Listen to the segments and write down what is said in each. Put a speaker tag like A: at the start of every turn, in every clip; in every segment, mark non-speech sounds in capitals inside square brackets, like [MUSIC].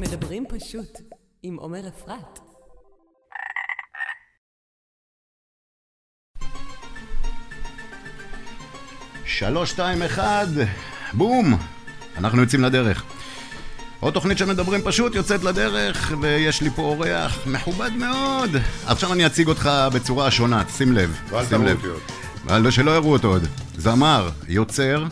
A: מדברים פשוט עם עומר אפרת.
B: שלוש, שתיים, אחד, בום! אנחנו יוצאים לדרך. עוד תוכנית שמדברים פשוט יוצאת לדרך, ויש לי פה אורח מכובד מאוד. עכשיו אני אציג אותך בצורה שונה, שים לב.
C: ואל
B: שים
C: תראו
B: לב.
C: אותי עוד.
B: אבל שלא יראו אותו עוד. זמר, יוצר,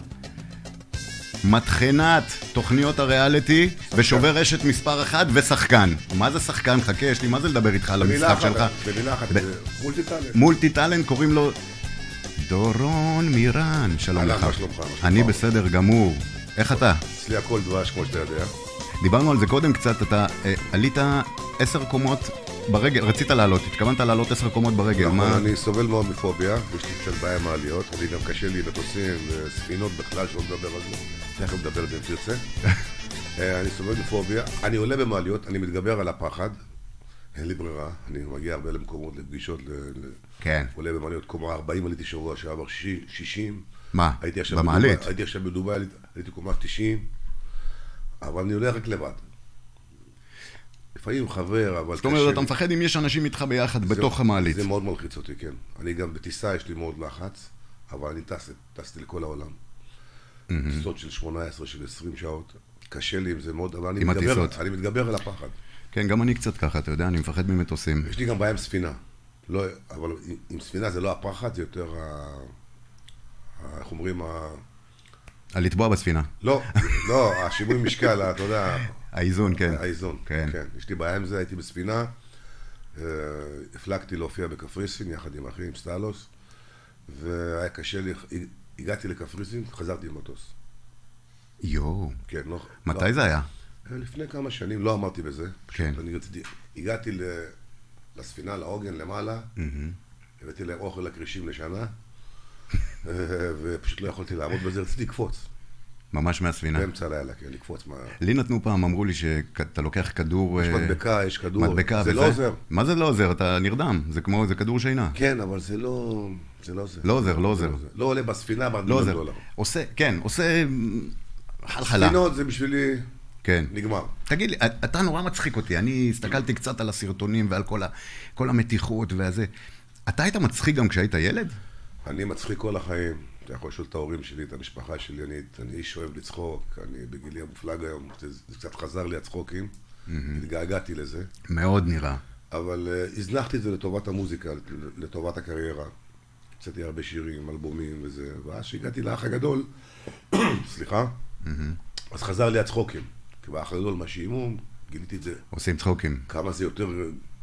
B: מטחנת תוכניות הריאליטי,
C: אוקיי.
B: ושובר רשת מספר אחת, ושחקן. מה זה שחקן? חכה, יש לי מה זה לדבר איתך על
C: במילה
B: המשחק
C: אחת, אה,
B: שלך.
C: במילה אחת,
B: ב-
C: מולטי טאלנט.
B: מולטי טאלנט, קוראים לו דורון מירן. שלום
C: אהלן,
B: לך.
C: מה שלומך? מה שלומך?
B: אני בסדר גמור. איך אתה?
C: אצלי הכל דבש, כמו שאתה יודע.
B: דיברנו על זה קודם קצת, אתה אה, עלית עשר קומות ברגל, רצית לעלות, התכוונת לעלות עשר קומות ברגל,
C: נכון,
B: מה?
C: אני סובל מאוד מפוביה, יש לי קצת בעיה עם העליות, אני גם קשה לי מטוסים וספינות בכלל, שלא נדבר על זה. תכף נדבר על זה אם תרצה.
B: [LAUGHS]
C: אה, אני סובל מפוביה, אני עולה במעליות, אני מתגבר על הפחד, אין לי ברירה, אני מגיע הרבה למקומות, לפגישות, ל- ל-
B: כן.
C: עולה במעליות קומה 40, עליתי שבוע שעבר 60, 60.
B: מה?
C: הייתי עכשיו
B: במעלית?
C: בדובאי- הייתי עכשיו בדובאי, עליתי- עליתי קומה 90, אבל אני עולה רק לבד. לפעמים חבר, אבל
B: זאת אומרת, אתה מפחד אם יש אנשים איתך ביחד בתוך
C: זה-
B: המעלית.
C: זה מאוד מלחיץ אותי, כן. אני גם בטיסה, יש לי מאוד לחץ, אבל אני טס, טסתי לכל העולם. טיסות של 18, של 20 שעות, קשה לי עם זה מאוד, אבל אני
B: עם
C: מתגבר,
B: הטיסות.
C: אני מתגבר על הפחד.
B: כן, גם אני קצת ככה, אתה יודע, אני מפחד ממטוסים.
C: יש לי גם בעיה עם ספינה. לא, אבל עם- עם ספינה זה לא הפחד, זה יותר ה... ה- איך אומרים? ה...
B: על לטבוע בספינה.
C: לא, לא, השיווי משקל, אתה יודע,
B: האיזון, כן.
C: האיזון.
B: כן.
C: כן. יש לי בעיה עם זה, הייתי בספינה, אה, הפלגתי להופיע בקפריסין יחד עם אחי, עם סטלוס, והיה קשה לי, הגעתי לקפריסין, חזרתי במטוס.
B: יואו.
C: כן, לא...
B: מתי
C: לא,
B: זה היה?
C: אה, לפני כמה שנים, לא אמרתי בזה.
B: כן.
C: פשוט אני רציתי, הגעתי ל- לספינה, לעוגן, למעלה, הבאתי להם אוכל לכרישים לשנה, אה, ופשוט לא יכולתי לעמוד בזה, רציתי לקפוץ.
B: ממש מהספינה.
C: באמצע הלילה, כן, לקפוץ מה...
B: לי נתנו פעם, אמרו לי שאתה לוקח כדור...
C: יש
B: אה,
C: מדבקה, יש כדור.
B: מדבקה
C: זה לא
B: וזה.
C: עוזר.
B: מה זה לא עוזר? אתה נרדם. זה כמו, זה כדור שינה.
C: כן, אבל זה לא... זה לא עוזר.
B: לא עוזר, לא
C: זה
B: עוזר.
C: לא עוזר. לא עולה בספינה, אבל
B: לא
C: מיליון
B: עוזר.
C: דולר.
B: עושה, כן, עושה מ, חלחלה.
C: ספינות זה בשבילי
B: כן.
C: נגמר.
B: תגיד לי, אתה נורא מצחיק אותי, אני הסתכלתי קצת על הסרטונים ועל כל ה- כל המתיחות והזה. אתה היית מצחיק גם כשהיית ילד?
C: אני מצחיק כל החיים. אתה יכול לשאול את ההורים שלי, את המשפחה שלי, אני, אני איש אוהב לצחוק, אני בגילי המופלג היום, זה, זה קצת חזר לי הצחוקים, התגעגעתי לזה,
B: מאוד נראה.
C: אבל uh, הזנחתי את זה לטובת המוזיקה, לטובת הקריירה. הוצאתי הרבה שירים, אלבומים וזה, ואז כשהגעתי לאח הגדול, [CLEARS THROAT] סליחה, אז חזר לי הצחוקים. כי באח הגדול מה שאימום, גיליתי את זה
B: עושים צחוקים,
C: כמה זה יותר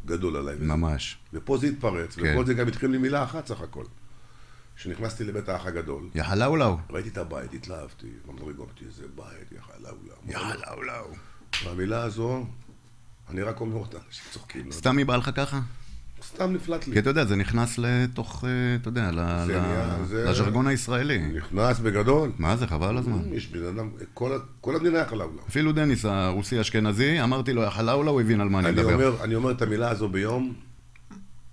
C: גדול עליי.
B: ממש.
C: ופה זה התפרץ,
B: כן.
C: ופה זה גם התחיל ממילה אחת סך הכל. כשנכנסתי לבית האח הגדול,
B: יא חלאו לאו.
C: ראיתי את הבית, התלהבתי, אמרתי, אמרתי, איזה בית, יא חלאו לאו.
B: יא חלאו לאו.
C: והמילה הזו, אני רק אומר אותה, אנשים צוחקים. לא
B: סתם כן. היא באה לך ככה?
C: יודע. סתם נפלט לי.
B: כי אתה יודע, זה נכנס לתוך, אה, אתה יודע, ל-
C: זה
B: ל-
C: נהיה- זה-
B: לז'רגון הישראלי.
C: נכנס בגדול.
B: מה זה, חבל על הזמן.
C: יש בן אדם, כל ה- כל המדינה יא חלאו לאו.
B: אפילו דניס הרוסי האשכנזי, אמרתי לו, יא חלאו לאו, הוא הבין על מה אני
C: אני
B: מדבר.
C: אומר- אני אומר את המילה הזו ביום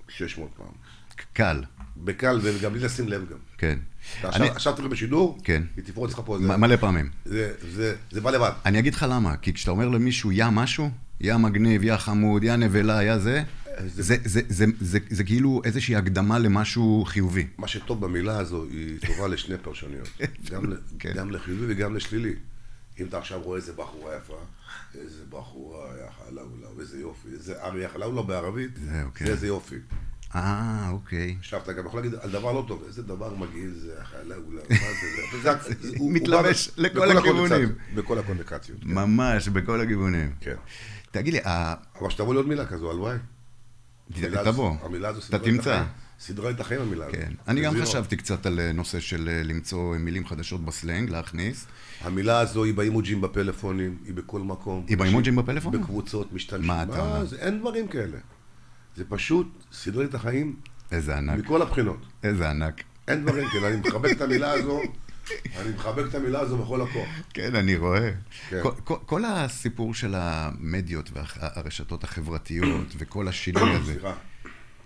C: 600 פעם.
B: קל,
C: בקל, וגם בלי לשים לב גם.
B: כן.
C: אתה
B: אני-
C: עכשיו- עכשיו תראה בשידור,
B: כן.
C: היא תפרוץ לך פה, זה-
B: מ- מלא פעמים.
C: זה- זה- זה בא לבד.
B: אני אגיד לך למה, כי כשאתה אומר למישהו יא משהו, יא מגניב, יא חמוד, יא נבלה, יא זה, זה, זה, זה, זה, זה, זה כאילו איזושהי הקדמה למשהו חיובי.
C: מה שטוב במילה הזו, היא טובה לשני פרשנויות. גם, ל-
B: [LAUGHS] כן.
C: גם לחיובי וגם לשלילי. אם אתה עכשיו רואה איזה בחורה יפה, איזה בחורה, יא חלאולה, איזה יופי, איזה אריה חלאולה בערבית,
B: זהו, כן.
C: זה איזה יופי.
B: אה, אוקיי.
C: עכשיו, אתה גם יכול להגיד על דבר לא טוב, איזה דבר מגעיל זה,
B: [LAUGHS]
C: חלאולה, מה זה, זה, זה, זה הוא-
B: מתלבש
C: הוא בא-
B: לכל
C: בכל
B: הכיוונים.
C: הקונוטציות, בכל הקונדקציות.
B: ממש, בכל הכיוונים.
C: כן.
B: תגיד לי, אה, ה-
C: אבל שתבוא לי עוד מילה כזו, הלוואי. המילה הזו-
B: תבוא,
C: המילה הזו
B: אתה
C: סידרה את
B: תמצא.
C: החיים. סידרה את החיים המילה הזו.
B: כן. אני גם
C: זה לא-
B: חשבתי קצת על אה, נושא של אה, למצוא מילים חדשות בסלנג, להכניס.
C: המילה הזו היא באימוג'ים בפלאפונים, היא בכל מקום.
B: היא באימוג'ים בפלאפון?
C: בקבוצות, משתמשים.
B: מה אתה אומר?
C: זה, אין דברים כאלה. זה פשוט סידר לי את החיים
B: איזה ענק,
C: מכל הבחינות.
B: איזה ענק.
C: אין דברים כאלה, אני מחבק את המילה הזו, אני מחבק את המילה הזו בכל הכוח.
B: כן, אני רואה.
C: כן.
B: כל, כל, כל הסיפור של [COUGHS]
C: [COUGHS]
B: המדיות והרשתות החברתיות וכל השינוי הזה,
C: סליחה.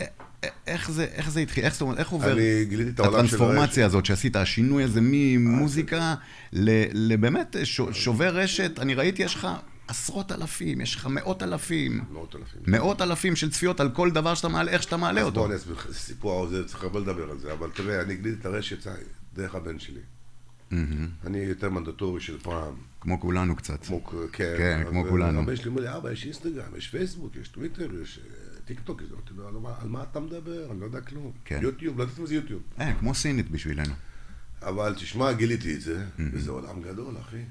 B: א- איך זה, איך זה התחיל, איך, זאת אומרת, איך עובר
C: אני גיליתי את העולם של הרשת. אה,
B: הטרנספורמציה הזאת שעשית, השינוי הזה ממוזיקה ל- לבאמת ש- שובר רשת, אני ראיתי, יש לך עשרות אלפים, יש לך מאות אלפים,
C: מאות אלפים.
B: מאות אלפים של צפיות על כל דבר שאתה מעלה, איך שאתה מעלה
C: בוא
B: אותו.
C: אני אסביר לך סיפור העוזר, צריך הרבה לדבר על זה, אבל תראה, אני גיליתי את הרשת דרך הבן שלי. אני יותר מנדטורי של פעם,
B: כמו כולנו קצת.
C: כמו, כן,
B: כן,
C: אז
B: כמו כולנו.
C: הבן שלי אומר לי, אבא, יש אינסטגרם, יש פייסבוק, יש טוויטר, יש אה, טיק טוק, אז אמרתי לו, "על מה- על מה אתה מדבר? אני לא יודע כלום.
B: כן.
C: יוטיוב, לא יודעת מה זה יוטיוב.
B: אה, כמו סינית בשבילנו.
C: אבל תשמע, גיליתי את זה, וזה עולם גדול, אחי.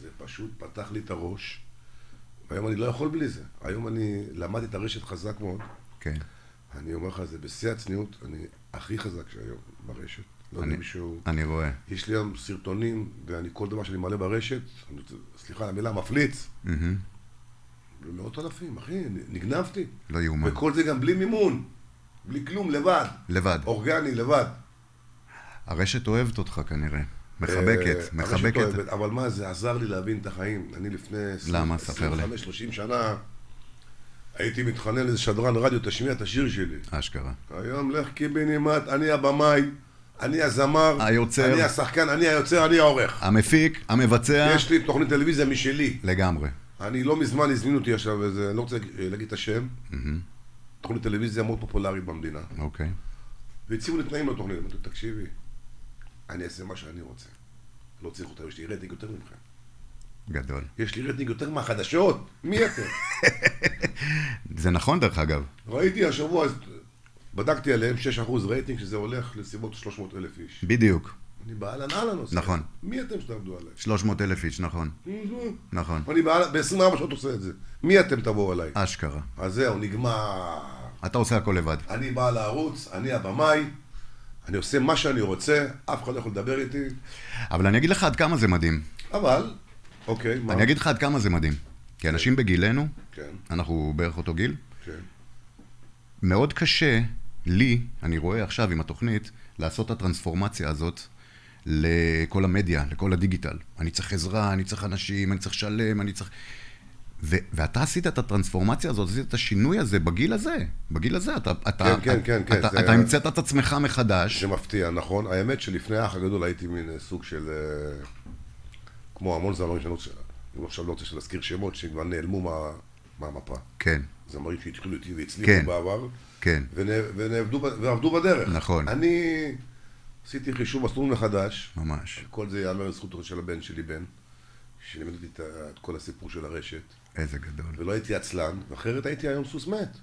C: זה פשוט פתח לי את הראש, והיום אני לא יכול בלי זה. היום אני למדתי את הרשת חזק מאוד.
B: כן.
C: אני אומר לך, זה בשיא הצניעות, אני הכי חזק שהיום ברשת. לא יודע
B: אני-
C: אם מישהו...
B: אני רואה.
C: יש לי היום סרטונים, ואני כל דבר שאני מעלה ברשת, אני, סליחה על המילה, מפליץ.
B: מהמם.
C: מאות אלפים, אחי, נגנבתי.
B: לא יאומן.
C: וכל זה גם בלי מימון, בלי כלום, לבד.
B: לבד.
C: אורגני, לבד.
B: הרשת אוהבת אותך כנראה. מחבקת,
C: אה, הרשת
B: מחבקת.
C: אוהבת, אבל מה, זה עזר לי להבין את החיים. אני לפני...
B: למה? ספר לי.
C: 25-30 שנה הייתי מתחנן לאיזה שדרן רדיו, תשמיע את השיר שלי.
B: אשכרה.
C: היום לך קיבינימט, אני הבמאי, אני הזמר,
B: היוצר.
C: אני השחקן, אני היוצר, אני העורך.
B: המפיק, המבצע,
C: יש לי תוכנית טלוויזיה משלי.
B: לגמרי.
C: אני לא מזמן הזמינו אותי עכשיו, איזה, אני לא רוצה להגיד- להגיד את השם, תוכנית טלוויזיה מאוד פופולרית במדינה.
B: אוקיי.
C: והציבו לי תנאים לתוכנית, אמרתי, תקשיבי, אני אעשה מה שאני רוצה. לא צריך אותם, יש לי רייטינג יותר ממכם.
B: גדול.
C: יש לי רייטינג יותר מהחדשות, מי אתם?
B: זה נכון דרך אגב.
C: ראיתי השבוע, אז בדקתי עליהם 6% רייטינג, שזה הולך לסביבות 300 אלף איש.
B: בדיוק.
C: אני באהלן אהלן עושה.
B: נכון.
C: את זה. מי אתם שתעבדו עליי?
B: 300 אלף איש, נכון. נכון.
C: אני באהלן- ב-24 שעות עושה את זה. מי אתם תבואו עליי?
B: אשכרה.
C: אז זהו, נגמר.
B: אתה עושה הכל לבד.
C: אני בעל הערוץ, אני הבמאי, אני עושה מה שאני רוצה, אף אחד לא יכול לדבר איתי,
B: אבל אני אגיד לך עד כמה זה מדהים.
C: אבל, אוקיי, מה?
B: אני אגיד לך עד כמה זה מדהים. כי אנשים בגילנו,
C: כן,
B: אנחנו בערך אותו גיל,
C: כן.
B: מאוד קשה לי, אני רואה עכשיו עם התוכנית, לעשות את הטרנספורמציה הזאת לכל המדיה, לכל הדיגיטל. אני צריך עזרה, אני צריך אנשים, אני צריך לשלם, אני צריך... ו- ואתה עשית את הטרנספורמציה הזאת, עשית את השינוי הזה בגיל הזה. בגיל הזה אתה... אתה
C: כן, כן, כן, כן,
B: אתה,
C: זה-
B: אתה המצאת את עצמך מחדש.
C: זה מפתיע, נכון? האמת שלפני האח הגדול הייתי מין אה, סוג של... אה, כמו המון זמרים שאני לא רוצה... אני עכשיו לא רוצה להזכיר שמות, שכבר נעלמו מה- מהמפה.
B: כן,
C: זמרים שהתחילו איתי והצליחו
B: כן.
C: בעבר,
B: כן.
C: ונה- ונעבדו ב- ועבדו בדרך.
B: נכון.
C: אני עשיתי חישוב מסלול מחדש.
B: ממש.
C: כל זה יאמר לזכותו של הבן שלי, בן, שלימד אותי את ה- את כל הסיפור של הרשת,
B: איזה גדול.
C: ולא הייתי עצלן, ואחרת הייתי היום סוס מת.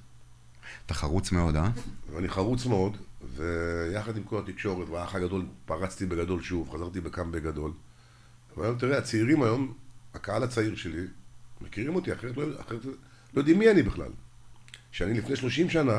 B: אתה חרוץ מאוד, אה?
C: ואני חרוץ מאוד, ויחד עם כל התקשורת והאח הגדול, פרצתי בגדול שוב, חזרתי בקאם בגדול. אבל היום תראה, הצעירים היום, הקהל הצעיר שלי, מכירים אותי, אחרת לא, אחרת לא יודעים מי אני בכלל. שאני לפני 30 שנה,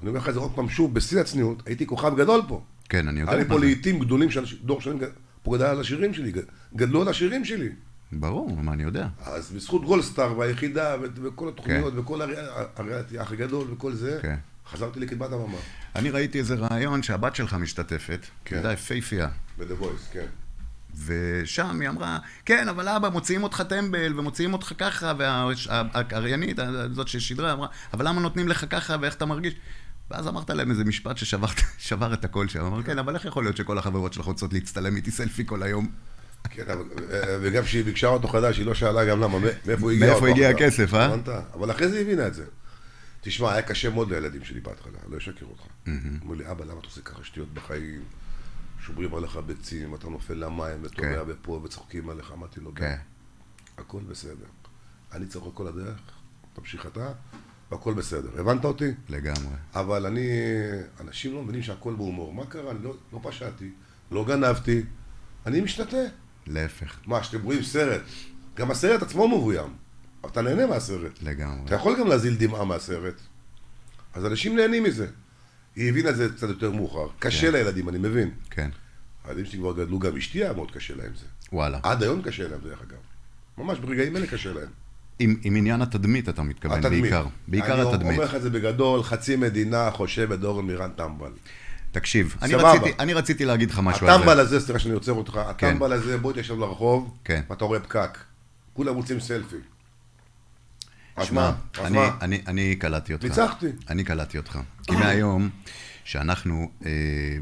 C: אני אומר לך את זה עוד פעם שוב, בשיא הצניעות, הייתי כוכב גדול פה.
B: כן, אני יודע.
C: היה לי
B: מה
C: פה
B: זה.
C: לעיתים גדולים, של- דור שלם גד- פה גדל על השירים שלי, גד- גדלו על השירים שלי.
B: ברור, מה אני יודע.
C: אז בזכות גולדסטאר והיחידה ו- וכל התוכניות וכל הרי האח הגדול וכל זה,
B: כן.
C: חזרתי לקדמת הבמה.
B: אני ראיתי איזה רעיון שהבת שלך משתתפת.
C: כן.
B: כן. אתה יודע, יפייפייה.
C: ב-The Voice, כן.
B: ושם היא אמרה, כן, אבל אבא, מוציאים אותך טמבל, ומוציאים אותך ככה, והקריינית, זאת ששידרה, אמרה, אבל למה נותנים לך ככה, ואיך אתה מרגיש? ואז אמרת להם איזה משפט ששבר שבר את הכל שם. אמר, כן, אבל איך יכול להיות שכל החברות שלך רוצות להצטלם איתי סלפי כל היום?
C: כן, אבל- ו- וגם כשהיא ביקשה אותו חדש, היא לא שאלה גם למה, מא- מאיפה הגיע
B: מאיפה
C: אותו
B: הגיע
C: חדש.
B: הכסף, אה?
C: הבנת? אבל אחרי זה היא הבינה את זה. תשמע, היה קשה מאוד לילדים שלי בהתחלה, לא אשקר אותך. אמרו לי, אבא, למה אתה עושה ככה שטויות בחיים? שומרים עליך ביצים, אתה נופל למים,
B: כן.
C: וטובע ופה, וצוחקים עליך. אמרתי לו,
B: כן.
C: הכל בסדר. אני צוחק כל הדרך, תמשיך אתה, והכל בסדר. הבנת אותי?
B: לגמרי.
C: אבל אני, אנשים לא מבינים שהכל בהומור. מה קרה? אני לא, לא פשעתי, לא גנבתי, אני משתתה.
B: להפך,
C: מה, שאתם רואים סרט, גם הסרט עצמו מבוים, אבל אתה נהנה מהסרט. אתה
B: לגמרי.
C: יכול גם להזיל דמעה מהסרט. אז אנשים נהנים מזה. היא הבינה את זה קצת יותר מאוחר. קשה לילדים, אני מבין.
B: כן.
C: הילדים שלי כבר גדלו, גם אשתי היה מאוד קשה להם זה.
B: וואלה.
C: עד היום קשה להם, דרך אגב. ממש ברגעים אלה קשה להם.
B: עם, עם עניין התדמית אתה מתכוון,
C: התדמית.
B: בעיקר. בעיקר
C: אני
B: התדמית.
C: אומר לך את זה בגדול, חצי מדינה חושבת אורן מירן טמבל.
B: תקשיב, אני
C: סבבה.
B: רציתי, אני רציתי להגיד לך משהו על זה.
C: הטמבל הזה, סליחה שאני עוצר אותך, הטמבל הזה, בוא תשב לרחוב,
B: כן.
C: ואתה רואה פקק. כולם רוצים סלפי. אז
B: שמע,
C: מה? אז
B: אני-
C: מה?
B: אני- אני קלטתי אותך.
C: ניצחתי. אה.
B: אני קלטתי אותך. כי מהיום שאנחנו אה,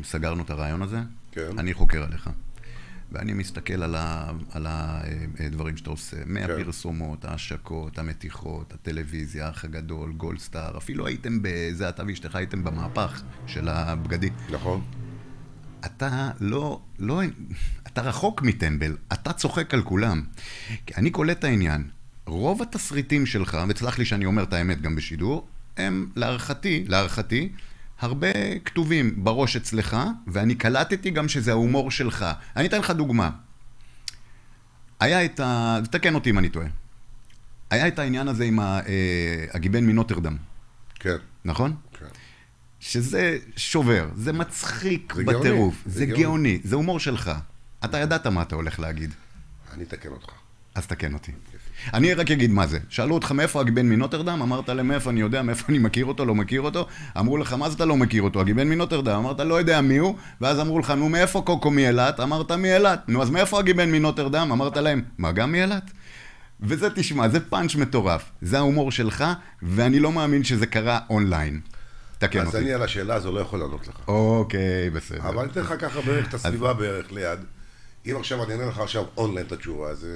B: סגרנו את הרעיון הזה,
C: כן.
B: אני חוקר עליך. ואני מסתכל על ה- על הדברים שאתה עושה,
C: כן.
B: מהפרסומות, ההשקות, המתיחות, הטלוויזיה, האח הגדול, גולדסטאר, אפילו הייתם בזה, אתה ואשתך הייתם במהפך של הבגדי.
C: נכון.
B: אתה לא, לא, אתה רחוק מטמבל, אתה צוחק על כולם. כי אני קולט את העניין. רוב התסריטים שלך, ותסלח לי שאני אומר את האמת גם בשידור, הם להערכתי, להערכתי, הרבה כתובים בראש אצלך, ואני קלטתי גם שזה ההומור שלך. אני אתן לך דוגמה. היה את ה... תקן אותי אם אני טועה. היה את העניין הזה עם ה- אה, הגיבן מנוטרדם,
C: כן,
B: נכון?
C: כן.
B: שזה שובר, זה מצחיק
C: זה גאוני,
B: בטירוף,
C: זה
B: זה
C: גאוני.
B: גאוני, זה הומור שלך. אתה ידעת מה אתה הולך להגיד,
C: אני אתקן אותך.
B: אז תקן אותי. אני רק אגיד מה זה. שאלו אותך מאיפה הגיבן מנוטרדם, אמרת להם מאיפה אני יודע, מאיפה אני מכיר אותו, לא מכיר אותו. אמרו לך, מה זה אתה לא מכיר אותו, הגיבן מנוטרדם? אמרת, לא יודע מי הוא. ואז אמרו לך, נו, מאיפה קוקו מאילת? אמרת, מאילת. נו, אז מאיפה הגיבן מנוטרדם? אמרת להם, מה, גם מאילת? וזה, תשמע, זה פאנץ' מטורף. זה ההומור שלך, ואני לא מאמין שזה קרה אונליין. תקן
C: אז
B: כן, אותי.
C: אני על השאלה הזו לא יכול לענות לך.
B: אוקיי, בסדר.
C: אבל אני אתן לך ככה בערך את הסביבה בערך ליד. אם עכשיו אני אענה לך עכשיו אונליין את התשובה, אז אה,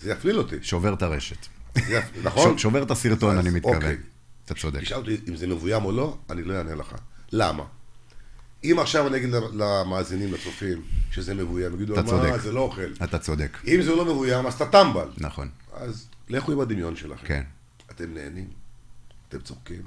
C: זה יפליל אותי.
B: שובר את הרשת.
C: זה יפ- נכון?
B: ש- שובר את הסרטון,
C: אז
B: אני מתכוון.
C: אוקיי.
B: אתה צודק.
C: תשאל אותי אם זה מבוים או לא, אני לא אענה לך. למה? אם עכשיו אני אגיד למאזינים, לצופים, שזה מבוים, יגידו,
B: אתה צודק.
C: מה, זה לא אוכל.
B: אתה צודק.
C: אם זה לא מבוים, אז אתה טמבל.
B: נכון.
C: אז לכו עם הדמיון שלכם.
B: כן.
C: אתם נהנים, אתם צוחקים,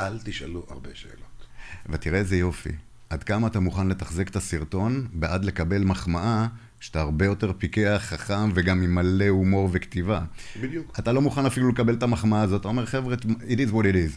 C: אל תשאלו הרבה שאלות.
B: ותראה איזה יופי. עד כמה אתה מוכן לתחזק את הסרטון בעד לקבל מחמאה שאתה הרבה יותר פיקח, חכם וגם עם מלא הומור וכתיבה.
C: בדיוק.
B: אתה לא מוכן אפילו לקבל את המחמאה הזאת. אתה אומר, חבר'ה, it is what it is.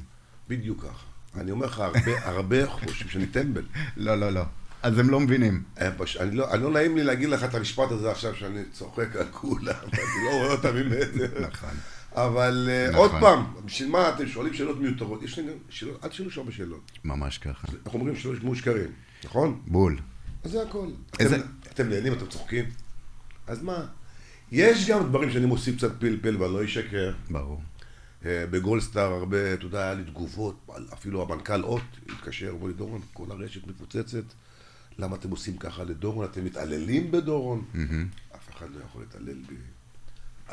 C: בדיוק ככה. אני אומר
B: [LAUGHS]
C: לך, הרבה, הרבה חושבים שאני טמבל.
B: לא, לא, לא. אז הם לא מבינים.
C: הם פש- אני לא, אני לא נעים לי להגיד לך את המשפט הזה עכשיו שאני צוחק על כולם, [LAUGHS] אני לא רואה אותם ממטר.
B: נכון.
C: אבל אה,
B: נכון.
C: עוד פעם, בשביל מה אתם שואלים שאלות מיותרות? יש לנו שאלות, אל תשאלו שם בשאלות.
B: ממש ככה.
C: אנחנו אומרים שלא ישמעו שקרים, נכון?
B: בול.
C: אז זה הכל.
B: איזה-
C: אתם- אתם נהנים, אתם צוחקים? אז מה? יש גם דברים שאני מוסיף קצת פלפל ואני לא אשקר.
B: ברור.
C: אה, בגולדסטאר הרבה, אתה יודע, היה לי תגובות, אפילו המנכ"ל אות התקשר, אמר לי, דורון, כל הרשת מפוצצת, למה אתם עושים ככה לדורון? אתם מתעללים בדורון?
B: Mm-hmm.
C: אף אחד לא יכול להתעלל בי,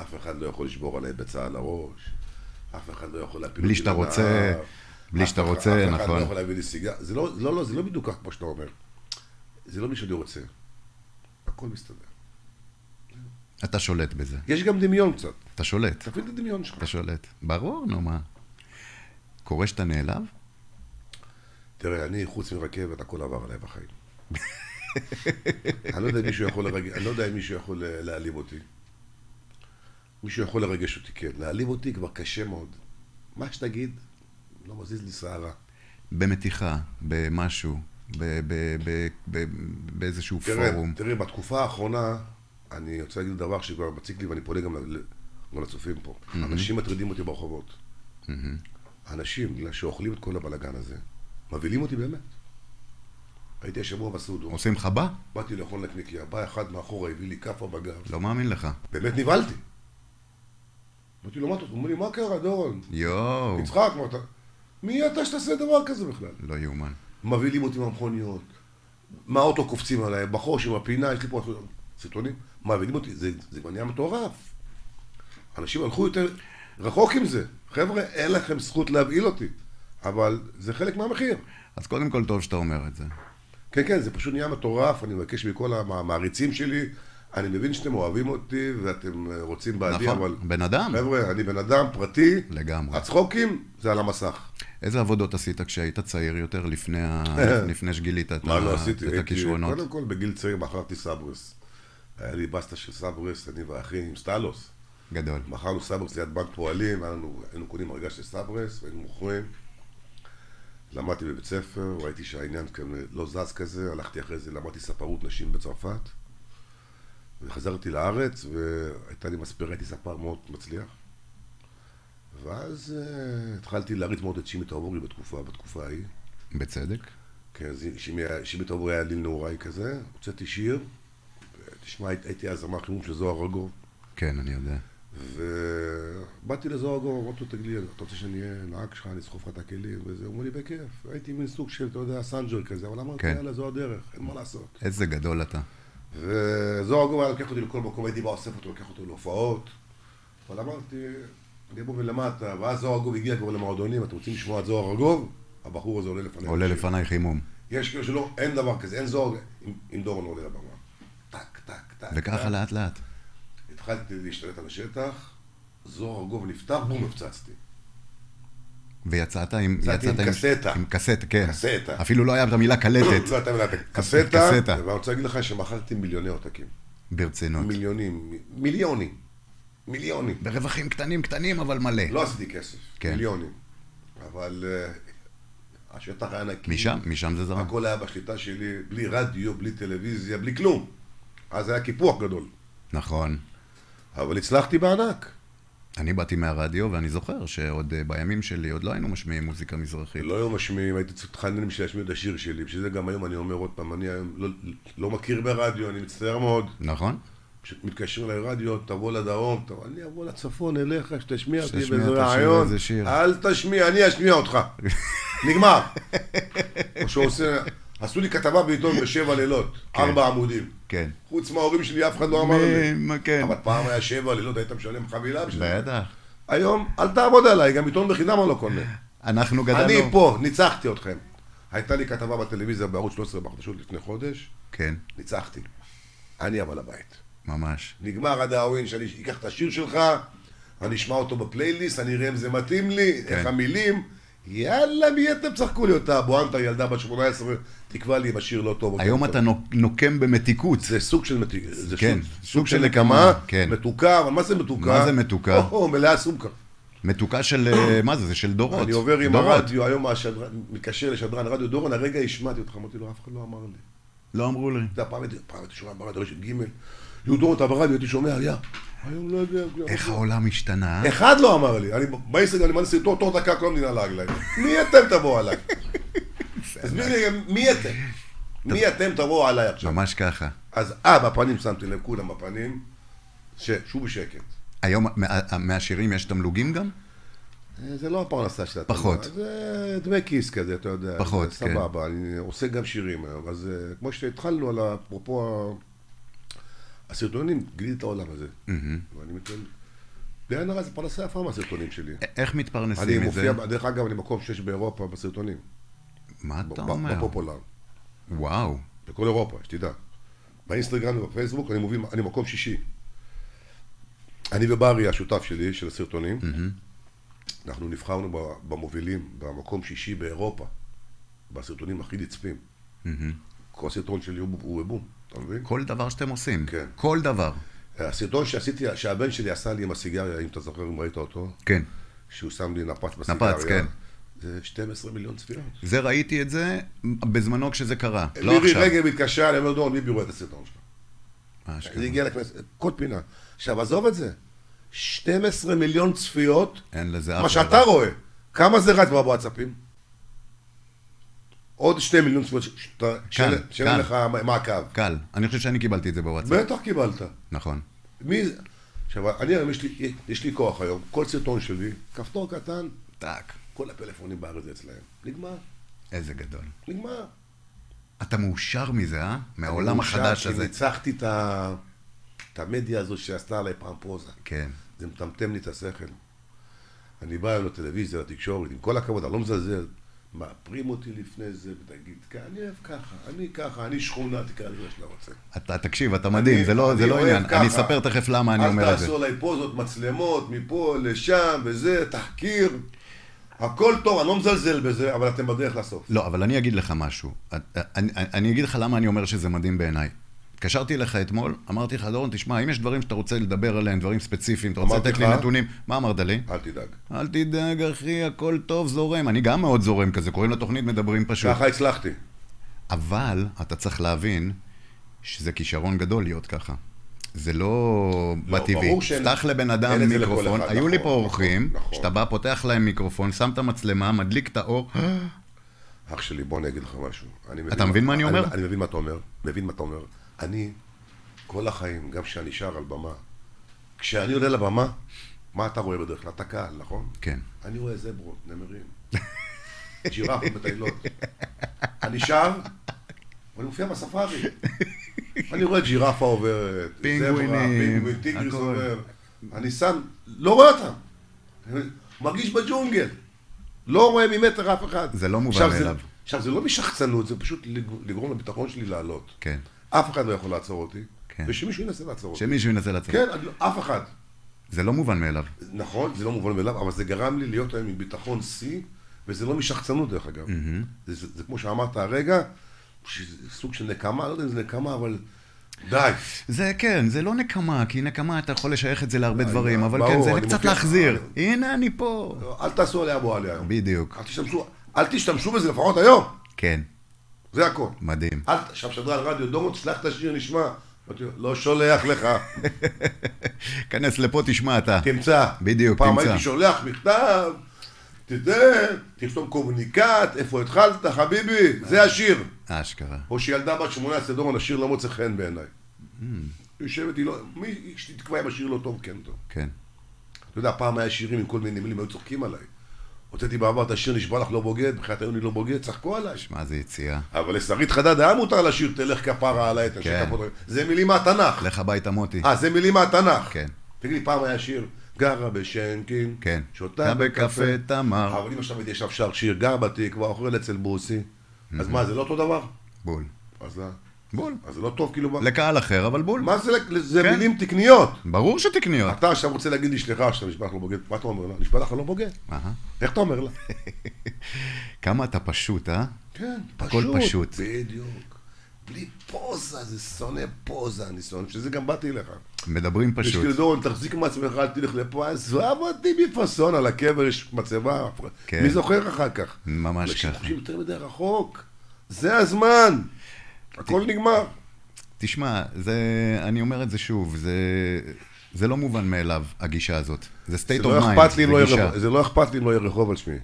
C: אף אחד לא יכול לשבור עליי בצע על הראש, אף אחד לא יכול להפיל
B: בלי
C: אותי
B: שאתה
C: לנהר,
B: רוצה, בלי
C: אף
B: שאתה
C: אחד-
B: רוצה,
C: אף אחד
B: נכון.
C: לא יכול להביא לי סיגר, זה לא, לא, לא, זה לא בדיוק כך כמו שאתה אומר, זה לא מי שאני רוצה, הכל מסתדר.
B: אתה שולט בזה.
C: יש גם דמיון קצת,
B: אתה שולט.
C: תפעיל את הדמיון שלך.
B: אתה שולט. ברור, נו מה. קורה שאתה נעלב?
C: תראה, אני, חוץ מרכבת, הכל עבר עליי בחיים. אני לא יודע אם מישהו יכול, לרג... אני לא יודע אם מישהו יכול אה, להעליב אותי. מישהו יכול לרגש אותי, כן. להעליב אותי כבר קשה מאוד. מה שתגיד, לא מזיז לי שערה.
B: במתיחה, במשהו, ב- ב- ב- ב- באיזשהו
C: תראה,
B: פורום.
C: תראה, בתקופה האחרונה, אני רוצה להגיד דבר שכבר מציק לי, ואני פונה גם, ל- גם לצופים פה. אנשים מטרידים אותי ברחובות. אנשים, בגלל שאוכלים את כל הבלגן הזה, מבהילים אותי באמת. הייתי השבוע בסודו.
B: עושים לך בא?
C: באתי לאכול נקניקיה, בא אחד מאחורה, הביא לי כאפה בגב,
B: לא מאמין לך.
C: באמת נבהלתי. אמרתי לו, מה אתה הוא אומר לי, מה קרה, דורון?
B: יואו,
C: יצחק, מה אתה... מי אתה שתעשה דבר כזה בכלל?
B: לא יאומן.
C: מבהילים אותי מהמכוניות, מהאוטו קופצים עליי, בחוש עם הפינה, יש לי פה סרטונים, מבהילים אותי, זה זה כבר נהיה מטורף. אנשים הלכו יותר רחוק עם זה. חבר'ה, אין לכם זכות להבהיל אותי, אבל זה חלק מהמחיר.
B: אז קודם כל טוב שאתה אומר את זה.
C: כן, כן, זה פשוט נהיה מטורף, אני מבקש מכל המעריצים שלי, אני מבין שאתם אוהבים אותי ואתם אה, רוצים בעדי,
B: נכון,
C: אבל...
B: בן אדם.
C: חבר'ה, אני בן אדם פרטי,
B: לגמרי.
C: הצחוקים זה על המסך.
B: איזה עבודות עשית כשהיית צעיר יותר, לפני ה-
C: [LAUGHS]
B: לפני שגילית את
C: מה
B: ה-
C: לא עשיתי?
B: אה, את
C: הייתי-
B: הכישרונות?
C: קודם כל, בגיל צעיר מכרתי סברס. היה לי בסטה של סברס, אני ואחי עם סטלוס.
B: גדול.
C: מכרנו סברס ליד בנק פועלים, היה לנו- היינו קונים הרגה של סברס, והיינו מוכרים. למדתי בבית ספר, ראיתי שהעניין כאן לא זז כזה, הלכתי אחרי זה, למדתי ספרות נשים בצרפת. וחזרתי לארץ, והייתה לי מספרה, הייתי ספר מאוד מצליח. ואז uh, התחלתי להריץ מאוד את שימי טאובורי בתקופה, בתקופה ההיא.
B: בצדק.
C: כן, אז שימי, שימי טאובורי היה ליל נעוריי כזה, הוצאתי שיר. תשמע, הייתי אז אמר חימום של זוהר רגוב.
B: כן, אני יודע.
C: ובאתי לזוהר גור, אמרתי לו, תגיד לי, אתה רוצה שאני אהיה נהג שלך, אני אסחוב לך את הכלים וזה? הוא אומר לי, בכיף. הייתי מין סוג של, אתה יודע, סנג'וי כזה, אבל אמרתי,
B: כן.
C: יאללה, זו הדרך, אין מה לעשות.
B: איזה גדול אתה.
C: כן, וזוהר גור היה לוקח אותי לכל מקום, הייתי בא אוסף אותו, לוקח אותו להופעות. אבל אמרתי, אני אבוא מלמטה, ואז זוהר גוב הגיע כבר למועדונים, אתם רוצים לשמוע את זוהר גוב? הבחור הזה עולה לפניי.
B: עולה לפניי חימום.
C: יש כאלה שלא, אין דבר כזה, אין זוהר אם- אם דורון עולה לבמה. טק, טק, טק.
B: וככה
C: טק.
B: לאט לאט.
C: התחלתי להשתלט על השטח, זוהר גוב נפתח, בום, הפצצתי.
B: ויצאת עם...
C: יצאתי
B: יצאת
C: עם קסטה.
B: עם קסטה, כן.
C: קסטה.
B: אפילו לא היה את המילה קלטת.
C: זו הייתה מילת
B: קסטה. אוקיי.
C: קסטה, ואני רוצה להגיד לך שמכרתי מיליוני עותקים.
B: ברצינות.
C: מיליונים, מ- מיליונים. מיליונים.
B: ברווחים קטנים קטנים, אבל מלא.
C: לא עשיתי כסף,
B: כן.
C: מיליונים. אבל אה, השטח היה נקי.
B: משם, משם זה זרם.
C: הכל היה בשליטה שלי, בלי רדיו, בלי טלוויזיה, בלי כלום. אז היה קיפוח גדול.
B: נכון.
C: אבל הצלחתי בענק.
B: אני באתי מהרדיו, ואני זוכר שעוד אה, בימים שלי עוד לא היינו משמיעים מוזיקה מזרחית.
C: לא היו משמיעים, הייתי צריך להתחנן בשביל להשמיע את השיר שלי, בשביל זה גם היום אני אומר עוד פעם, אני היום לא, לא מכיר ברדיו, אני מצטער מאוד.
B: נכון?
C: כשמתקשרים לרדיו, תבוא לדרום, תבוא, אני אבוא לצפון אליך, שתשמיע אותי
B: שתשמיע,
C: באיזה
B: תשמיע
C: רעיון,
B: איזה שיר.
C: אל תשמיע, אני אשמיע
B: [LAUGHS]
C: אותך. נגמר. או שעושה, עשו לי כתבה בעיתון בשבע לילות, ארבע עמודים.
B: כן.
C: חוץ מההורים שלי, אף אחד לא אמר לי.
B: מ- כן.
C: אבל פעם היה שבע לילות, היית משלם חבילה בשביל זה.
B: בטח.
C: היום, אל תעבוד עליי, גם עיתון בחינם אני לא קונה.
B: אנחנו גדלנו.
C: אני פה, ניצחתי אתכם. הייתה לי כתבה בטלוויזיה בערוץ 13 בחדשות לפני חודש,
B: כן,
C: ניצחתי. אני אבל הבית.
B: ממש.
C: נגמר הדאווין שאני אקח את השיר שלך, אני אשמע אותו בפלייליסט, אני אראה אם זה מתאים לי,
B: כן.
C: איך המילים. יאללה, מי אתם צחקו לי אותה? בואנטה, ילדה בת 18, תקבע לי אם השיר לא טוב. או
B: היום
C: כן
B: אתה
C: טוב.
B: נוק- נוקם במתיקות.
C: זה סוג של מתיקה, זה
B: כן,
C: סוג-
B: סוג
C: סוג
B: של
C: של נקמה,
B: נקמה, כן.
C: מתוקה, אבל מה זה מתוקה?
B: מה זה מתוקה?
C: או, או, מלאה סומקה.
B: מתוקה של, אה, מה זה? זה של דורות.
C: אני עובר עם
B: דורות.
C: הרדיו, היום השדרן, מתקשר לשדרן רדיו דורון, הרגע השמעתי אותך, אמרתי לו, אף אחד לא אמר לי.
B: לא אמרו לי.
C: אתה יודע, פעם הייתי- פעם הייתי שומע ברדיו רשת ג', יהיו דורון, אתה ברדיו, הייתי שומע, יא. היום לא יודע. כלום.
B: איך העולם השתנה?
C: אחד לא אמר לי, אני באינסטגרם, אני מנסה לתור תור דקה, כל המדינה לעג להם. מי אתם תבואו עליי? אז מי- מי אתם? מי אתם תבואו עליי עכשיו?
B: ממש ככה.
C: אז אה, בפנים שמתי לב, כולם בפנים, ששוב בשקט.
B: היום מה- מהשירים יש תמלוגים גם?
C: אה, זה לא הפרנסה שלה.
B: פחות.
C: זה דמי כיס כזה, אתה יודע.
B: פחות, כן.
C: זה סבבה, אני עושה גם שירים היום. אז אה, כמו שהתחלנו על אפרופו הסרטונים, גיליתי את העולם הזה. ואני מתכוון... די נראה, זה פרנסה יפה מהסרטונים שלי.
B: א- איך
C: אני
B: מתפרנסים מזה?
C: מופיע, דרך אגב, אני מקום שש באירופה בסרטונים.
B: מה
C: ב-
B: אתה
C: ב-
B: אומר?
C: בפופולר.
B: וואו.
C: בכל אירופה, שתדע. באינסטגרם ובפייסבוק אני מוביל, אני מקום שישי. אני וברי, השותף שלי, של הסרטונים, אנחנו נבחרנו ב- במובילים במקום שישי באירופה, בסרטונים הכי נצפים. כל סרטון שלי הוא הוא בבום, אתה מבין?
B: כל דבר שאתם עושים.
C: כן.
B: כל דבר.
C: הסרטון שעשיתי, שהבן שלי עשה לי עם הסיגריה, אם אתה זוכר, אם ראית אותו,
B: כן.
C: שהוא שם לי נפץ בסיגריה.
B: נפץ, כן.
C: זה 12 מיליון צפיות.
B: זה ראיתי את זה בזמנו כשזה קרה. לא
C: מירי
B: עכשיו.
C: רגב התקשרה, אני אומר, דורון, מי רואה את הסרטון שלך?
B: אה, אשכרה.
C: זה הגיע לכנסת, כל פינה. עכשיו, עזוב את זה. 12 מיליון צפיות,
B: אין לזה אף
C: מה שאתה רואה. כמה זה רץ בוואטסאפים? עוד 2 מיליון צפיות, ש- שאתה- שאין
B: כאן. כן.
C: שאין לך מעקב.
B: קל. אני חושב שאני קיבלתי את זה בוואטסאפ.
C: בטח קיבלת.
B: נכון.
C: מי זה? עכשיו, אני היום, יש לי- יש לי כוח היום, כל סרטון שלי, כפתור קטן,
B: טאק.
C: כל הפלאפונים בארץ זה אצלהם. נגמר,
B: איזה גדול.
C: נגמר.
B: אתה מאושר מזה, אה? מהעולם
C: אני מאושר
B: החדש
C: כי
B: הזה.
C: ניצחתי את ה- את המדיה הזו שעשתה עליי פעם פוזה.
B: כן.
C: זה מטמטם לי את השכל. אני בא לטלוויזיה, לתקשורת, עם כל הכבוד, אני לא מזלזל. מאפרים אותי לפני זה, ותגיד, "כ- אני אוהב ככה, אני ככה, אני שכונה, תקרא לזה שאתה רוצה.
B: אתה תקשיב, אתה מדהים, זה לא
C: אני
B: זה לא
C: אוהב
B: עניין.
C: ככה.
B: אני אספר תכף למה אני אומר
C: אל
B: את זה.
C: תעשו עליי פוזות, מצלמות, מפה לשם, וזה, תחקיר. הכל טוב, אני לא מזלזל בזה, אבל אתם בדרך לסוף.
B: לא, אבל אני אגיד לך משהו. את- אני, אני אגיד לך למה אני אומר שזה מדהים בעיניי. התקשרתי אליך אתמול, אמרתי לך, דורון, תשמע, אם יש דברים שאתה רוצה לדבר עליהם, דברים ספציפיים, אתה רוצה
C: אמרתי
B: לתת לי
C: לך?
B: נתונים, מה אמרת לי?
C: אל תדאג.
B: אל תדאג, אחי, הכל טוב, זורם. אני גם מאוד זורם כזה, קוראים לתוכנית מדברים פשוט.
C: ככה הצלחתי.
B: אבל אתה צריך להבין שזה כישרון גדול להיות ככה. זה לא,
C: לא,
B: בטבעי.
C: ברור שאין-
B: פתח לבן
C: אין
B: אדם
C: את זה לכל
B: מיקרופון,
C: אחד,
B: היו לי פה
C: נכון,
B: אורחים,
C: נכון, נכון.
B: שאתה בא, פותח להם מיקרופון, שם את המצלמה, מדליק את האור, [GASPS]
C: אח שלי, בוא אני אגיד לך משהו. אני
B: אתה מבין מה אני אומר?
C: אני מבין מה אתה אומר, מבין מה אתה אומר. אני, כל החיים, גם כשאני שר על במה, כשאני עולה לבמה, מה אתה רואה בדרך כלל? אתה קהל, נכון?
B: כן.
C: אני רואה זברות, נמרים, ג'ירפות מטיילות. אני שם, ואני מופיע בספארי. אני רואה ג'ירפה עוברת,
B: פינגווינים,
C: זברה, פינגווין, טיגריס
B: הכל.
C: עובר. אני שם, לא רואה אותם. אני מרגיש בג'ונגל. לא רואה ממטר אף אחד.
B: זה לא מובן
C: עכשיו זה-
B: מאליו.
C: עכשיו, זה לא משחצנות, זה פשוט לג- לגרום לביטחון שלי לעלות.
B: כן.
C: אף אחד לא יכול לעצור אותי,
B: כן.
C: ושמישהו ינסה לעצור אותי.
B: שמישהו ינסה לצאת.
C: כן, אני לא- אף אחד.
B: זה לא מובן מאליו.
C: נכון, זה לא מובן מאליו, אבל זה גרם לי להיות היום עם ביטחון שיא, וזה לא משחצנות דרך אגב.
B: Mm-hmm.
C: זה- זה זה כמו שאמרת הרגע, שזה סוג של נקמה, לא יודע אם זה נקמה, אבל די.
B: זה כן, זה לא נקמה, כי נקמה אתה יכול לשייך את זה להרבה דברים, אבל
C: אה, ברור,
B: כן,
C: אני אה,
B: זה קצת
C: מופיע.
B: להחזיר. הנה אני פה.
C: אל תעשו עלי אבו עלי היום.
B: בדיוק.
C: אל תשתמשו, אל תשתמשו בזה לפחות היום,
B: כן,
C: זה הכל.
B: מדהים.
C: אל ת- עכשיו שדרן רדיו דורון, תשלח את השיר נשמע. אמרתי לו, לא שולח לך,
B: כנס לפה, תשמע אתה.
C: תמצא.
B: בדיוק,
C: פעם
B: תמצא.
C: הייתי שולח מכתב, תתן, תכתוב קומוניקט, איפה התחלת, חביבי, זה השיר.
B: אשכרה.
C: או שילדה בת 18 דורון, השיר לא מוצא חן בעיניי.
B: Mm.
C: יושבת, היא לא, מי שתקבע אם השיר לא טוב, כן טוב.
B: כן.
C: אתה יודע, פעם היה שירים עם כל מיני מילים, היו צוחקים עליי. הוצאתי בעבר את השיר נשבע לך לא בוגד, בחיית היום אני לא בוגד, צחקו עליי.
B: מה זה יציאה?
C: אבל לשרית חדד היה מותר לשיר תלך כפרה עליי, תנשק
B: כן.
C: כפות. זה מילים מהתנ"ך.
B: לך הביתה מוטי.
C: אה, זה מילים מהתנ"ך.
B: כן.
C: תגיד לי, פעם היה שיר, גרה בשנקין,
B: כן.
C: שותה בקפה. אה.
B: תמר.
C: אבל אם עכשיו הייתי עכשיו שר שיר, גר בתקווה, אוכל אצל בוסי, אז מה, זה לא אותו דבר?
B: בול.
C: אז לא-
B: Mm-hmm. בול.
C: אז זה לא טוב, כאילו... מה-
B: לקהל אחר, אבל בול.
C: מה זה, לק- זה
B: כן.
C: מילים תקניות.
B: ברור שתקניות.
C: אתה עכשיו רוצה להגיד לי, סליחה, שאתה נשבע לך לא בוגד, מה אתה אומר לה? נשבע לך לא בוגד.
B: אהה.
C: איך
B: [LAUGHS]
C: אתה אומר לה?
B: כמה אתה פשוט, אה?
C: כן,
B: הכל פשוט.
C: בדיוק. בלי פוזה, זה שונא פוזה, אני שונא, שזה גם באתי אליך.
B: מדברים פשוט.
C: בשביל דורון, תחזיק מעצמך, אל תלך לפה, עזוב אותי מפאסון, על הקבר יש מצבה.
B: כן.
C: מי זוכר אחר כך?
B: ממש
C: אנשים
B: ככה.
C: חושבים יותר מדי רחוק. זה הזמן. הכל נגמר.
B: תשמע, זה, אני אומר את זה שוב, זה, זה לא מובן מאליו, הגישה הזאת. זה
C: זה
B: state of
C: לא
B: mind,
C: אכפת לי
B: זה
C: אם לא יהיה
B: גישה.
C: רחוב- זה לא אכפת לי אם לא יהיה רחוב על שמי.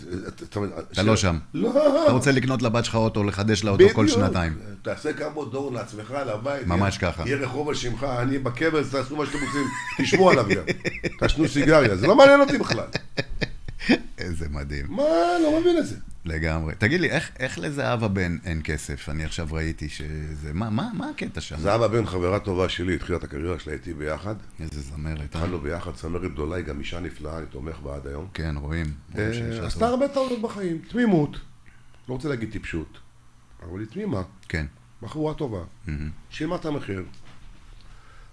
C: זה- אתה- אתה-
B: אתה לא שם.
C: לא.
B: אתה רוצה לקנות לבת שלך אוטו, לחדש לה אותו
C: בדיוק.
B: כל שנתיים.
C: תעשה כמה דור לעצמך, לבית.
B: ממש
C: יהיה-
B: ככה.
C: יהיה רחוב על שמך, אני בקבר, אז תעשו מה שאתם רוצים, תשמעו עליו גם. תעשנו סיגריה, זה לא מעניין אותי בכלל.
B: איזה מדהים,
C: מה, לא מבין את זה.
B: לגמרי. תגיד לי, איך, איך לזהבה בן אין כסף? אני עכשיו ראיתי שזה... מה, מה, מה הקטע שם?
C: זהבה בן, חברה טובה שלי, התחילה את הקריירה שלה איתי ביחד.
B: איזה זמרת, אה?
C: התחלנו ביחד, צמרת גדולה, היא גם אישה נפלאה, אני תומך בה עד היום.
B: כן, רואים. רואים שיש
C: אה,
B: לה
C: עשתה
B: טוב.
C: הרבה טעויות בחיים, תמימות. לא רוצה להגיד טיפשות, אבל היא תמימה,
B: כן.
C: בחורה טובה. שילמה את המחיר.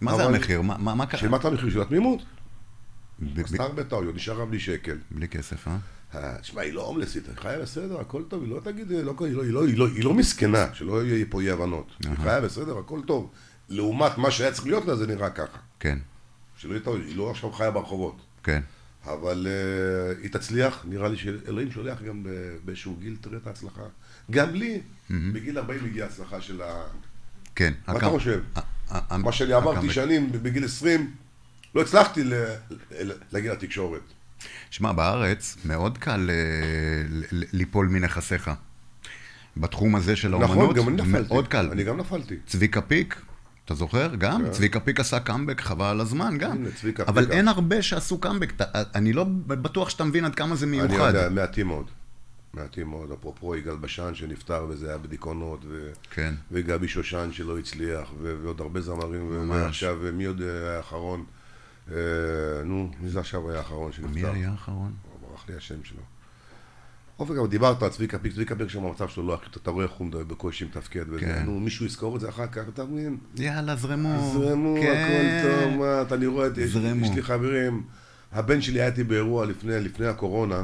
B: מה זה
C: אבל-
B: המחיר? מה- מה מה קרה?
C: שילמה את המחיר של התמימות.
B: ב- ב-
C: עשתה הרבה טעויות, נשארה בלי שקל.
B: בלי כסף, אה?
C: אה, תשמע, היא לא הומלסית, היא חיה בסדר, הכל טוב, היא לא תגיד, היא לא, היא לא, היא לא, היא לא, היא לא מסכנה, שלא יהיו פה אי הבנות. היא חיה בסדר, הכל טוב. לעומת מה שהיה צריך להיות לה, זה נראה ככה.
B: כן,
C: שלא יהיה טעות, היא לא עכשיו חיה ברחובות.
B: כן.
C: אבל uh, היא תצליח, נראה לי שאלוהים שולח גם ב- באיזשהו גיל, תראה את ההצלחה. גם לי, בגיל 40 הגיעה ההצלחה של ה...
B: כן.
C: מה אתה
B: הקאמ-
C: חושב?
B: ה- ה- ה-
C: מה שאני
B: הקאמבק.
C: עברתי שנים, בגיל 20, לא הצלחתי ל- ל- להגיע לתקשורת.
B: שמע, בארץ מאוד קל אה, ל- ל- ליפול מנכסיך. בתחום הזה של האומנות,
C: נכון, גם אני נפלתי.
B: מאוד קל.
C: אני גם נפלתי.
B: צביקה פיק, אתה זוכר? גם, צביקה פיק עשה קאמבק, חבל על הזמן, גם.
C: כן. הנה, צביקה
B: אבל
C: פיק.
B: אין הרבה שעשו קאמבק, אתה- אני לא בטוח שאתה מבין עד כמה זה
C: אני
B: מיוחד.
C: יודע, מעטים מאוד. מעטים מאוד. אפרופו יגאל בשן שנפטר וזה היה בדיכאונות, ו...
B: כן.
C: וגבי שושן שלא הצליח, ו... ועוד הרבה זמרים, ו...
B: ממש.
C: ועכשיו מי עוד היה האחרון? אה, נו, מי זה עכשיו היה האחרון שנפטר?
B: מי היה האחרון?
C: ברח לי השם שלו. אופק, אבל דיברת על צביקה פיק, צביקה פיק שם המצב שלו לא הכי טוב, אתה רואה איך הוא מדבר בקושי מתפקד, וזה,
B: כן.
C: נו, מישהו יזכור את זה אחר כך, אתה מבין?
B: יאללה, זרמו.
C: זרמו,
B: כן.
C: הכל טוב, מה, אתה, אני רואה, את- יש,
B: זרמו.
C: יש לי חברים, הבן שלי היה איתי באירוע לפני, לפני הקורונה,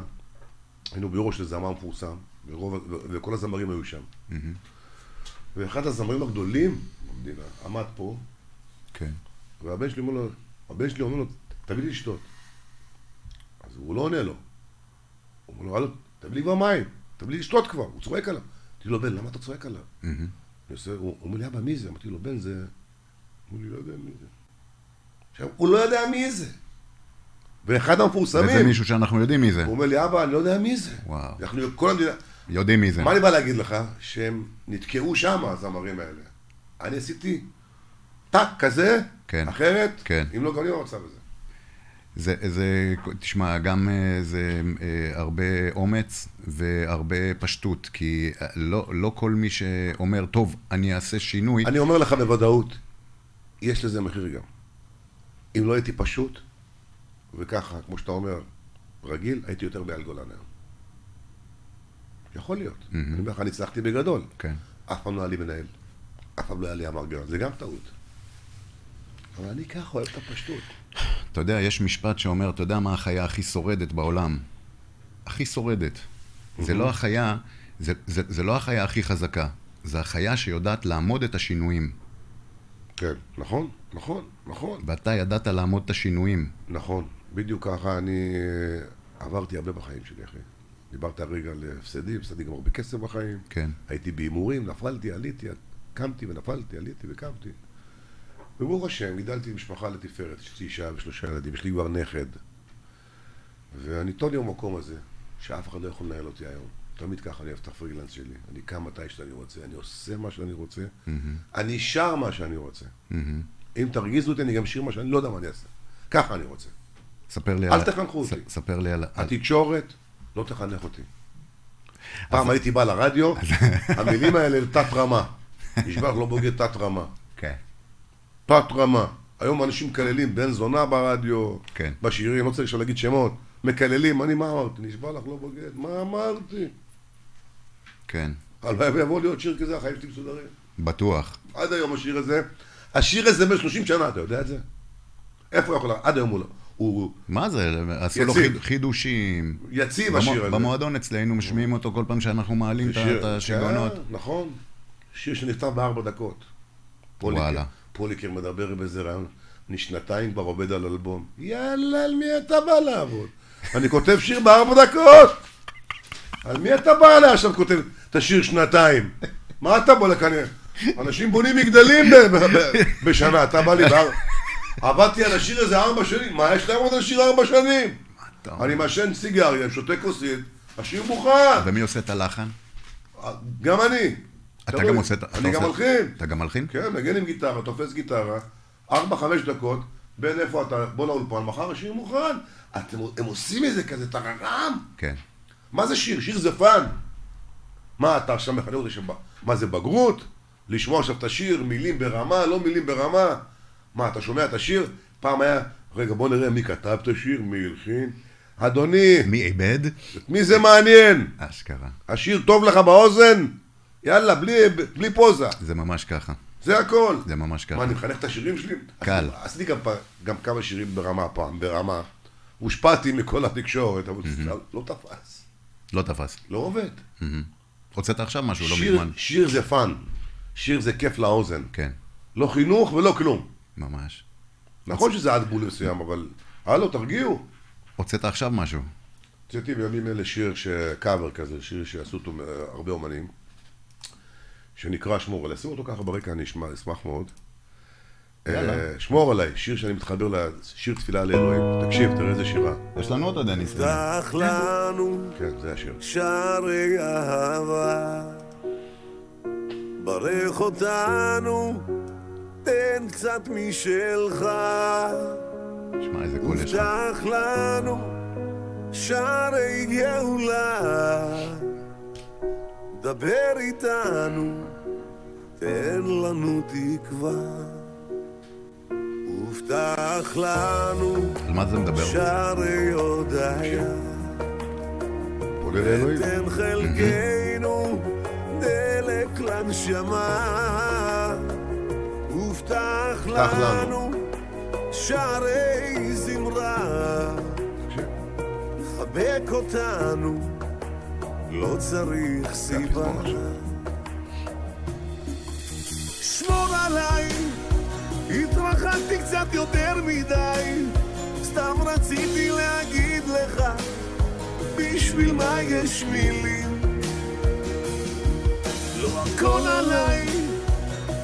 C: היינו באירוע של זמר מפורסם, ורוב, ו, וכל הזמרים היו שם. ואחד הזמרים הגדולים במדינה עמד פה,
B: כן.
C: והבן שלי אומר לו, הבן שלי אומר לו, תביא לי לשתות. אז הוא לא עונה לו. הוא אומר לו, הלו, תביא לי כבר מים, תביא לי לשתות כבר, הוא צועק עליו. אמרתי לו, בן, למה אתה צועק עליו? אני עושה, הוא הוא אומר לי, אבא, מי זה? אמרתי לו, בן, זה... הוא לי, לא יודע מי זה. עכשיו, הוא לא יודע מי זה. ואחד
B: וזה
C: המפורסמים,
B: מישהו שאנחנו יודעים מי זה.
C: הוא אומר לי, אבא, אני לא יודע מי זה.
B: וואו.
C: אנחנו, כל המדינה...
B: יודעים מי זה.
C: מה אני בא להגיד לך? שהם נתקעו שם, הזמרים האלה. אני עשיתי טאק כזה,
B: כן.
C: אחרת,
B: כן.
C: אם לא, גם אני לא רוצה בזה.
B: זה, זה, תשמע, גם אה, זה אה, הרבה אומץ והרבה פשטות, כי אה, לא, לא כל מי שאומר, טוב, אני אעשה שינוי,
C: אני אומר לך בוודאות, יש לזה מחיר גם. אם לא הייתי פשוט, וככה, כמו שאתה אומר, רגיל, הייתי יותר באייל גולן היום. יכול להיות. אני אומר לך, אני הצלחתי בגדול.
B: כן.
C: אף פעם לא היה לי מנהל, אף פעם לא היה לי אמרגן, זה גם טעות. אבל אני ככה אוהב את הפשטות.
B: אתה יודע, יש משפט שאומר, אתה יודע מה החיה הכי שורדת בעולם? הכי שורדת. זה
C: Mhm.
B: לא החיה, זה, זה, זה לא החיה הכי חזקה, זה החיה שיודעת לעמוד את השינויים.
C: כן, נכון, נכון, נכון.
B: ואתה ידעת לעמוד את השינויים.
C: נכון, בדיוק ככה אני אה, עברתי הרבה בחיים שלי, אחי. דיברת הרגע על הפסדים, הפסדתי גם הרבה כסף בחיים.
B: כן.
C: הייתי בהימורים, נפלתי, עליתי, קמתי ונפלתי, עליתי וקמתי. וברוך השם, גידלתי משפחה לתפארת, יש לי אישה ושלושה ילדים, יש לי כבר נכד. ואני טוני במקום הזה, שאף אחד לא יכול לנהל אותי היום. תמיד ככה אני אוהב את הפרילנס שלי. אני קם מתי שאני רוצה, אני עושה מה שאני רוצה, אני שר מה שאני רוצה. אם תרגיזו אותי, אני גם שיר מה שאני לא יודע מה אני אעשה. ככה אני רוצה.
B: ספר לי
C: אל תחנכו אותי.
B: ס- ספר לי על... על-
C: התקשורת לא תחנך אותי. פעם הייתי בא לרדיו,
B: [LAUGHS]
C: המילים האלה הם תת-רמה. נשבע לך לא בוגד תת-רמה.
B: כן.
C: תת-רמה. היום אנשים מקללים בן זונה ברדיו,
B: כן.
C: בשירים, לא צריך עכשיו להגיד שמות. מקללים, אני מה אמרתי? נשבע לך לא בוגד, מה אמרתי?
B: כן.
C: הלוואי ויבוא להיות שיר כזה, החיים שלי מסודרים.
B: בטוח.
C: עד היום השיר הזה, השיר הזה בן 30 שנה, אתה יודע את זה? איפה הוא יכול, עד היום הוא לא. הוא
B: מה זה? עשו לו
C: יציב.
B: חיד- חידושים.
C: יציב
B: במו-
C: השיר הזה.
B: במועדון אצלנו משמיעים אותו כל פעם שאנחנו מעלים את
C: זה
B: ה-
C: שיר-
B: את השיגעונות.
C: כן, נכון. שיר שנכתב בארבע דקות.
B: וואלה.
C: פוליקר מדבר באיזה רעיון. אני שנתיים כבר עובד על אלבום. יאללה, על מי אתה בא לעבוד? אני כותב שיר בארבע דקות! על מי אתה בא אליי עכשיו כותב את השיר שנתיים? מה אתה בא לכאן? אנשים בונים מגדלים ב- ב- ב- בשנה, אתה בא לי בארבע... עבדתי על השיר הזה ארבע שנים, מה יש להם עוד על שיר ארבע שנים?
B: אתה אומר?
C: אני מעשן סיגריה, שותה כוסית, השיר מוכן!
B: ומי עושה את הלחן?
C: גם אני.
B: אתה
C: תלוי.
B: גם עושה את... אתה
C: אני גם
B: עושה-
C: מלחין.
B: אתה גם מלחין?
C: כן, מגן עם גיטרה, תופס גיטרה, ארבע, חמש דקות, בין איפה אתה, בוא לאולפן, מחר השיר מוכן. אתם, הם עושים מזה כזה טררם?
B: כן.
C: מה זה שיר? שיר זה פאן. מה, אתה עכשיו מכנה אותי שבא? מה זה בגרות? לשמוע עכשיו את השיר, מילים ברמה, לא מילים ברמה? מה, אתה שומע את השיר? פעם היה, רגע, בוא נראה מי כתב את השיר, מי הלחין. אדוני,
B: מי איבד?
C: את מי זה מעניין?
B: אשכרה.
C: השיר טוב לך באוזן? יאללה, בלי, בלי פוזה.
B: זה ממש ככה.
C: זה הכל.
B: זה ממש ככה.
C: מה, אני מחנך את השירים שלי?
B: קל.
C: אז- עשיתי גם, פ- גם כמה שירים ברמה פעם, ברמה. הושפעתי מכל התקשורת, אבל זה לא תפס.
B: לא תפס.
C: לא עובד.
B: הוצאת עכשיו משהו, לא
C: שיר,
B: מזמן.
C: שיר זה פאן. שיר זה כיף לאוזן.
B: כן,
C: לא חינוך ולא כלום.
B: ממש.
C: נכון שזה עד גבול מסוים, אבל... הלו, תרגיעו.
B: הוצאת עכשיו משהו.
C: הוצאתי בימים אלה שיר, ש... קאבר כזה, שיר שעשו אותו אה, הרבה אומנים, שנקרא שמור עליי. שימו אותו ככה ברקע, אני אשמע, אשמח מאוד.
B: יאללה.
C: אה, שמור עליי, שיר שאני מתחבר ל... שיר תפילה לאלוהים. תקשיב, תראה איזה שירה.
B: יש לנו אותו, דניס.
D: פתח לנו
C: כן, זה השיר.
D: שערי אהבה. ברך אותנו, תן קצת משלך.
B: שמע, איזה קול יש לך.
D: פתח לנו שערי גאולה. דבר איתנו, תן לנו תקווה. ופתח לנו
B: על מה זה מדבר?
D: שערי הודיה.
C: עולה לאלוהים.
D: תן חלקנו דלק לנשמה, ובטח לנו שערי זמרה,
C: תקשיב.
D: חבק אותנו, לא צריך סיבה.
C: הפזמון עכשיו.
D: שמור עליי, התרחקתי קצת יותר מדי, סתם רציתי להגיד לך, בשביל מה יש מילים? לא הכל עליי,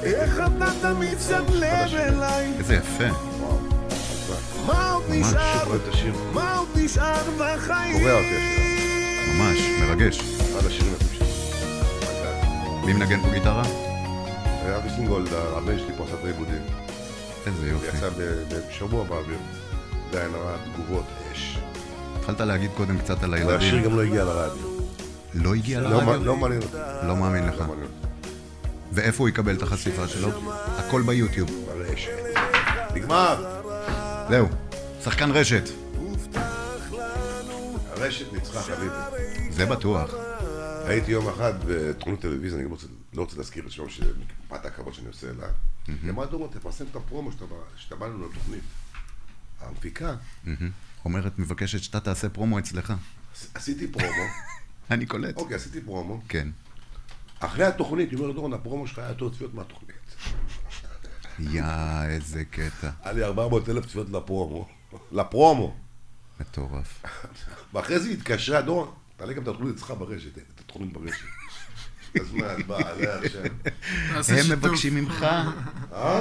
D: איך אתה תמיד שם לב אליי,
B: איזה יפה.
C: וואו, חזק.
D: מה עוד
B: ממש,
D: נשאר,
C: שיר, את השיר.
D: מה עוד נשאר בחיים?
C: קורע אותי השיר.
B: ממש, מרגש.
C: אחד השירים הכי שלי.
B: מי מנגן פה גיטרה?
C: אבי סינגולד, הבן שלי פה עשה את העיבודים.
B: איזה יופי.
C: יצא ב- בשבוע באוויר. זה היה נורא תגובות אש.
B: התחלת להגיד קודם קצת על
C: והשיר
B: הילדים.
C: גם לא הגיע לרדיו.
B: לא הגיע
C: לא מע-
B: לרדיו?
C: לא מעניין אותי. לא
B: לא מאמין לך.
C: מעניין אותי.
B: ואיפה הוא יקבל את החשיפה שלו? הכל ביוטיוב.
C: אבל אש. נגמר.
B: זהו, שחקן רשת.
C: הרשת ניצחה חביבי.
B: זה בטוח.
C: הייתי יום אחד בתוכנית טלוויזיה, אני לא רוצה- לא רוצה להזכיר את שמו של מפאת הכבוד שאני עושה אליו. היא אמרה, דורון, תפרסם את הפרומו שאתה בא- שאתה בא לנו לתוכנית. המפיקה,
B: אומרת, מבקשת שאתה תעשה פרומו אצלך.
C: עש- עשיתי פרומו, [LAUGHS]
B: אני קולט.
C: אוקיי, עשיתי פרומו,
B: כן.
C: אחרי התוכנית, היא אומרת, דורון, הפרומו שלך היה יותר צפיות מהתוכנית.
B: יא, איזה קטע.
C: היה לי 400 אלף צפיות לפרומו. [LAUGHS] לפרומו.
B: מטורף.
C: ואחרי זה היא התקשרה, דורון, תעלה גם את התוכנית אצלך ברשת, את התוכנית ברשת. [LAUGHS] אז מה, אז בא, עלה עכשיו.
E: תעשה
B: הם
E: שיתוף.
B: מבקשים ממך,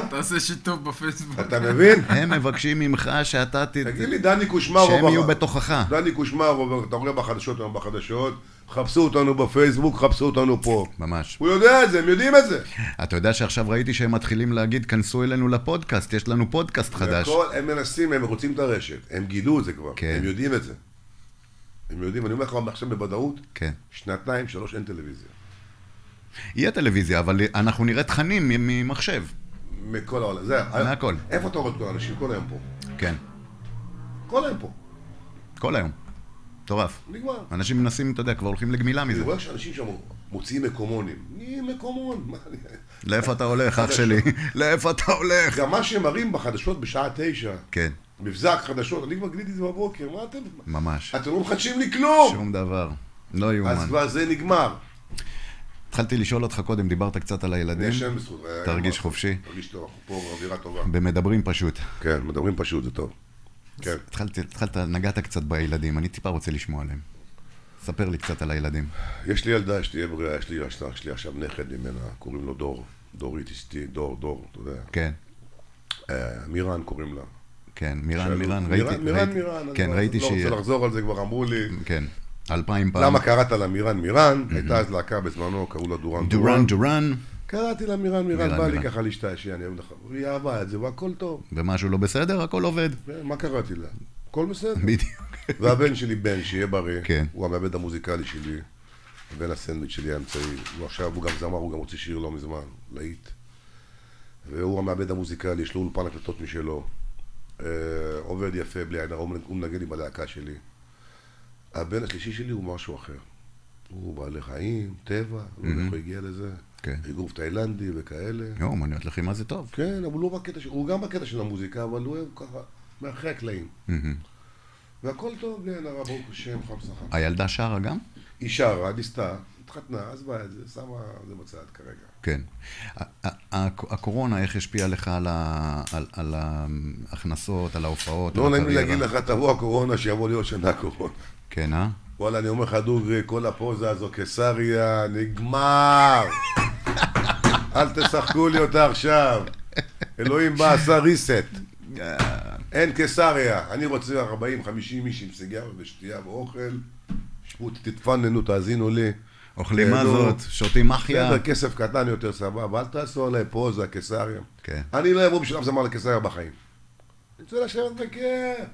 E: תעשה שיתוף בפייסבוק.
C: אתה מבין?
B: הם מבקשים ממך שאתה ת...
C: תגיד לי, דני קושמרו...
B: שהם
C: בח-
B: יהיו בתוכך.
C: דני קושמרו, אתה רואה בחדשות, היום בחדשות, חפשו אותנו בפייסבוק, חפשו אותנו פה.
B: ממש.
C: הוא יודע את זה, הם יודעים את זה.
B: אתה יודע שעכשיו ראיתי שהם מתחילים להגיד, כנסו אלינו לפודקאסט, יש לנו פודקאסט חדש.
C: הכל, הם מנסים, הם רוצים את הרשת. הם גילו את זה כבר,
B: כן.
C: הם יודעים את זה. הם יודעים, אני אומר לך עכשיו בוודאות,
B: כן.
C: שנתיים, שלוש, אין טלוויזיה.
B: יהיה טלוויזיה, אבל אנחנו נראה תכנים מ- ממחשב.
C: מכל העולם, זה... אה,
B: מהכל.
C: איפה אתה רואה את כל האנשים? כל היום פה.
B: כן.
C: כל היום פה.
B: כל היום. מטורף.
C: נגמר.
B: אנשים מנסים, אתה יודע, כבר הולכים לגמילה
C: אני
B: מזה.
C: רואה שאנשים שם מוציאים מקומונים. מי מקומון? מה אני...
B: לאיפה אתה הולך, אח שלי? לאיפה אתה הולך?
C: גם מה שהם מראים בחדשות בשעה תשע,
B: כן,
C: מבזק חדשות, אני כבר גיליתי את זה בבוקר, מה אתם...
B: ממש.
C: אתם לא מחדשים לי כלום!
B: שום דבר. לא
C: אז
B: יאומן.
C: כבר זה נגמר.
B: התחלתי לשאול אותך קודם, דיברת קצת על הילדים.
C: יש להם זכות.
B: תרגיש חופשי.
C: תרגיש טוב, אנחנו פה באווירה טובה.
B: במדברים פשוט.
C: כן, מדברים פשוט, זה טוב. כן.
B: התחלת, התחלת, נגעת קצת בילדים, אני טיפה רוצה לשמוע עליהם. ספר לי קצת על הילדים.
C: יש לי ילדה, אשתי בריאה, יש לי אשתה, יש לי עכשיו נכד ממנה, קוראים לו דור. דורית אשתי, דור, דור, אתה יודע.
B: כן,
C: אה, מירן קוראים לה.
B: כן, מירן,
C: שאלו-
B: מירן, ראיתי.
C: מירן,
B: ראיתי-
C: מירן. אני
B: כן,
C: לא-
B: ראיתי
C: לא
B: שהיא...
C: רוצה לחזור על זה, כבר אמרו לי.
B: כן, אלפיים פעם.
C: למה קראת לה מירן מירן? הייתה אז להקה בזמנו, קראו לה דורן
B: דורן, דורן,
C: קראתי לה מירן מירן,
B: מירן,
C: בא לי
B: מירן.
C: ככה להשתעשע, אני אוהב לך. היא אהבה את זה, והכל טוב. כן,
B: ומשהו לא בסדר, הכל עובד. [LAUGHS]
C: מה קראתי לה? הכל בסדר.
B: בדיוק.
C: והבן שלי בן, שיהיה בריא,
B: כן.
C: הוא המעבד המוזיקלי שלי, הבן הסנדוויץ' שלי האמצעי, הוא עכשיו, הוא גם זמר, הוא גם הוציא שיר לא מזמן, להיט. והוא המעבד המוזיקלי, יש לו אולפן הקלטות משלו. אה, עובד יפה, בלי עין הרע, הוא מנ- הוא מנגן לי בלהקה שלי. הבן השלישי שלי הוא משהו אחר. הוא בעלי חיים, טבע, לא יודע איך הוא הגיע לזה.
B: כן.
C: אגרוף תאילנדי וכאלה.
B: יואו, מוניות לחימה זה טוב.
C: כן, אבל הוא לא בקטע, של- הוא גם בקטע של המוזיקה, אבל הוא אוהב ככה, מאחורי הקלעים.
B: מהמם.
C: והכל טוב, בלי עין הרע, ברוך השם, חמסה חמסה.
B: הילדה שרה גם?
C: היא שרה, ניסתה, התחתנה, עזבה את זה, שמה את זה בצד כרגע.
B: כן. ה- ה- ה- הקורונה, איך השפיעה לך על ה- על- על ההכנסות, על ההופעות, על
C: לא נעים לי
B: הקריירה?
C: להגיד לך, תבוא הקורונה, שיבוא להיות שנה קורונה.
B: כן, אה?
C: וואלה, אני אומר לך דוגרי, כל הפוזה הזו, קיסריה, נגמר. אל תשחקו לי אותה עכשיו. אלוהים בא, עשה reset. אין קיסריה. אני רוצה 40-50 איש עם סיגר ושתייה ואוכל. שבו, תתפננו, תאזינו לי.
B: אוכלים מה
C: תהנו.
B: זאת, שותים אחיה.
C: בסדר, כסף קטן יותר סבבה, אל תעשו עליי פוזה, קיסריה.
B: כן.
C: אני לא אבוא בשביל אף זמר לקיסריה בחיים. אני רוצה לשבת בכיף.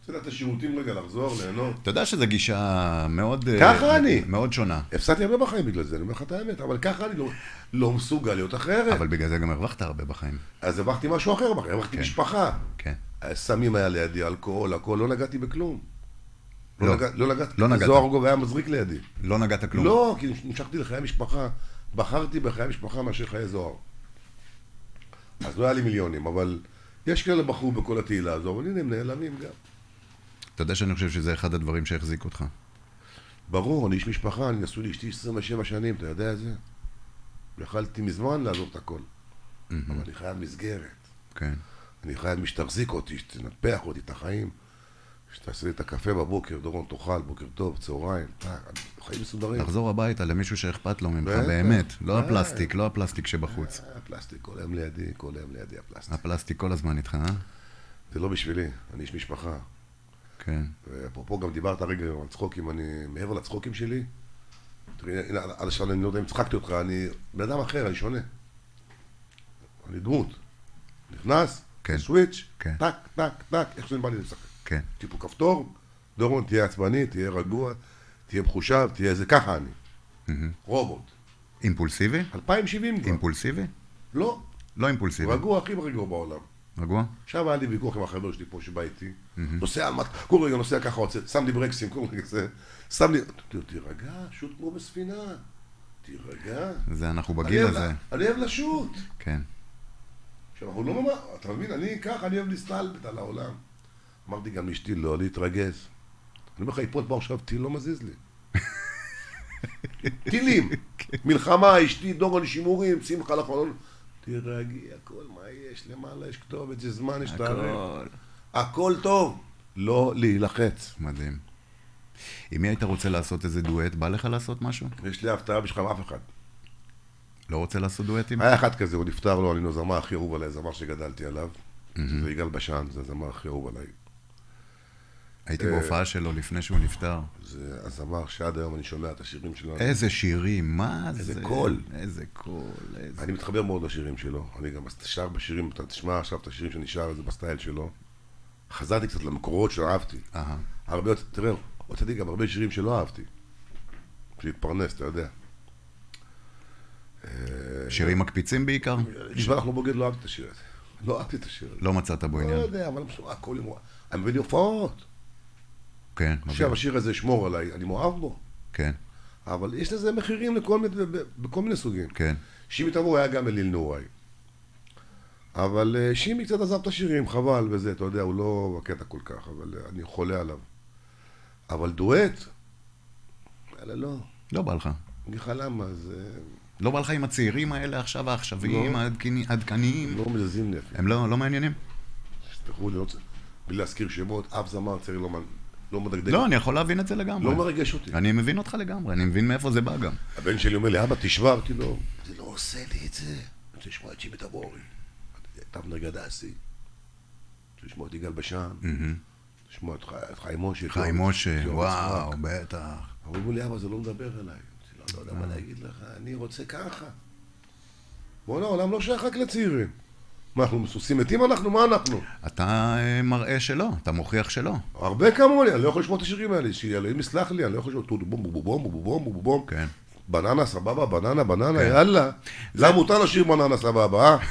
C: רוצה לדעת את השירותים רגע, לחזור, ליהנות.
B: אתה יודע שזו גישה מאוד... אה,
C: ככה אני.
B: מאוד שונה.
C: הפסדתי הרבה בחיים בגלל זה, אני אומר לך את האמת, אבל ככה אני לא, לא מסוגל להיות אחרת.
B: אבל בגלל זה גם הרווחת הרבה בחיים.
C: אז הרווחתי משהו אחר בחיים, הרווחתי
B: כן.
C: משפחה.
B: כן.
C: סמים היה לידי, אלכוהול, הכל, לא נגעתי בכלום.
B: לא.
C: נגע- לא נגעתי.
B: לא נגעת.
C: זוהר גוב היה מזריק לידי.
B: לא נגעת כלום.
C: לא, כי נמשכתי לחיי משפחה. בחרתי בחיי משפחה מאשר חיי זוהר. אז לא היה לי מיליונים, אבל יש כאלה בחרו בכל התהילה הזו, אבל הנה הם נעלמים גם.
B: אתה יודע שאני חושב שזה אחד הדברים שהחזיק אותך.
C: ברור, אני איש משפחה, אני נשוי לאשתי 27 שנים, אתה יודע את זה? לא יכלתי מזמן לעזוב את הכל. אבל אני חייב מסגרת.
B: כן.
C: אני חייב מי שתחזיק אותי, שתנפח אותי את החיים. שתעשה לי את הקפה בבוקר, דורון, תאכל, בוקר טוב, צהריים, טק, חיים מסודרים.
B: לחזור הביתה למישהו שאכפת לו ממך,
C: בטח.
B: באמת. לא
C: אה.
B: הפלסטיק, לא הפלסטיק שבחוץ.
C: אה, הפלסטיק, כל היום לידי, כל היום לידי הפלסטיק.
B: הפלסטיק כל הזמן איתך, אה?
C: זה לא בשבילי, אני איש משפחה.
B: כן.
C: ואפרופו גם דיברת הרגע על צחוקים, אני, מעבר לצחוקים שלי, תראי, הנה, עד עכשיו אני לא יודע אם צחקתי אותך, אני בן אדם אחר, אני שונה. אני דמות. נכנס,
B: כן.
C: סוויץ',
B: כן.
C: טק, טק, טק, איך שזה בא לי לשחק.
B: כן.
C: טיפו כפתור, דורון, תהיה עצבני, תהיה רגוע, תהיה מחושב, תהיה איזה, ככה אני. רובוט.
B: אימפולסיבי?
C: 2070 כבר.
B: אימפולסיבי?
C: לא,
B: לא אימפולסיבי.
C: רגוע, הכי רגוע בעולם.
B: רגוע?
C: עכשיו היה לי ויכוח עם החבר שלי פה שבא איתי, נוסע, מת- כל רגע נוסע ככה, עוצר, שם לי ברקסים, כל רגע זה, שם לי, ת- תירגע, שוט כמו בספינה, תירגע.
B: זה אנחנו
C: אני
B: בגיל
C: אוהב
B: הזה.
C: לה- אני אוהב לשוט.
B: כן.
C: עכשיו, אנחנו לא ממש, אתה מבין, אני ככה, אני אוהב להסתלבט על העולם. אמרתי גם לאשתי, לא להתרגז. אני אומר לך, יפול פה עכשיו טיל, לא מזיז לי. טילים, מלחמה, אשתי, דורון שימורים, שמחה לחלון. תירגעי, הכל, מה יש, למעלה יש כתובת, זה זמן, יש תאריך.
B: הכל.
C: הכל טוב, לא להילחץ.
B: מדהים. עם מי היית רוצה לעשות איזה דואט? בא לך לעשות משהו?
C: יש לי הפתעה בשבילך אף אחד.
B: לא רוצה לעשות דואטים?
C: היה אחד כזה, הוא נפטר לו, אני הזמר הכי אהוב עליי, זמר שגדלתי עליו. זה יגאל בשן, זה הזמר הכי אהוב עליי.
B: הייתי בהופעה שלו לפני שהוא נפטר.
C: זה הזמר שעד היום אני שומע את השירים שלו.
B: איזה שירים, מה זה?
C: איזה קול.
B: איזה קול, איזה...
C: אני מתחבר מאוד לשירים שלו. אני גם שר בשירים, אתה תשמע עכשיו את השירים שאני שר, זה בסטייל שלו. חזרתי קצת למקורות שאהבתי.
B: אהה.
C: הרבה, יותר- תראה, הוצאתי גם הרבה שירים שלא אהבתי. בשביל להתפרנס, אתה יודע.
B: שירים מקפיצים בעיקר?
C: תשמע, אנחנו בוגד, לא אהבתי את השיר הזה. לא אהבתי את השיר הזה.
B: לא מצאת בו
C: לא
B: עניין.
C: יודע, אבל מסורה, כל יום... הוא- אני מביא לי הופעות.
B: כן, מבין.
C: עכשיו, השיר הזה, שמור עליי, אני מאוהב בו.
B: כן,
C: אבל יש לזה מחירים לכל מיני, ב- בכל מיני סוגים.
B: כן.
C: שימי תבור היה גם אליל נוראי. אבל אה, שימי קצת עזב את השירים, חבל וזה, אתה יודע, הוא לא בקטע כל כך, אבל אה, אני חולה עליו. אבל דואט? יאללה, לא.
B: לא בא לך.
C: אני אגיד לך למה, זה...
B: לא בא לך עם הצעירים האלה עכשיו, העכשוויים,
C: לא.
B: העדכני- העדכניים?
C: הם לא מזזים לי אפילו.
B: הם לא לא מעניינים?
C: תסלחו לי, לא צריך... בלי להזכיר שמות, אף זמר צעיר לא, מ- לא מדגדג.
B: לא, אני יכול להבין את זה
C: לא
B: לגמרי.
C: מרגש אותי.
B: אני מבין אותך לגמרי, אני מבין מאיפה זה בא גם.
C: הבן שלי אומר לי, אבא, תשמע, אמרתי לו, זה לא עושה לי את זה. אני רוצה לשמוע את שימי תבורי, את אבנר גדסי, אני רוצה לשמוע את יגאל בשן, לשמוע את חי- את חיים משה. "לא,
B: חיים
C: את-
B: משה,
C: את יורם
B: וואו,
C: יצחק.
B: בטח.
C: אבל הוא אומר לי, אבא, זה לא מדבר אליי. אמרתי לו, לא יודע מה להגיד לך, אני רוצה ככה. בוא'נה, העולם לא שייך רק לצעירים. מה, אנחנו סוסים מתים אנחנו? מה אנחנו?
B: אתה אה, מראה שלא, אתה מוכיח שלא.
C: הרבה כמוני, אני לא יכול לשמוע את השירים האלה, שאלוהים יסלח לי, אני לא יכול לשמוע טו בום בום בום בום בום בום בום
B: כן.
C: בננה סבבה, בננה, בננה, יאללה. למה מותר לשיר בננה סבבה,
B: [LAUGHS]
C: אה?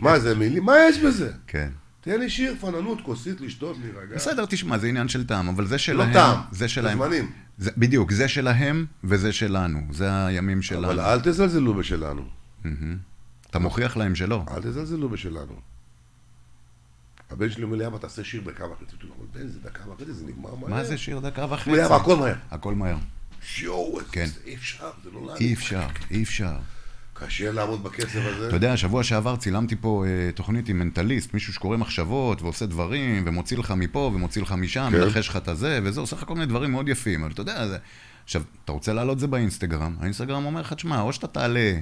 C: מה זה מילים? מה יש בזה?
B: כן.
C: תן לי שיר, פננות, כוסית, לשתות, להירגע.
B: בסדר, תשמע, זה עניין של טעם, אבל זה
C: כן. לא
B: שלהם...
C: טעם,
B: זה שלהם.
C: זמנים.
B: זה, בדיוק, זה שלהם וזה שלנו. זה הימים שלנו.
C: אבל אל תזלזלו בשלנו.
B: אתה מוכיח להם שלא.
C: אל תזלזלו בשלנו. הבן שלי אומר לי, אבא, תעשה שיר דקה וחצי. אמרתי לו, "אבל בן, זה דקה וחצי, זה נגמר מהר.
B: מה זה שיר דקה וחצי?
C: אה, הוא אומר לי, אבא, הכל מהר.
B: הכל מהר.
C: שיואו,
B: כן.
C: זה- אי אפשר, זה לא
B: אי
C: לעניין.
B: אפשר, אי אפשר.
C: קשה לעמוד בקצב
B: [LAUGHS]
C: הזה.
B: אתה יודע, שבוע שעבר צילמתי פה אה, תוכנית עם מנטליסט, מישהו שקורא מחשבות ועושה דברים, ומוציא לך מפה ומוציא לך משם,
C: כן.
B: מלחש לך את הזה, וזה, עושה לך כל מיני דברים מאוד יפים, אבל אתה יודע, זה... עכשיו, אתה רוצה להעלות זה באינסטגרם, האינסטגרם אומר לך, תשמע, או שאתה תעלה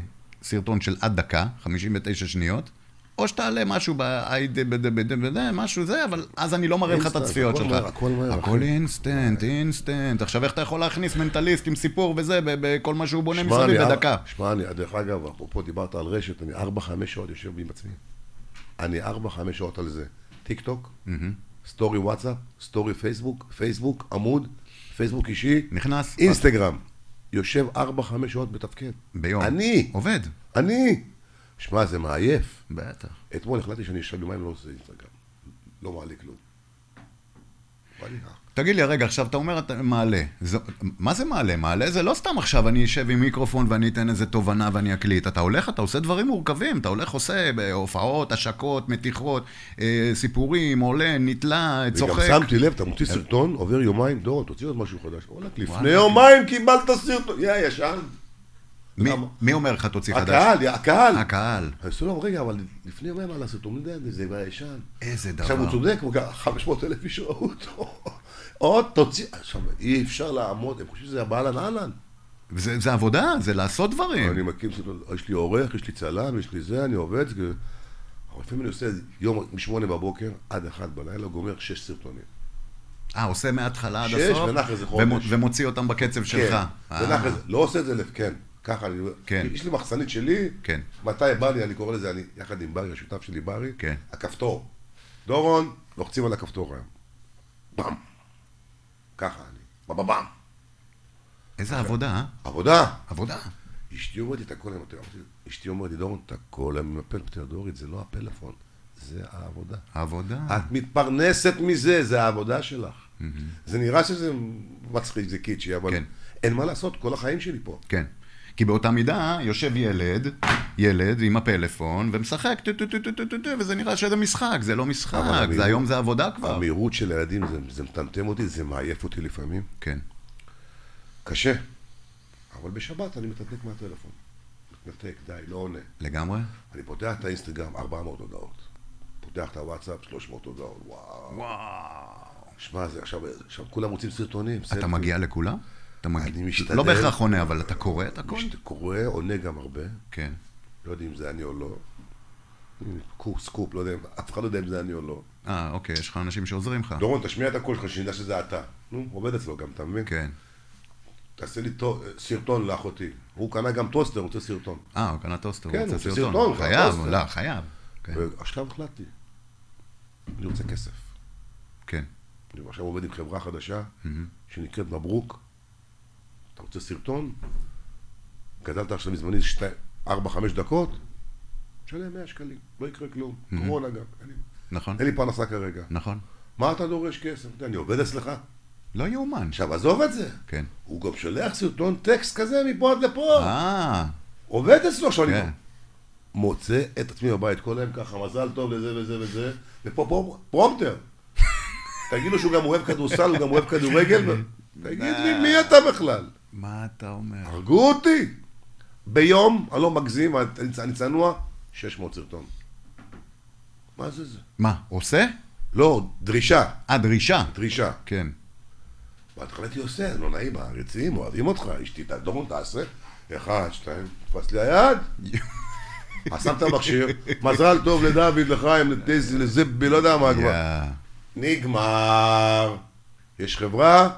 B: סרטון של עד דקה, 59 שניות, או שתעלה משהו ב-ID, משהו זה, אבל אז אני לא מראה לך את
C: אינסטנט,
B: הצפיות
C: הכל
B: שלך.
C: מהר, הכל מהר,
B: הכל
C: אחי.
B: אינסטנט, אינסטנט. עכשיו, איך אתה יכול להכניס מנטליסט עם סיפור וזה, ב- בכל מה שהוא בונה
C: שמע,
B: מסביב
C: אני-
B: בדקה?
C: שמע, אני, דרך אגב, אפרופו דיברת על רשת, אני 4-5 שעות יושב עם עצמי. אני 4-5 שעות על זה. טיק טוק, סטורי וואטסאפ, סטורי פייסבוק, פייסבוק עמוד, פייסבוק אישי,
B: נכנס,
C: אינסטגרם. יושב 4-5 שעות בתפקד.
B: ביום.
C: אני,
B: עובד.
C: אני. שמע, זה מעייף.
B: בטח.
C: אתמול החלטתי שאני שבועיים לא עושה אינסטגרם. לא מעלה כלום. בא לי, אה,
B: תגיד לי, רגע, עכשיו אתה אומר, אתה מעלה. זו, מה זה מעלה? מעלה זה לא סתם עכשיו אני אשב עם מיקרופון ואני אתן איזה תובנה ואני אקליט. אתה הולך, אתה עושה דברים מורכבים. אתה הולך, עושה אה, הופעות, השקות, מתיחות, אה, סיפורים, עולה, נתלה, צוחק. אה.
C: וגם שמתי לב, אתה מוציא סרטון, עובר יומיים, דור, תוציא עוד משהו חדש. וואלכ, לפני
B: וואלה.
C: יומיים קיבלת סרטון, יא ישן.
B: מי,
C: למה?
B: מי אומר לך תוציא חדש?
C: הקהל, יא, הקהל.
B: הקהל.
C: אני עושה לו, רגע, אבל לפני יומיים על הסרטון, אתה יודע, זה היה ישן.
B: איזה דבר.
C: עכשיו הוא צודק, הוא גם 500 אלף איש ראו אותו. עוד תוציא, עכשיו אי אפשר לעמוד, הם חושבים שזה הבעלן אהלן.
B: זה, זה עבודה, זה לעשות דברים.
C: אני מקים סרטון, יש לי עורך, יש לי צלם, יש לי זה, אני עובד. כאילו. אבל לפעמים אני עושה יום משמונה בבוקר עד אחת בלילה, גומר שש סרטונים.
B: אה, עושה מההתחלה עד
C: שש,
B: הסוף,
C: ונח איזה
B: ומו-
C: חודש.
B: ומוציא אותם בקצב שלך.
C: כן, זה
B: אה,
C: נחל, לא עושה את זה, לפ- כן, ככה, אני...
B: כן.
C: יש לי מחסנית שלי,
B: כן.
C: מתי בא לי, אני קורא לזה, אני יחד עם ברי, השותף שלי ברי,
B: כן.
C: הכפתור. דורון, לוחצים על הכפתור היום. באם. ככה אני. בבבם.
B: איזה עבודה, אה?
C: עבודה.
B: עבודה.
C: אשתי אומרת לי, אתה כל היום, אתה- אשתי אומרת לי, דורון, אתה כל היום עם הפלאפון, דורית, זה לא הפלאפון, זה העבודה.
B: עבודה.
C: את מתפרנסת מזה, זה העבודה שלך. זה נראה שזה מצחיק, זה קיצ'י, אבל
B: כן.
C: אין מה לעשות, כל החיים שלי פה.
B: כן. כי באותה מידה יושב ילד, ילד עם הפלאפון ומשחק, טו, טו, טו, טו, טו, טו, טו, וזה נראה שזה משחק, זה לא משחק,
C: אבל
B: זה
C: אני-
B: היום זה עבודה כבר.
C: המהירות של הילדים, זה- זה מטמטם אותי, זה מעייף אותי לפעמים.
B: כן,
C: קשה. אבל בשבת אני מתנתק מהטלפון. מתנתק, די, לא עונה.
B: לגמרי.
C: אני פותח את האינסטגרם, 400 הודעות. פותח את הוואטסאפ, 300 הודעות, וואו.
B: וואו.
C: שמע, זה עכשיו, עכשיו כולם רוצים סרטונים.
B: אתה
C: סלפי.
B: מגיע לכולם? אתה מגיע...
C: אני משתדל.
B: לא בהכרח עונה, אבל אתה קורא את הכל?
C: מי שקורא, עונה גם הרבה.
B: כן.
C: לא יודע אם זה אני או לא. קורס סקופ, לא יודע, אם- אף אחד לא יודע אם זה אני או לא.
B: אה, אוקיי, יש לך אנשים שעוזרים לך.
C: דורון, תשמיע את הקול שלך, שנדע שזה אתה. נו, עובד אצלו גם, אתה מבין?
B: כן.
C: תעשה לי טו- סרטון לאחותי. הוא קנה גם טוסטר, הוא רוצה סרטון.
B: אה, הוא קנה טוסטר,
C: כן,
B: הוא רוצה
C: הוא רוצה
B: סרטון.
C: סרטון, הוא
B: חייב,
C: טוסטר.
B: לא, חייב. כן,
C: ועכשיו החלטתי. אני רוצה כסף.
B: כן.
C: אני עכשיו עובד עם חברה חדשה,
B: Mm-hmm.
C: שנקראת מברוק. אתה רוצה סרטון? גדלת עכשיו מזמני 4-5 דקות? תשלם 100 שקלים, לא יקרה כלום.
B: Mm-hmm.
C: קורונה גם. אין לי-
B: נכון?
C: אין לי פרנסה כרגע.
B: נכון.
C: מה אתה דורש כסף? אתה יודע, אני עובד אצלך.
B: לא יאומן.
C: עכשיו, עזוב את זה.
B: כן.
C: הוא גם שולח סרטון טקסט כזה מפה עד לפה.
B: אה,
C: עובד אצלו עכשיו. אני
B: כן.
C: גם מוצא את עצמי בבית כל היום ככה, מזל טוב לזה וזה וזה, ופה פרום- פרומטר. תגידו שהוא גם אוהב כדורסל, הוא גם אוהב כדורגל. ו- תגיד לי, מי אתה בכלל?
B: מה אתה אומר?
C: הרגו אותי. ביום, אני לא מגזים, אני אני צנוע, 600 סרטון. מה זה זה?
B: מה, עושה?
C: לא, דרישה,
B: אה, דרישה.
C: דרישה.
B: כן.
C: בהתחלה הייתי עושה, זה לא נעים, הרצים אוהבים אותך, אשתי, תדון, תעשה. אחד, שתיים, תפס
B: [LAUGHS]
C: לי היד. אז שם את המכשיר, מזל טוב לדוד, לחיים, לטייסי, לזה, ב- לא יודע מה כבר.
B: יא,
C: נגמר. יש חברה,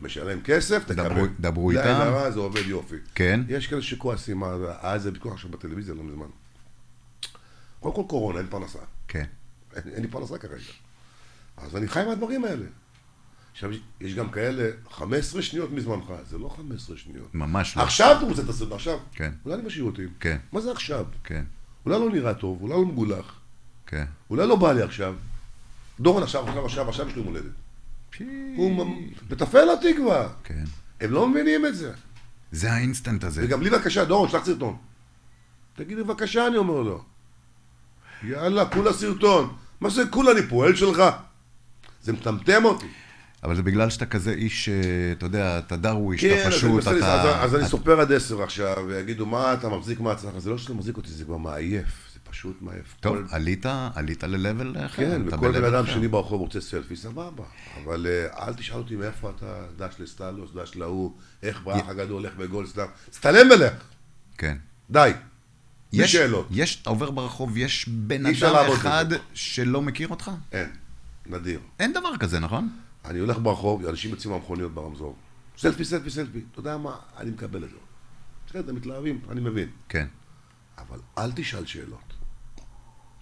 C: משלם כסף, תקבל.
B: דברו- דברו
C: לעין
B: איתם.
C: הרע, זה עובד יופי.
B: כן.
C: יש כאלה שכועסים, מה זה, היה איזה ויכוח עכשיו בטלוויזיה לא מזמן. קודם כל קורונה, אין פרנסה.
B: כן.
C: אין, אין לי פרנסה כרגע. אז אני חי מהדברים האלה. עכשיו, יש גם כאלה, 15 שניות מזמנך, זה לא 15 שניות.
B: ממש לא.
C: עכשיו אתה רוצה את הסרט, עכשיו.
B: כן.
C: אולי אני בשירותים.
B: כן.
C: מה זה עכשיו?
B: כן,
C: אולי לא נראה טוב, אולי לא מגולח,
B: כן.
C: אולי לא בא לי עכשיו. דורון עכשיו, עכשיו, עכשיו, עכשיו יש לי יום הולדת. הוא מ- מטפל אותי כבר.
B: כן.
C: הם לא מבינים את זה.
B: זה האינסטנט הזה.
C: וגם לי בבקשה, דורון, שלח סרטון. תגיד לי בבקשה, אני אומר לו. יאללה, כולה סרטון. מה זה כולה, אני פועל שלך? זה מטמטם אותי.
B: אבל זה בגלל שאתה כזה איש, אה, אתה יודע, אתה דרוויש,
C: כן,
B: אתה
C: אז אני
B: פשוט,
C: מנסה לזה, אז-
B: אתה...
C: אז אני
B: אתה-
C: סופר עד עשר עכשיו, ויגידו, מה אתה מחזיק מהצלחה? זה לא שאתה מחזיק אותי, זה כבר מעייף. זה פשוט מעייף.
B: טוב,
C: כל-
B: עלית, עלית ל-level אחר.
C: כן,
B: אתה
C: וכל
B: ב-level
C: בן אדם
B: אחר.
C: שני ברחוב רוצה סלפי, סבבה. אבל אה, אל תשאל אותי מאיפה אתה, דש לסטלוס, דש להוא, איך באח הגדול, איך בגולדסטאר. תצטלם ולך,
B: כן.
C: די. בלי
B: יש,
C: שאלות.
B: יש, אתה עובר ברחוב, יש בן
C: אי אפשר
B: אדם
C: לעבוד
B: אחד
C: בזה.
B: שלא מכיר אותך?
C: אין, נדיר.
B: אין דבר כזה, נכון?
C: אני הולך ברחוב, אנשים יוצאים מהמכוניות ברמזור. סלפי, סלפי, סלפי. אתה יודע מה? אני מקבל את זה. בסדר, מתלהבים, אני מבין.
B: כן.
C: אבל אל תשאל שאלות.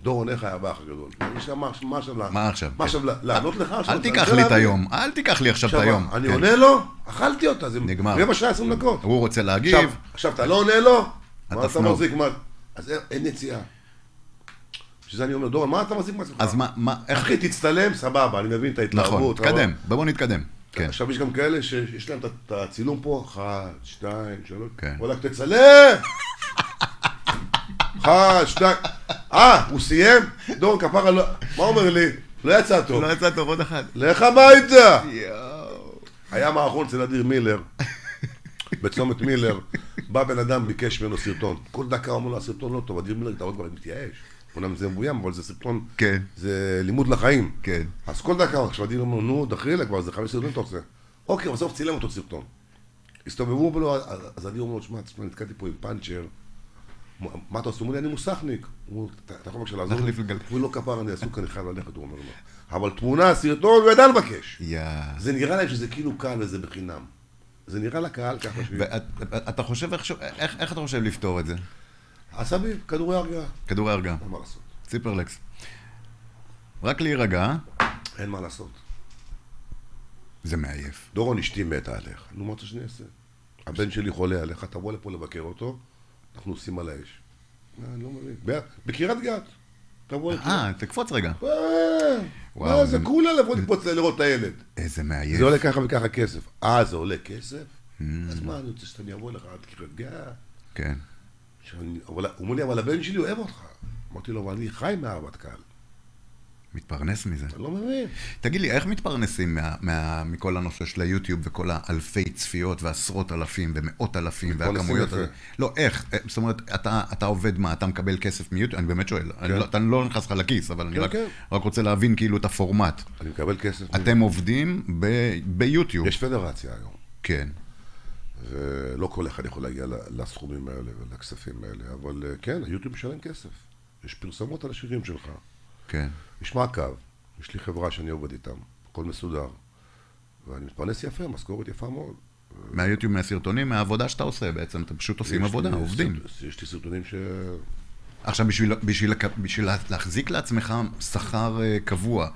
C: דורון, איך היה באח הגדול? אני שם, מה מה עכשיו? לה-
B: כן. מה עכשיו? כן.
C: מה עכשיו, לה- לענות לך עכשיו?
B: אל
C: אתה
B: תיקח
C: נכון, רוצה
B: לי את
C: להבין?
B: היום, אל תיקח לי עכשיו את
C: עכשיו,
B: היום.
C: אני
B: כן.
C: עונה לו? אכלתי אותה, זה
B: נגמר.
C: רבע שעה, עשרים דקות.
B: הוא רוצה
C: עכשיו,
B: להגיב,
C: עכשיו אתה לא עונה לו? מה אתה
B: הפנוב.
C: מחזיק? מה- אז אין- אין יציאה. בשביל זה אני אומר, דורון, מה אתה מחזיק מעצמך?
B: אז מה, מה, איך...
C: אחי, תצטלם, סבבה, אני מבין את
B: נכון,
C: ההתלהבות.
B: תקדם, בוא נתקדם. כן,
C: עכשיו יש גם כאלה שיש להם את- את הצילום פה, אחת, שתיים, שלוש,
B: כן.
C: וואלכ, תצלם! [LAUGHS] אחת, שתיים, אה, הוא סיים? דורון כפרה, לא- מה אומר לי? לא יצא טוב.
B: לא יצא טוב עוד אחד.
C: לך הביתה! היה מערכון אצל אדיר מילר, בצומת מילר, בא בן אדם, ביקש ממנו סרטון. כל דקה אמרו לו, הסרטון לא טוב, אדיר מילר, אתה רואה כבר מתייאש. אומנם זה מבוים, אבל זה סרטון,
B: כן.
C: זה לימוד לחיים.
B: כן.
C: אז כל דקה, עכשיו אדיר אמר, נו, דחילק כבר, זה חמש סרטונים אתה עושה. אוקיי, בסוף צילם אותו סרטון. הסתובבו בו, לא, אז אדיר אומר לו, שמע, תשמע, נתקעתי פה עם פאנצ'ר. מה אתה עושה? הוא אומר לי, אני מוסכניק. הוא אומר, "אתה- אתה יכול בבקשה לעזור לי?
B: נחליף לגלגל.
C: הוא לא כפר, אני עסוק, אני חייב ללכת, הוא אומר לו. אבל תמונה, סרטון, הוא ידע לבקש.
B: יא...
C: זה נראה להם שזה כאילו קל וזה בחינם. זה נראה לקהל ככה, שהיא-
B: ואת- אתה חושב איכשהו- איך איך אתה חושב לפתור את זה?
C: עשבים, כדורי הרגעה,
B: כדורי הרגעה,
C: אין מה לעשות,
B: ציפרלקס. רק להירגע,
C: אין מה לעשות.
B: זה מעייף.
C: דורון, אשתי מתה עליך. נו, מה אתה שאני אעשה? הבן שלי חולה עליך, תבוא לפה לבקר אותו, אנחנו עושים על האש. אה, אני לא מבין. ב- בקריית גת. תבוא לפה.
B: אה, תקפוץ רגע.
C: אה,
B: וואו,
C: מה זה
B: זה-
C: כולה לבוא לקפוץ לראות את הילד.
B: איזה מעייף.
C: זה עולה ככה וככה כסף. אה, זה עולה כסף?
B: Hmm.
C: אז מה, אני רוצה שאני אבוא לך עד קריית גת?
B: כן.
C: שאני- אבל- הוא אומר לי, אבל הבן שלי אוהב אותך. אמרתי לו, אבל אני חי מהאהבת קהל.
B: מתפרנס מזה.
C: אני לא מבין.
B: תגיד לי, איך מתפרנסים מה, מה, מכל הנושא של היוטיוב וכל האלפי צפיות והעשרות אלפים ומאות אלפים
C: מתפרנסים
B: והכמויות?
C: יפה.
B: הזה? לא, איך? אה, זאת אומרת, אתה, אתה עובד מה? אתה מקבל כסף מיוטיוב? אני באמת שואל. אני, לא, אתה לא נכנס לך לכיס, אבל אני
C: כן,
B: רק,
C: כן.
B: רק רוצה להבין כאילו את הפורמט.
C: אני מקבל כסף.
B: אתם עובדים ב, ביוטיוב.
C: יש פדרציה היום.
B: כן.
C: ולא כל אחד יכול להגיע ל- לסכומים האלה ולכספים האלה, אבל אה, כן, היוטיוב משלם כסף. יש פרסומות על השירים שלך,
B: כן.
C: יש מעקב, יש לי חברה שאני עובד איתם, הכל מסודר, ואני מתפרנס יפה, משכורת יפה מאוד.
B: מהיוטיוב, מהסרטונים, מהעבודה שאתה עושה בעצם, אתם פשוט עושים
C: יש
B: עבודה,
C: לי
B: עובדים.
C: סרט- יש לי סרטונים ש...
B: עכשיו, בשביל, בשביל, לק- בשביל לה- להחזיק לעצמך שכר אה, קבוע,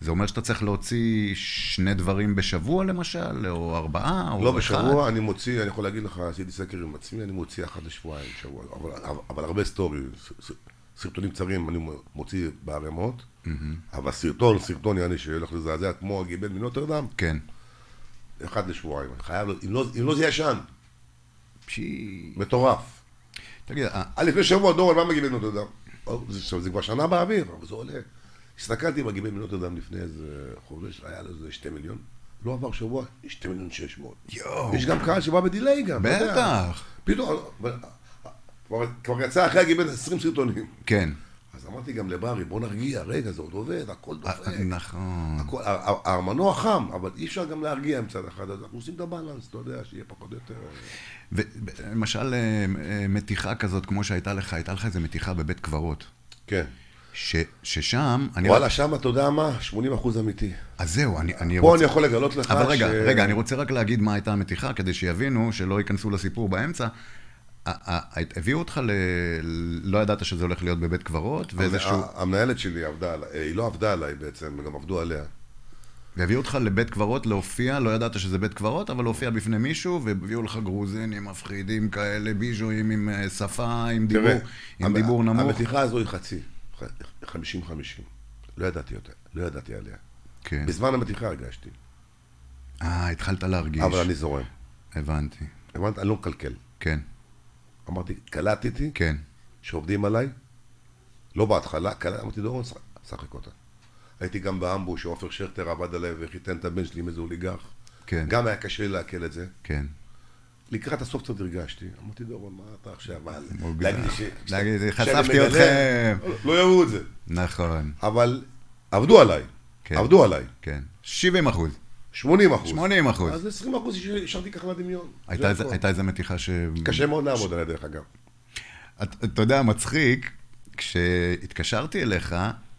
B: זה אומר שאתה צריך להוציא שני דברים בשבוע למשל, או ארבעה, או
C: לא
B: אחד?
C: בשבוע, אני מוציא, אני יכול להגיד לך, עשיתי סקר עם עצמי, אני מוציא אחת לשבועיים, שבוע, אבל- אבל- אבל הרבה סטורי, ס- ס- סרטונים קצרים אני מוציא בערימות, אבל סרטון, סרטון יעני, שילך לזעזע כמו הגיבל מנוטרדם,
B: כן.
C: אחד לשבועיים, אני חייב, אם לא, אם לא זה ישן,
B: פשי...
C: מטורף.
B: תגיד, אה,
C: אה, לפני שבוע דורון, מה מגיבים בנות אדם? או, זה, עכשיו, זה כבר שנה באוויר, אבל זה עולה. הסתכלתי מגיבים בנות אדם לפני איזה חודש, היה לו איזה שתי מיליון, לא עבר שבוע, שתי מיליון שש מאות.
B: יואו.
C: יש גם קהל שבא בדיליי גם, אתה לא יודע.
B: בטח.
C: פתאום, אבל- כבר, כבר יצא אחרי הגיבל 20 סרטונים.
B: כן.
C: אז אמרתי גם לברי, בוא נרגיע, רגע, זה עוד עובד, הכל
B: אה,
C: דופק.
B: אה, נכון.
C: הכל- ה- ה- המנוע חם, אבל אי אפשר גם להרגיע מצד אחד, אז אנחנו עושים את הבלנס, אתה יודע, שיהיה פחות או יותר...
B: ולמשל, אה, מתיחה כזאת כמו שהייתה לך, הייתה לך איזו מתיחה בבית קברות.
C: כן.
B: ש, ששם, אני... רק-
C: וואלה, שם אתה יודע מה? 80% אמיתי.
B: אז זהו, אני, אני
C: פה
B: רוצה...
C: אני יכול לגלות לך
B: אבל רגע, רגע, אני רוצה רק להגיד מה הייתה המתיחה, כדי שיבינו, שלא ייכנסו לסיפור באמצע. ה- ה- הביאו אותך ל... לא ידעת שזה הולך להיות בבית קברות, ואיזשהו...
C: ה- המנהלת שלי עבדה עליי, אה, היא לא עבדה עליי בעצם, גם עבדו עליה.
B: והביאו אותך לבית קברות להופיע, לא ידעת שזה בית קברות, אבל להופיע בפני מישהו, והביאו לך גרוזינים מפחידים כאלה, ביז'ואים עם אה, שפה, עם דיבור,
C: תראה,
B: עם
C: המ-
B: דיבור נמוך.
C: המתיחה הזו היא חצי, ח- 50-50. לא ידעתי אותה, לא ידעתי עליה.
B: כן.
C: בזמן המתיחה הרגשתי,
B: אה, התחלת להרגיש.
C: אבל אני זורם.
B: הבנתי.
C: הבנת? אני לא מקלקל.
B: כן,
C: אמרתי, קלטתי
B: כן.
C: שעובדים עליי, לא בהתחלה, קלט- אמרתי, דורון, שח- שחק אותה. הייתי גם באמבוש, שעופר שכטר עבד עליי וחיתן את הבן שלי עם איזה אוליגח.
B: כן.
C: גם היה קשה לי לעכל את זה.
B: כן.
C: לקראת הסוף קצת הרגשתי, אמרתי דורון, מה אתה עכשיו, מה זה?
B: מוגזם.
C: להגיד ש-
B: להגיד,
C: שאני
B: חשפתי
C: מגלה,
B: אתכם.
C: לא יראו את זה.
B: נכון.
C: אבל עבדו עליי,
B: כן.
C: עבדו עליי,
B: כן. 70 אחוז.
C: 80 אחוז.
B: 80 אחוז.
C: אז 20 אחוז השארתי ככה לדמיון.
B: הייתה
C: זה
B: איזה-
C: הכל.
B: הייתה איזה מתיחה ש...
C: קשה מאוד לעבוד עליה דרך אגב.
B: אתה אתה יודע, מצחיק, כשהתקשרתי אליך,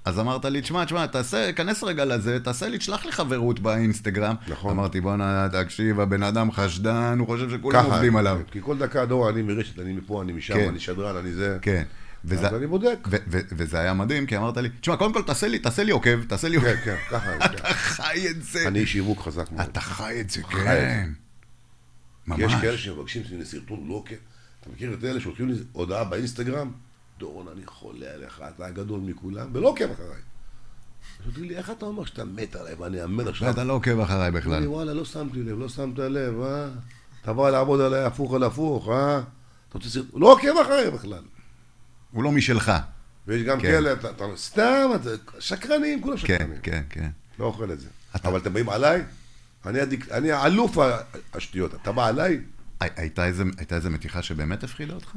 B: אז אמרת לי, תשמע, תשמע, תעשה, כנס רגע לזה, תעשה לי, תשלח לי חברות באינסטגרם.
C: נכון.
B: אמרתי, בואנה, תקשיב, הבן אדם חשדן, הוא חושב שכולם
C: ככה,
B: עובדים עליו.
C: כי כל דקה דור, אני מרשת, אני מפה, אני משם,
B: כן.
C: אני שדרן, אני זה.
B: כן. וזה-
C: אז אני בודק.
B: ו- ו- וזה היה מדהים, כי אמרת לי, תשמע, קודם כל תעשה לי, תעשה לי עוקב, תעשה לי
C: כן,
B: עוקב.
C: כן, ככה.
B: [LAUGHS] אתה חי את זה.
C: אני איש שיווק חזק מאוד.
B: אתה חי את זה,
C: את זה.
B: כן.
C: כי
B: ממש.
C: יש כאלה שמבקשים ממני סרטון לא כן. אתה מכיר את אלה שולחים לי הודעה באינסטגרם? דורון, אני חולה עליך, אתה הגדול מכולם, ולא עוקב אחריי. אז הוא אומר לי, איך אתה אומר שאתה מת עליי ואני אמן עכשיו?
B: אתה לא עוקב אחריי
C: הוא
B: בכלל.
C: אומר לי, וואלה, לא שמתי לב, לא שמת לב, אה? אתה בא לעבוד עליי הפוך על הפוך, אה? אתה רוצה סרטון? לא עוקב אחריי בכלל.
B: הוא לא משלך.
C: ויש גם
B: כן.
C: כאלה, אתה- אתה סתם, אתה- שקרנים, כולם
B: כן,
C: שקרנים.
B: כן, כן.
C: לא אוכל את זה.
B: אתה-
C: אבל אתם באים עליי? אני הדיק- אני האלוף ה- השטויות. אתה בא עליי?
B: הי- הייתה איזה- הייתה איזה מתיחה שבאמת הפחידה אותך?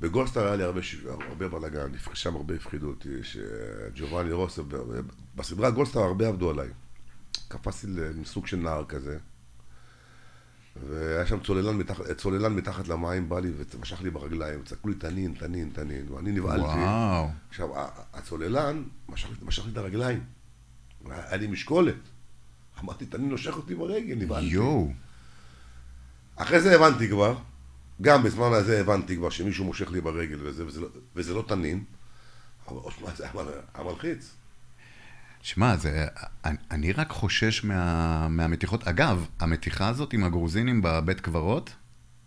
C: בגולדסטאר היה לי הרבה, ש- הרבה בלאגן, שם הרבה הפחידו אותי, שג'ובאני רוסו, ב- ב- בסדרה גולדסטאר הרבה עבדו עליי. קפצתי לסוג של נער כזה, והיה שם צוללן מתחת, צוללן מתחת למים, בא לי ומשך לי ברגליים, צעקו לי תנין, תנין, תנין, ואני נבהלתי.
B: וואו.
C: עכשיו, ה- הצוללן משך, לי- משך לי את הרגליים, היה לי משקולת. אמרתי, תנין נושך אותי ברגל, נבהלתי.
B: יואו.
C: אחרי זה הבנתי כבר, גם בזמן הזה הבנתי כבר שמישהו מושך לי ברגל וזה, וזה, לא- וזה לא תנין, אבל שמע, זה היה מל- היה מלחיץ.
B: שמע, זה, אני, אני רק חושש מה, מהמתיחות. אגב, המתיחה הזאת עם הגרוזינים בבית קברות,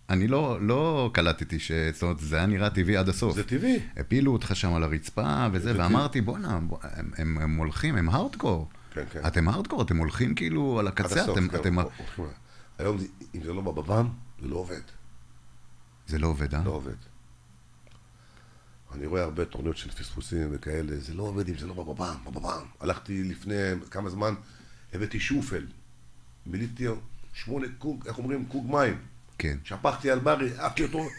B: אני לא, לא קלטתי ש... זאת אומרת, זה היה נראה טבעי עד הסוף.
C: זה טבעי.
B: הפילו אותך שם על הרצפה וזה, ואמרתי, בואנה, בוא, הם, הם, הם הולכים, הם הארדקור.
C: כן, כן.
B: אתם הארדקור, אתם הולכים כאילו על
C: עד
B: הקצה,
C: הסוף,
B: אתם...
C: כן,
B: אתם
C: הולכים לה. היום, זה- אם זה לא בבבם, זה לא עובד.
B: זה לא עובד, אה?
C: לא עובד. אני רואה הרבה תוכניות של פספוסים וכאלה, זה לא עובד אם זה לא בבבם, בבבם. הלכתי לפני כמה זמן, הבאתי שופל, מילאתי שמונה קוג, איך אומרים? קוג מים.
B: כן.
C: שפכתי על ברי, עפתי אותו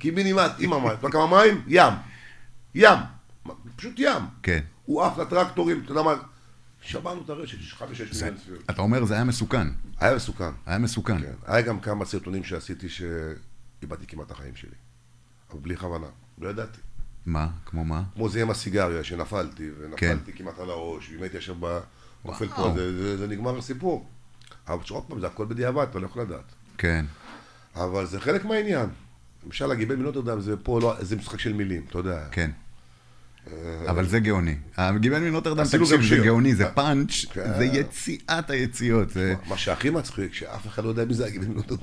C: קיבינימט עם המים. אתה יודע כמה מים? ים. ים. פשוט ים.
B: כן.
C: הוא עף לטרקטורים, אתה יודע מה? שברנו את הרשת, יש חמש, שש מיליון צפיות.
B: אתה אומר, זה היה מסוכן.
C: היה מסוכן.
B: היה מסוכן.
C: כן. היה גם כמה סרטונים שעשיתי שאיבדתי כמעט את החיים שלי. אבל בלי כוונה, לא ידעתי.
B: מה? כמו מה?
C: כמו זה עם הסיגריה, שנפלתי, ונפלתי
B: כן.
C: כמעט על הראש, ואם הייתי יושב ב... נופל פה,
B: וואו.
C: זה, זה, זה נגמר הסיפור. אבל עוד פעם, זה הכל בדיעבד, אתה לא יכול לדעת.
B: כן.
C: אבל זה חלק מהעניין. למשל, הגיבל מנוטרדם זה פה, לא, זה משחק של מילים, אתה יודע.
B: כן. אבל זה גאוני. הגיבן מנוטרדם,
C: אה, עשינו גם
B: תקשיב, זה
C: שיר.
B: גאוני, זה פאנץ',
C: כן.
B: זה יציאת היציאות. זה-
C: מה שהכי מצחיק, שאף אחד לא יודע מי זה הגיבל מנוטרדם.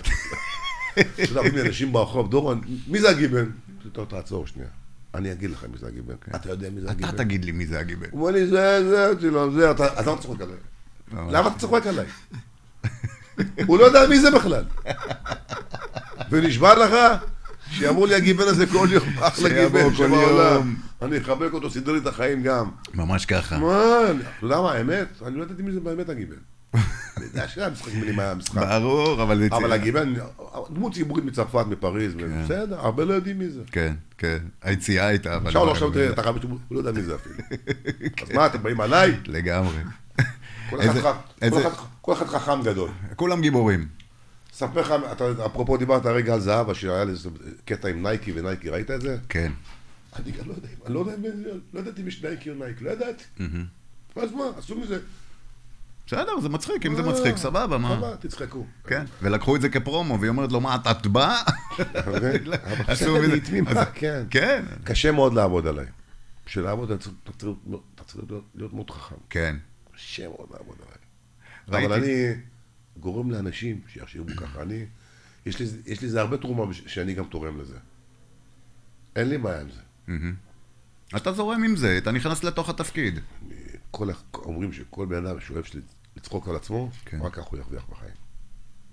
C: אתה יודע, אומרים לי אנשים ברחוב, דורון, מי זה הגיבל? טוב, תעצור שנייה. אני אגיד לך מי זה הגיבל. אתה יודע מי זה הגיבל?
B: כן. אתה תגיד לי מי זה הגיבן.
C: הוא אומר לי, זה, זה, אמרתי לו, זה, אתה, אז למה אתה צוחק עליי? למה אתה צוחק עליי? הוא לא יודע מי זה בכלל. ונשבע לך שאמרו לי הגיבן הזה כל יום, אחלה
B: שיבוא
C: גיבן
B: כל יום.
C: שבעולם. אני אחבק אותו, סידר לי את החיים גם.
B: ממש ככה.
C: מה, אני- אתה יודע מה, האמת, אני לא ידעתי מי זה
B: [LAUGHS]
C: באמת הגיבן. אני יודע שהיה משחק מילים היה משחק.
B: ברור, אבל זה...
C: אבל הגיבן, דמות ציבורית מצרפת, מפריז, בסדר, הרבה לא יודעים מי זה.
B: כן, כן. היציאה הייתה, אבל...
C: אפשר לו עכשיו, תראה, אתה חייב, הוא לא יודע מי
B: [LAUGHS]
C: זה אפילו. אז מה, אתם באים עליי?
B: לגמרי.
C: כל
B: איזה-
C: אחד ח- כל
B: איזה-
C: אחד- כל אחד חכם גדול.
B: כולם גיבורים.
C: ספר לך, אתה- אפרופו דיברת הרגע על זהבה, שהיה לי איזה קטע עם נייקי ונייקי, ראית את זה?
B: כן.
C: אני גם לא יודע, אני לא יודע, לא ידעתי אם יש נייקי או נייקי, לא ידעתי. אז מה, עשו מזה,
B: בסדר, זה מצחיק, אם זה
C: אה,
B: מצחיק, סבבה, מה?
C: סבבה, תצחקו.
B: כן, ולקחו את זה כפרומו, והיא אומרת לו, מה, אתה טבע?
C: אוקיי? אבל
B: עשו
C: בסדר,
B: מזה-
C: היא תמימה,
B: אז-
C: כן.
B: [LAUGHS] כן,
C: קשה מאוד לעבוד עליי. בשביל לעבוד אתה צריך- אתה צריך- אתה צריך להיות- להיות מאוד חכם.
B: כן.
C: קשה מאוד לעבוד עליי.
B: ראיתי.
C: אבל אני גורם לאנשים שיחשבו ככה. אני, יש לי- יש לזה הרבה תרומה בש- שאני גם תורם לזה. אין לי בעיה עם זה.
B: אתה זורם עם זה, אתה נכנס לתוך התפקיד.
C: אני- כל, ה- אומרים שכל בן אדם שאוהב של- לצחוק על עצמו,
B: כן.
C: רק כך הוא ירוויח בחיים.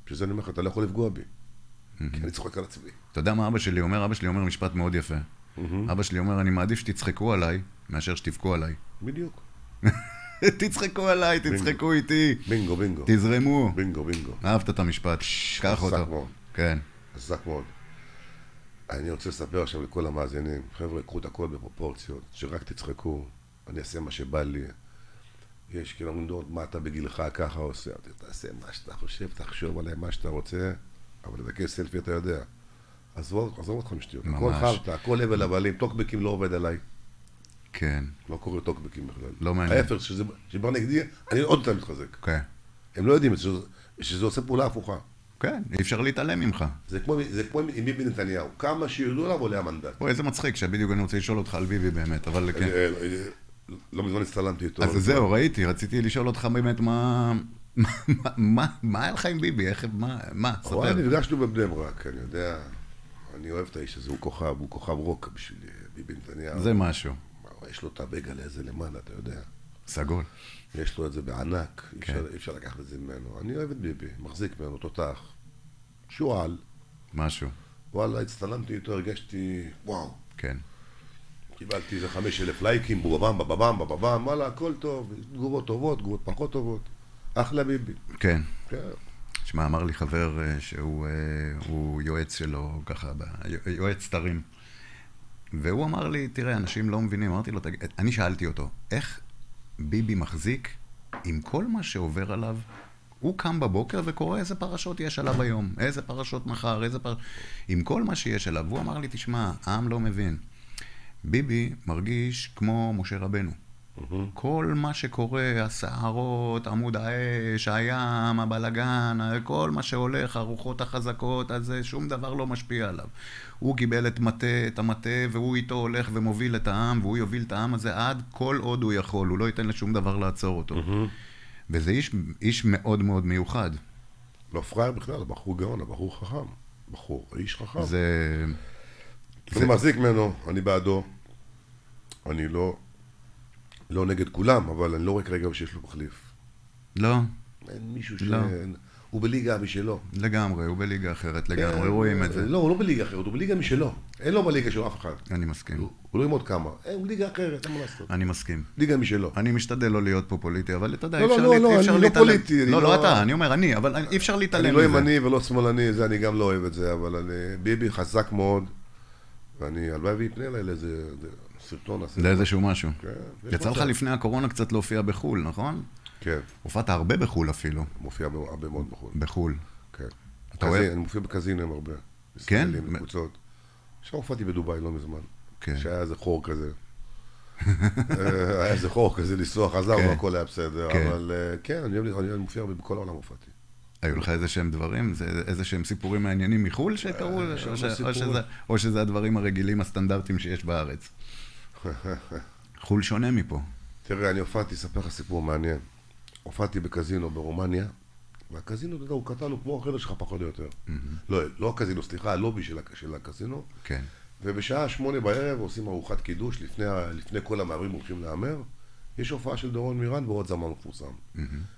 C: בשביל זה אני אומר לך, אתה לא יכול לפגוע בי. כי אני צוחק על עצמי.
B: אתה יודע מה אבא שלי אומר? אבא שלי אומר משפט מאוד יפה. אבא שלי אומר, אני מעדיף שתצחקו עליי, מאשר שתבכו עליי. [LAUGHS]
C: בדיוק.
B: תצחקו עליי, תצחקו איתי,
C: בינגו, בינגו.
B: תזרמו.
C: בינגו, בינגו.
B: אהבת את המשפט, קח
C: חזק
B: אותו.
C: מאוד.
B: כן.
C: חזק מאוד. אני רוצה לספר עכשיו לכל המאזינים, חבר'ה, קחו את הכל בפרופורציות, שרק תצחקו, אני אעשה מה שבא לי. יש כאילו אומרים, "דוד, מה אתה בגילך ככה עושה? אמרתי, תעשה מה שאתה חושב, תחשוב עליי מה שאתה רוצה, אבל לבקש סלפי אתה יודע. עזוב עזוב אותך משטויות, הכל
B: ממש.
C: חרטא, הכל הבל הבלים, טוקבקים לא עובד עליי,
B: כן.
C: לא קורא טוקבקים בכלל.
B: לא מעניין.
C: ההפך, שזה- שבא נגדי, אני עוד יותר מתחזק.
B: כן.
C: הם לא יודעים שזה- שזה עושה פעולה הפוכה.
B: כן, אי אפשר להתעלם ממך.
C: זה כמו, זה כמו עם עם ביבי נתניהו, כמה שירדו עליו עולה המנדט.
B: אוי, איזה מצחיק שבדיוק אני רוצה לשאול אותך על ביבי באמת, אבל כן.
C: אה, אה, אה, לא מזמן הצטלמתי איתו.
B: אז זהו, ראיתי, רציתי לשאול אותך באמת מה... מה- מה- מה היה לך עם ביבי? איך... מה? מה?
C: וואי,
B: ספר.
C: נפגשנו בבני ברק, אני יודע. אני אוהב את האיש הזה, הוא כוכב, הוא כוכב רוק בשבילי, ביבי נתניהו.
B: זה משהו.
C: וואו, יש לו את הבגלה הזה למעלה, אתה יודע.
B: סגול.
C: יש לו את זה בענק, אי
B: כן.
C: אפשר- אי אפשר לקחת את זה ממנו. אני אוהב את ביבי, מחזיק ממנו, תותח. שועל.
B: משהו.
C: וואלה, הצטלמתי איתו, הרגשתי, וואו.
B: כן.
C: קיבלתי איזה חמש אלף לייקים, בובם, בבם, בבם, וואלה, הכל טוב. תגובות טובות, תגובות פחות טובות. אחלה ביבי.
B: כן.
C: כן.
B: שמע, אמר לי חבר אה, שהוא אה, הוא יועץ שלו, ככה, ב- יו- יועץ תרים. והוא אמר לי, תראה, אנשים לא מבינים. אמרתי לו, תגיד, אני שאלתי אותו, איך ביבי מחזיק עם כל מה שעובר עליו? הוא קם בבוקר וקורא איזה פרשות יש עליו היום, איזה פרשות מחר, איזה פרשות... עם כל מה שיש עליו. והוא אמר לי, תשמע, העם לא מבין. ביבי מרגיש כמו משה רבנו. כל מה שקורה, הסערות, עמוד האש, הים, הבלגן, כל מה שהולך, הרוחות החזקות, אז זה, שום דבר לא משפיע עליו. הוא קיבל את מטה, את המטה, והוא איתו הולך ומוביל את העם, והוא יוביל את העם הזה עד כל עוד הוא יכול, הוא לא ייתן לשום דבר לעצור אותו. וזה איש, איש מאוד מאוד מיוחד.
C: לא פראייר בכלל, הבחור גאון, הבחור חכם. בחור, איש חכם.
B: זה...
C: אני מחזיק ממנו, אני בעדו. אני לא, לא נגד כולם, אבל אני לא רואה כרגע שיש לו מחליף.
B: לא,
C: אין מישהו ש...
B: לא.
C: הוא בליגה משלו.
B: לגמרי, הוא בליגה אחרת לגמרי, כן, רואים את זה.
C: לא, הוא לא בליגה אחרת, הוא בליגה משלו. אין לו בליגה שלו אף אחד.
B: אני מסכים,
C: הוא הוא לא עם עוד כמה. אה, הוא ליגה אחרת, אין מה לעשות.
B: אני מסכים.
C: ליגה משלו.
B: אני משתדל לא להיות פה פוליטי, אבל אתה יודע,
C: לא,
B: אי אפשר
C: לא,
B: לה-
C: לא,
B: אי
C: אני
B: אפשר
C: לא
B: להתעלם.
C: פוליטי, אני
B: לא, לא
C: לא-
B: אתה, אני אומר אני, אבל אי אפשר להתעלם
C: אני
B: מזה.
C: לא ימני ולא שמאלני, זה אני גם לא אוהב את זה, אבל אני, ביבי חזק מאוד, ואני, הלוואי ויפנה אליי לאיזה סרטון. עשה.
B: לאיזשהו משהו.
C: כן, יש
B: יצא לך
C: מצב.
B: לפני הקורונה קצת להופיע בחו"ל, נכון?
C: כן,
B: הופעת הרבה בחו"ל אפילו.
C: מופיע בהרבה מאוד בחו"ל.
B: בחו"ל.
C: כן.
B: אתה
C: קזין-
B: אוהב? כן?
C: אני מופיע בקזינים הרבה.
B: מ-
C: ישראלים, קבוצות. עכשיו הופעתי בדובאי לא מזמן.
B: כן.
C: שהיה איזה חור כזה. אה, היה איזה חור כזה לנסוע,
B: כן.
C: חזרנו, הכל היה בסדר.
B: כן.
C: אבל אה, כן, אני אוהב- אני מופיע הרבה, בכל העולם הופעתי. [LAUGHS]
B: היו לך איזה שהם דברים? זה- איזה שהם סיפורים מעניינים מחו"ל שקרו?
C: אה, יש
B: או
C: הרבה
B: ש- או
C: סיפורים.
B: שזה- או שזה הדברים הרגילים, הסטנדרטים שיש בארץ? חו"ל שונה מפה.
C: תראה, אני הופעתי, אספר לך סיפור מעניין. הופעתי בקזינו ברומניה, והקזינו, אתה יודע, הוא קטן, הוא כמו החדר שלך פחות או יותר. לא, לא הקזינו, סליחה, הלובי של הק- של הקזינו.
B: כן.
C: ובשעה שמונה בערב עושים ארוחת קידוש, לפני, ה- לפני כל המהמרים הולכים להמר. יש הופעה של דורון מירן ועוד זמן מפורסם.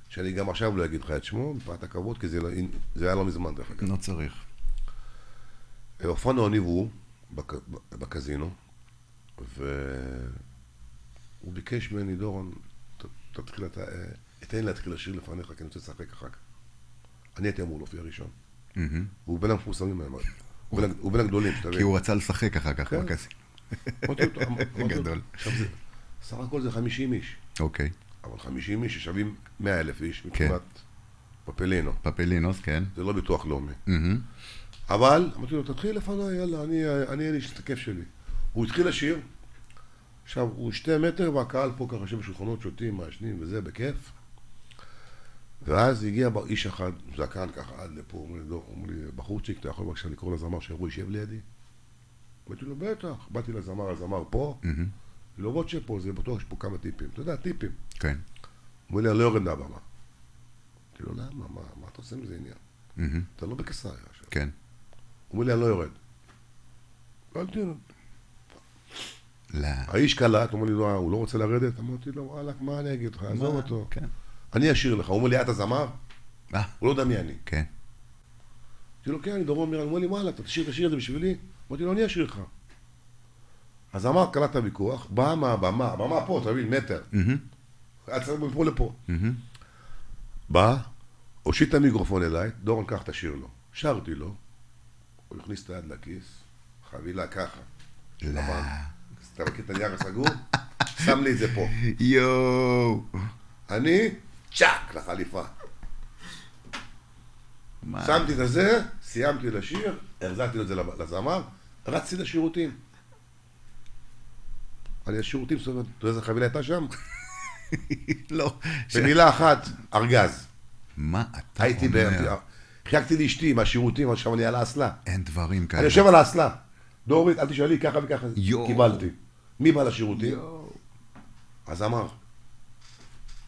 C: שאני גם עכשיו לא אגיד לך את שמו, מפאת הכבוד, כי זה, לא- זה היה לא מזמן דרך אגב.
B: לא צריך.
C: הופענו אני והוא בק- בקזינו, והוא ביקש ממני, דורון, ת- תתחיל, אתה, אה, תן לי להתחיל לשיר לפניך, כי אני רוצה לשחק אחר כך. אני הייתי אמור להופיע ראשון.
B: מהמם.
C: והוא בין המפורסמים, האלה. הוא בין- הוא בין הגדולים, שתבין.
B: כי הוא רצה לשחק אחר כך
C: אוקיי.
B: אוקיי.
C: כן.
B: בקזינו.
C: אמרתי לו, אמרתי
B: [LAUGHS]
C: לו,
B: גדול.
C: עכשיו זה, סך הכל זה 50 איש,
B: אוקיי.
C: אבל 50 איש ששווים 100 אלף איש,
B: כן.
C: מבחינת פפלינו.
B: פפלינוס, כן.
C: זה לא ביטוח לאומי.
B: מהמם.
C: אבל, אמרתי לו, תתחיל לפניי, יאללה, אני, אני, אני, יש את הכיף שלי. הוא התחיל לשיר, עכשיו, הוא שתי מטר, והקהל פה ככה יושב בשולחנות, שותים, מעשנים וזה, בכיף. ואז הגיע ב- איש אחד, זקן ככה, עד לפה, אומר לי, "דור", אומר לי, בחורצ'יק, אתה יכול בבקשה לקרוא לזמר שיבוא, יישב לידי? אמרתי לו, בטח. באתי לזמר, הזמר פה,
B: מהמם.
C: למרות שפה, לא זה בטוח יש פה כמה טיפים. אתה יודע, טיפים.
B: כן.
C: הוא אומר לי, אני לא יורד מהבמה. אמרתי לו, למה? מה, מה אתה עושה מזה עניין?
B: מהמם.
C: אתה לא בקיסריה עכשיו.
B: כן.
C: הוא אומר לי, אני לא יורד. אל תרד.
B: לא.
C: האיש קלט, הוא אומר לי, לא, הוא לא רוצה לרדת? אמרתי לו, וואלכ, מה אני אגיד לך, עזוב
B: מה?
C: אותו.
B: כן.
C: אני אשאיר לך. הוא אומר לי, אתה זמר?
B: אה,
C: הוא לא יודע מי אני.
B: כן.
C: אמרתי לו, כן, אני דורון מירן. הוא אומר לי, וואלה, אתה תשאיר את השיר הזה בשבילי? אמרתי לו, אני אשאיר לך. הזמר קלט את הוויכוח, בא מהבמה, הבמה פה, אתה מבין, מטר.
B: מהמם.
C: היה צריך מפה לפה.
B: מהמם.
C: בא, הושיט את המיקרופון אליי, דורון, קח תשאיר לו. שרתי לו, הוא הכניס את היד לכיס, חבילה ככה.
B: לא.
C: אז אתה מכיר את הנייר הסגור? שם לי את זה פה.
B: יואו.
C: אני, צ'אק, לחליפה.
B: מה?
C: שמתי את הזה, סיימתי לשיר, החזרתי לו את זה לזמר, רצתי לשירותים. אני לשירותים, זאת אומרת, אתה יודע איזה חבילה
B: [LAUGHS]
C: הייתה שם?
B: לא. ש-
C: במילה אחת, ארגז.
B: מה אתה
C: הייתי
B: אומר?
C: ב... חייגתי לאשתי מהשירותים, עכשיו אני על האסלה.
B: אין דברים
C: אני
B: כאלה.
C: יושב על האסלה. דורית, אל תשאלי, ככה וככה,
B: יואו.
C: קיבלתי. מי בא לשירותים? הזמר.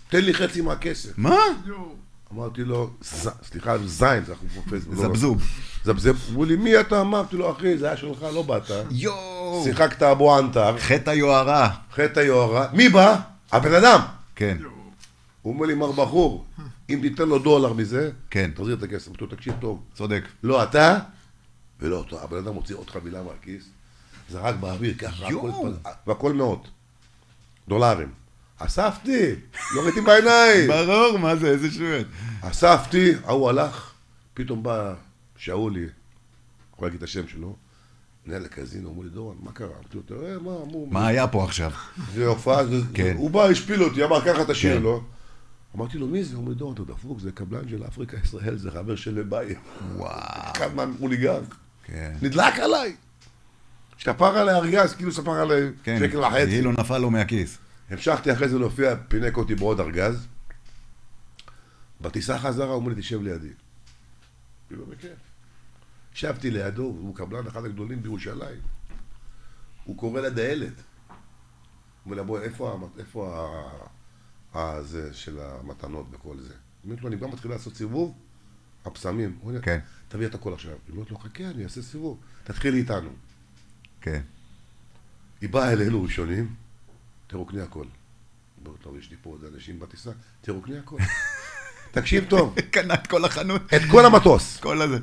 C: תן לי חצי מהכסף.
B: מה?
E: יואו.
C: אמרתי לו, "ז- סליחה, זין, זה אנחנו בפייסבוק. לא-
B: זבזוב.
C: זבזב. אמרו לי, מי אתה? אמרתי לו, אחי, זה היה שלך, לא באת.
B: יואו.
C: שיחקת אבו ענתר,
B: חטא היוהרה.
C: חטא היוהרה. מי בא? הבן אדם.
B: כן.
C: הוא אומר לי, מר בחור, אם תיתן לו דולר מזה,
B: כן.
C: תחזיר את הכסף. אמרתי לו, תקשיב טוב,
B: צודק.
C: לא אתה ולא אותו. הבן אדם הוציא עוד חבילה מהכיס, זרק באוויר ככה,
B: יואו.
C: הכל התפז- והכל מאות. דולרים. אספתי, לא ראיתי בעיניים.
B: ברור, מה זה, איזה שטויות.
C: אספתי, ההוא הלך, פתאום בא שאולי, אני יכול להגיד את השם שלו, מנהל הקזינו, אמרו לי, דורון, מה קרה? אמרתי לו, תראה, מה, אמרו,
B: מה היה פה עכשיו?
C: זה הופעה, זה-
B: כן.
C: הוא בא, השפיל אותי, אמר, ככה תשאיר
B: כן.
C: לו. אמרתי לו, מי זה? הוא אומר, דורון, אתה דפוק, זה קבלן של אפריקה ישראל, זה חבר של לבייב.
B: וואו.
C: אחד מהמוליגן.
B: כן.
C: נדלק עליי. שפר עליי ארגז, כאילו ספר עליי
B: כן.
C: שקל וחצי.
B: כאילו נפל לו מהכיס.
C: המשכתי אחרי זה להופיע, פינק אותי בעוד ארגז. בטיסה חזרה, הוא אומר לי, תשב לידי. כאילו, בכיף. ישבתי לידו, הוא קבלן אחד הגדולים בירושלים. הוא קורא לדיילת. אומר לה, בואי, איפה, המת- איפה ה... ה... זה של המתנות וכל זה? היא אומרת לו, אני גם מתחיל לעשות סיבוב, הפסמים. הוא אומר,
B: כן.
C: תביא את הכל עכשיו. היא אומרת לו, חכה, אני אעשה סיבוב. תתחילי איתנו.
B: כן.
C: היא באה אלינו ראשונים, תרוקני הכל. אומרת לו, יש לי פה עוד אנשים בטיסה, תרוקני הכל. תקשיב טוב,
B: קנה את כל החנות.
C: את כל המטוס.
B: כל הזה.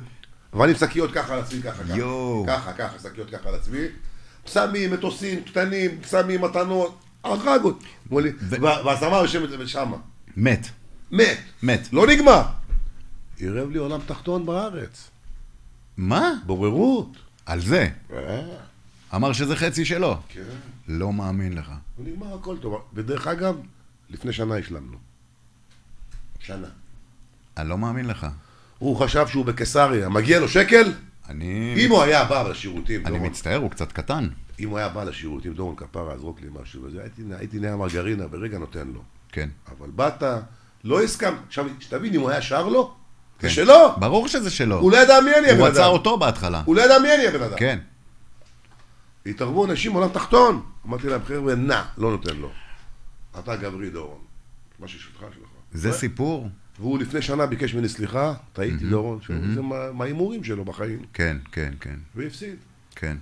C: אבל עם שקיות ככה על עצמי, ככה, ככה.
B: יואו.
C: ככה, ככה, שקיות ככה על עצמי. פסמים, מטוסים, קטנים, פסמים, מתנות, הרג אותי. אמרו לי, וה- והזמר יושבת שמה.
B: מת.
C: מת.
B: מת.
C: לא נגמר. עירב לי עולם תחתון בארץ.
B: מה?
C: בוררות.
B: על זה.
C: אה,
B: אמר שזה חצי שלו.
C: כן.
B: לא מאמין לך.
C: ונגמר הכל טוב. ודרך אגב, לפני שנה השלמנו. שנה.
B: אני לא מאמין לך.
C: הוא חשב שהוא בקיסריה, מגיע לו שקל?
B: אני...
C: אם הוא היה בא לשירותים,
B: אני
C: דורון,
B: מצטער, הוא קצת קטן.
C: אם הוא היה בא לשירותים, דורון כפרה, זרוק לי משהו, וזה, הייתי, הייתי נהיה מרגרינה, ברגע נותן לו.
B: כן.
C: אבל באת, לא הסכם, עכשיו, שתבין, אם הוא היה שר לו,
B: כן.
C: זה שלו,
B: ברור שזה שלו.
C: הוא לא ידע מי אני הבן אדם.
B: הוא רצה אותו בהתחלה.
C: הוא לא ידע מי אני הבן אדם.
B: כן.
C: התערבו אנשים עולם תחתון. אמרתי להם, חבר'ה, נע, לא נותן לו. אתה גברי דורון, מה ששלך שלך.
B: זה
C: ו-
B: סיפור?
C: והוא לפני שנה ביקש ממני סליחה, טעיתי דורון, שהוא- זה מה- מההימורים שלו בחיים,
B: כן, כן, כן.
C: והפסיד.
B: כן.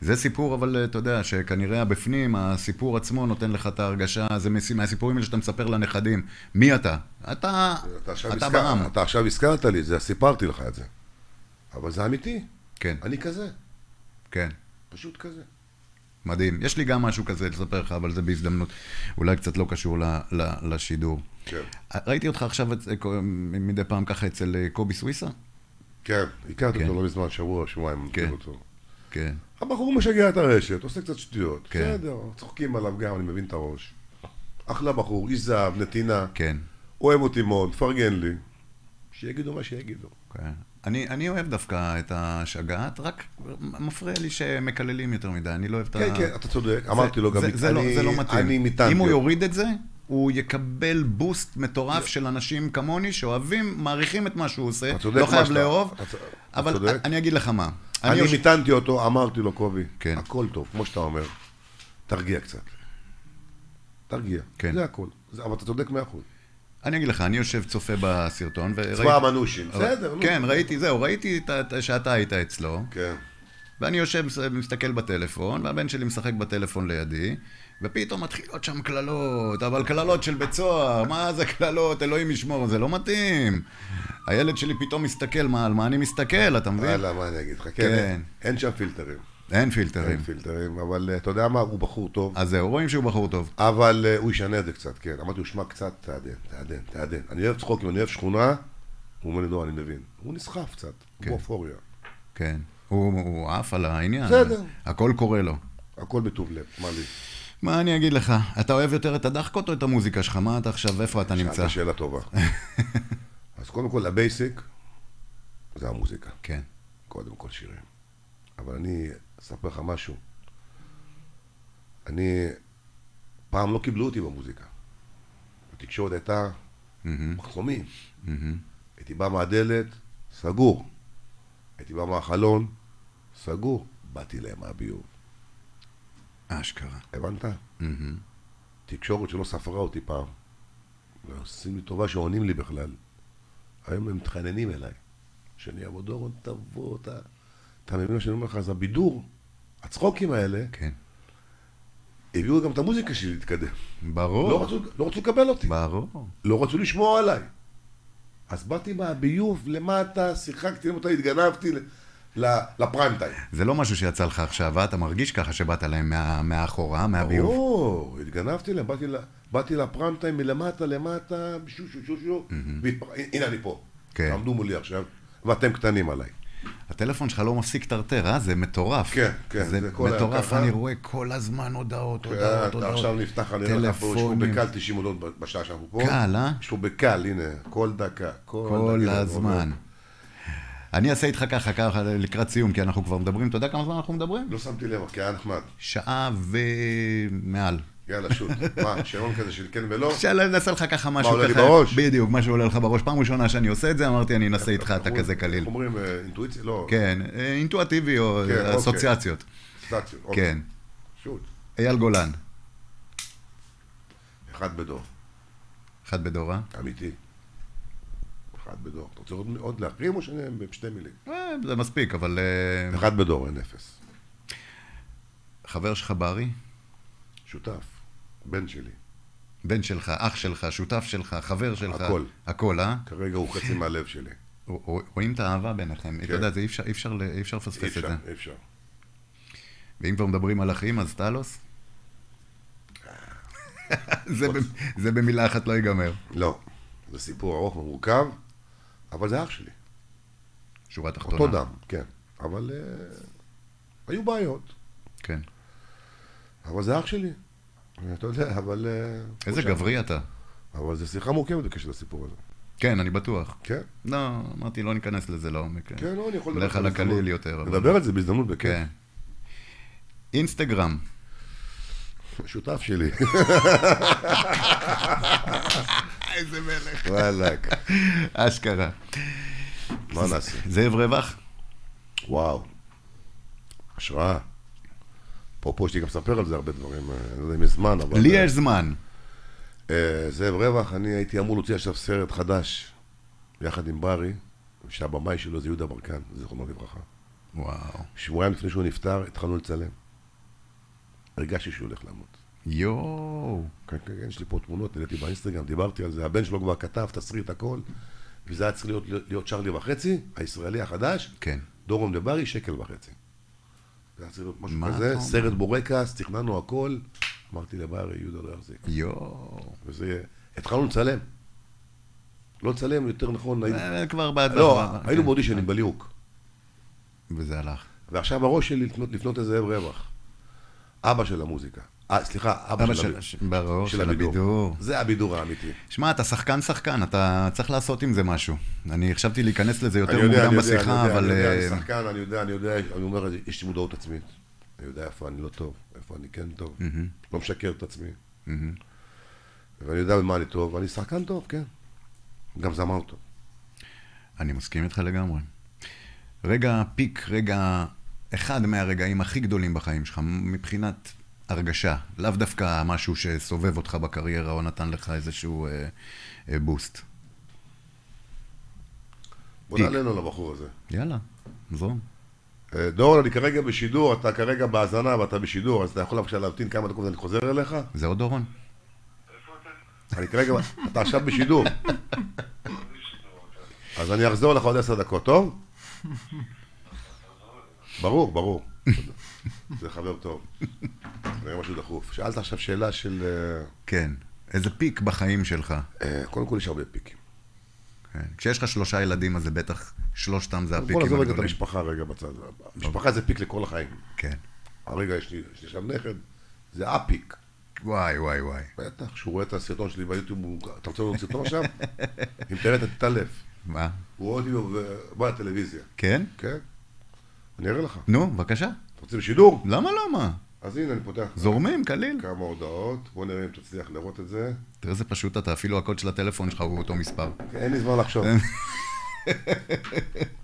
B: זה סיפור, אבל אה, אתה יודע, שכנראה הבפנים, הסיפור עצמו נותן לך את ההרגשה, זה מס- מהסיפורים האלה שאתה מספר לנכדים. מי אתה? אתה,
C: אתה עכשיו,
B: אתה
C: הזכר,
B: בעם.
C: אתה עכשיו הזכרת לי את זה, סיפרתי לך את זה. אבל זה אמיתי,
B: כן,
C: אני כזה,
B: כן.
C: פשוט כזה.
B: מדהים. יש לי גם משהו כזה לספר לך, אבל זה בהזדמנות. אולי קצת לא קשור ל, ל, לשידור.
C: כן.
B: ראיתי אותך עכשיו אצ- אה, מדי פעם ככה אצל אה, קובי סוויסה?
C: כן, הכרתי
B: כן.
C: אותו לא מזמן, שבוע, שבועיים,
B: כן.
C: מכיר אותו.
B: כן.
C: הבחור משגע את הרשת, עושה קצת שטויות.
B: כן.
C: בסדר, צוחקים עליו גם, אני מבין את הראש. אחלה בחור, איש זהב, נתינה,
B: כן.
C: אוהב אותי מאוד, מפרגן לי. שיגידו מה שיגידו.
B: כן. אני, אני אוהב דווקא את ההשגעת, רק מפריע לי שמקללים יותר מדי, אני לא אוהב את
C: כן,
B: ה...
C: כן, אתה צודק, אמרתי לו גם,
B: זה, זה,
C: אני-
B: לא, זה לא מתאים.
C: אני מיתנתי.
B: אם הוא יוריד את זה, הוא יקבל בוסט מטורף של אנשים כמוני שאוהבים, מעריכים את מה שהוא עושה,
C: אתה צודק
B: לא
C: מה
B: חייב
C: שאתה-
B: לאהוב,
C: אתה צ- אתה
B: אבל
C: צודק.
B: אני אגיד לך מה.
C: אני
B: יושב-
C: מיתנתי אותו, אמרתי לו, קובי,
B: כן.
C: הכל טוב, כמו שאתה אומר, תרגיע קצת. תרגיע,
B: כן.
C: זה הכל. זה- אבל אתה צודק מאה אחוז.
B: אני אגיד לך, אני יושב צופה בסרטון, וראיתי...
C: צבא המנושים,
B: אבל-
C: בסדר, לא. נו.
B: כן, ראיתי, זהו, ראיתי את ה- שאתה היית אצלו.
C: כן.
B: ואני יושב, מסתכל בטלפון, והבן שלי משחק בטלפון לידי, ופתאום מתחילות שם קללות, אבל קללות של בית סוהר, מה זה קללות, אלוהים ישמור, זה לא מתאים. הילד שלי פתאום מסתכל, מה, על מה אני מסתכל, אתה מבין?
C: וואלה, מה אני אגיד לך?
B: כן.
C: כן, אין- אין שם פילטרים.
B: אין פילטרים.
C: אין פילטרים, אבל אה, אתה יודע מה, הוא בחור טוב,
B: אז זהו, רואים שהוא בחור טוב.
C: אבל אה, הוא ישנה את זה קצת, כן. אמרתי לו, שמע קצת, תעדן, תעדן, תעדן. אני אוהב צחוקים, אני אוהב שכונה, הוא אומר לי, לא, אני מבין. הוא נסחף קצת, הוא באופוריה.
B: כן. הוא הוא עף על העניין.
C: בסדר.
B: הכל קורה לו.
C: הכל בטוב לב, מה לי?
B: מה אני אגיד לך, אתה אוהב יותר את הדחקות או את המוזיקה שלך? מה אתה עכשיו, איפה אתה נמצא?
C: שאלת שאלה טובה. אז קודם כל, הבייסיק זה המוזיקה.
B: כן,
C: קודם כל שירים. אבל אני אספר לך משהו. אני... פעם לא קיבלו אותי במוזיקה. התקשורת הייתה מחסומים. הייתי בא מהדלת, סגור. הייתי בא מהחלון, סגור. באתי להם מהביוב.
B: אשכרה.
C: הבנת? תקשורת שלא ספרה אותי פעם. ועושים לי טובה שעונים לי בכלל. היום הם מתחננים אליי. שאני אבוא דורון, תבוא, אתה... אתה מבין מה שאני אומר לך? אז הבידור, הצחוקים האלה,
B: כן.
C: הביאו גם את המוזיקה שלי להתקדם. לא
B: ברור.
C: רצו, לא רצו לקבל אותי.
B: ברור.
C: לא רצו לשמוע עליי. אז באתי מהביוב למטה, שיחקתי למטה, התגנבתי ל- ל- לפריים טיים.
B: זה לא משהו שיצא לך עכשיו, אה? אתה מרגיש ככה שבאת להם מה, מהאחורה, מהביוב.
C: ברור, לא, התגנבתי להם, באתי, ל- באתי לפריים טיים מלמטה למטה, שו שו שו שו, והתפר- הנה אני פה.
B: כן.
C: עמדו מולי עכשיו, ואתם קטנים עליי.
B: הטלפון שלך לא מפסיק טרטר, אה? זה מטורף.
C: כן, כן,
B: זה,
C: זה כל היום
B: מטורף,
C: ככה.
B: אני רואה כל הזמן הודעות,
C: אה,
B: הודעות,
C: אתה
B: הודעות.
C: עכשיו נפתח, אני רואה לך פה, יש פה
B: טלפונים.
C: בקל 90 הודעות ב- בשעה שאנחנו פה.
B: קל, אה?
C: יש פה בקל, הנה, כל דקה. כל,
B: כל
C: דקה,
B: הזמן. אני אעשה איתך ככה, ככה, לקראת סיום, כי אנחנו כבר מדברים, אתה יודע כמה זמן אנחנו מדברים?
C: לא שמתי לב, כי היה נחמד.
B: שעה ומעל.
C: יאללה, שוט. [LAUGHS] מה, שאלון כזה של כן ולא?
B: שאלה, נעשה לך ככה משהו
C: עולה לי
B: ככה.
C: בראש?
B: בדיוק, משהו עולה לך בראש. פעם ראשונה שאני עושה את זה, אמרתי, אני אנסה איתך, אתה
C: אנחנו-
B: כזה קליל.
C: איך אומרים, אה, אינטואיציה? לא,
B: כן, אה, אינטואטיבי או
C: כן, אוקיי.
B: אסוציאציות.
C: סטטיות. אוקיי.
B: כן.
C: שוט.
B: אייל גולן,
C: אחד בדור,
B: אחד בדורה.
C: אמיתי. אחד בדור. אתה רוצה עוד- עוד להקרים או שאני- בשתי מילים?
B: אה, זה מספיק, אבל אה,
C: אחד בדור, אין אפס.
B: חבר שלך ברי,
C: שותף. בן שלי.
B: בן שלך, אח שלך, שותף שלך, חבר שלך.
C: הכל.
B: הכל, אה?
C: כרגע הוא חצי מהלב שלי.
B: רוא- רואים את האהבה ביניכם. אתה יודע, זה אי אפשר- אי אפשר ל- אי אפשר
C: כן. אי
B: לפספס את
C: אפשר,
B: זה.
C: אי אפשר.
B: ואם כבר מדברים על אחים, אז
C: [LAUGHS]
B: טלוס? זה במ- זה במילה אחת לא ייגמר.
C: לא. זה סיפור ארוך ומורכב, אבל זה אח שלי.
B: שורה תחתונה.
C: אותו דם, כן. אבל אה, היו בעיות.
B: כן.
C: אבל זה אח שלי. אתה יודע, אבל... אה,
B: איזה גברי אתה.
C: אבל זו שיחה מורכבת בקשר לסיפור הזה.
B: כן, אני בטוח.
C: כן,
B: לא, אמרתי, לא ניכנס לזה לעומק.
C: כן, לא, אני יכול
B: נלך על
C: בהזדמנות.
B: הקליל יותר. אבל-
C: נדבר על זה בהזדמנות, בכיף.
B: כן. אינסטגרם.
C: שותף שלי.
B: [LAUGHS]
C: [LAUGHS]
B: איזה מלך.
C: וואלכ,
B: אשכרה.
C: מה נעשה?
B: זאב רווח?
C: וואו. השראה. אפרופו, יש לי גם לספר על זה הרבה דברים, אה, אני לא יודע אם יש זמן, אבל...
B: לי
C: אה,
B: יש זמן.
C: אה, זאב רווח, אני הייתי אמור להוציא עכשיו סרט חדש, יחד עם ברי, שהבמאי שלו זה יהודה ברקן, זיכרונו לברכה.
B: וואו.
C: שבועיים לפני שהוא נפטר, התחלנו לצלם. הרגשתי שהוא הולך למות.
B: יואו.
C: כן, כן, כן, יש לי פה תמונות, העליתי באינסטגרם, דיברתי על זה, הבן שלו כבר כתב, תסריט, הכל. וזה היה צריך להיות, להיות צ'רלי וחצי, הישראלי החדש,
B: כן.
C: דורון דברי, שקל וחצי. זה היה צריך להיות משהו
B: מה אתה
C: כזה,
B: אומר?
C: סרט בורקס, תכננו הכל. אמרתי לברי, יהודה לא יחזיק.
B: יואו.
C: וזה... התחלנו לצלם. לא לצלם, יותר נכון, היינו...
B: זה כבר בעד...
C: לא,
B: כן.
C: היינו באודישנים, בליהוק.
B: וזה הלך.
C: ועכשיו הראש שלי לפנות, לפנות לזאב רווח. אבא של המוזיקה. אה, סליחה, אבא,
B: אבא
C: של,
B: של-
C: הביד-
B: ש- ברור, של הבידור.
C: זה הבידור האמיתי.
B: שמע, אתה שחקן שחקן, אתה צריך לעשות עם זה משהו. אני חשבתי להיכנס לזה יותר
C: אני יודע,
B: מוקדם
C: אני יודע,
B: בשיחה,
C: אני יודע,
B: אבל...
C: אני יודע,
B: אה,
C: אני שחקן, אני יודע, אני יודע, אני אומר, יש לי מודעות עצמית. אני יודע איפה אני לא טוב, איפה אני כן טוב. לא משקר את עצמי. ואני יודע במה אני טוב, ואני שחקן טוב, כן. גם זמר טוב.
B: אני מסכים איתך לגמרי. רגע פיק, רגע, אחד מהרגעים הכי גדולים בחיים שלך, מבחינת הרגשה, לאו דווקא משהו שסובב אותך בקריירה או נתן לך איזשהו אה, אה, בוסט.
C: בוא
B: פיק.
C: נעלנו לבחור הזה.
B: יאללה, זרום.
C: אה, דורון, אני כרגע בשידור, אתה כרגע בהאזנה ואתה בשידור, אז אתה יכול בבקשה להמתין כמה דקות ואני חוזר אליך?
B: זה עוד אורון?
C: אני כרגע, אתה עכשיו בשידור. אז אני אחזור לך עוד עשר דקות, טוב? ברור, ברור. זה חבר טוב. זה משהו דחוף. שאלת עכשיו שאלה של... אה,
B: כן. איזה פיק בחיים שלך.
C: אה, קודם כל יש הרבה פיקים.
B: כן. כשיש לך שלושה ילדים, אז זה בטח, שלושתם זה
C: בוא
B: הפיקים
C: נעזוב רגע את
B: הגדולים.
C: המשפחה רגע בצד. המשפחה זה פיק לכל החיים.
B: כן.
C: הרגע יש לי יש לי שם נכד, זה הפיק.
B: וואי, וואי, וואי.
C: בטח, שהוא רואה את הסרטון שלי ביוטיוב, הוא- אתה רוצה לראות סרטון עכשיו? אם תראה, אתה תתעלף.
B: מה?
C: הוא רואה אותי ב- בא לטלוויזיה.
B: כן?
C: כן? אני אראה לך.
B: נו, בבקשה.
C: אתה רוצה בשידור?
B: למה לא מה?
C: אז הנה, אני פותח
B: זורמים, קליל.
C: כמה הודעות, בוא נראה אם תצליח לראות את זה.
B: תראה איזה פשוט אתה, אפילו הקוד של הטלפון שלך הוא אותו מספר.
C: אין לי זמן לחשוב.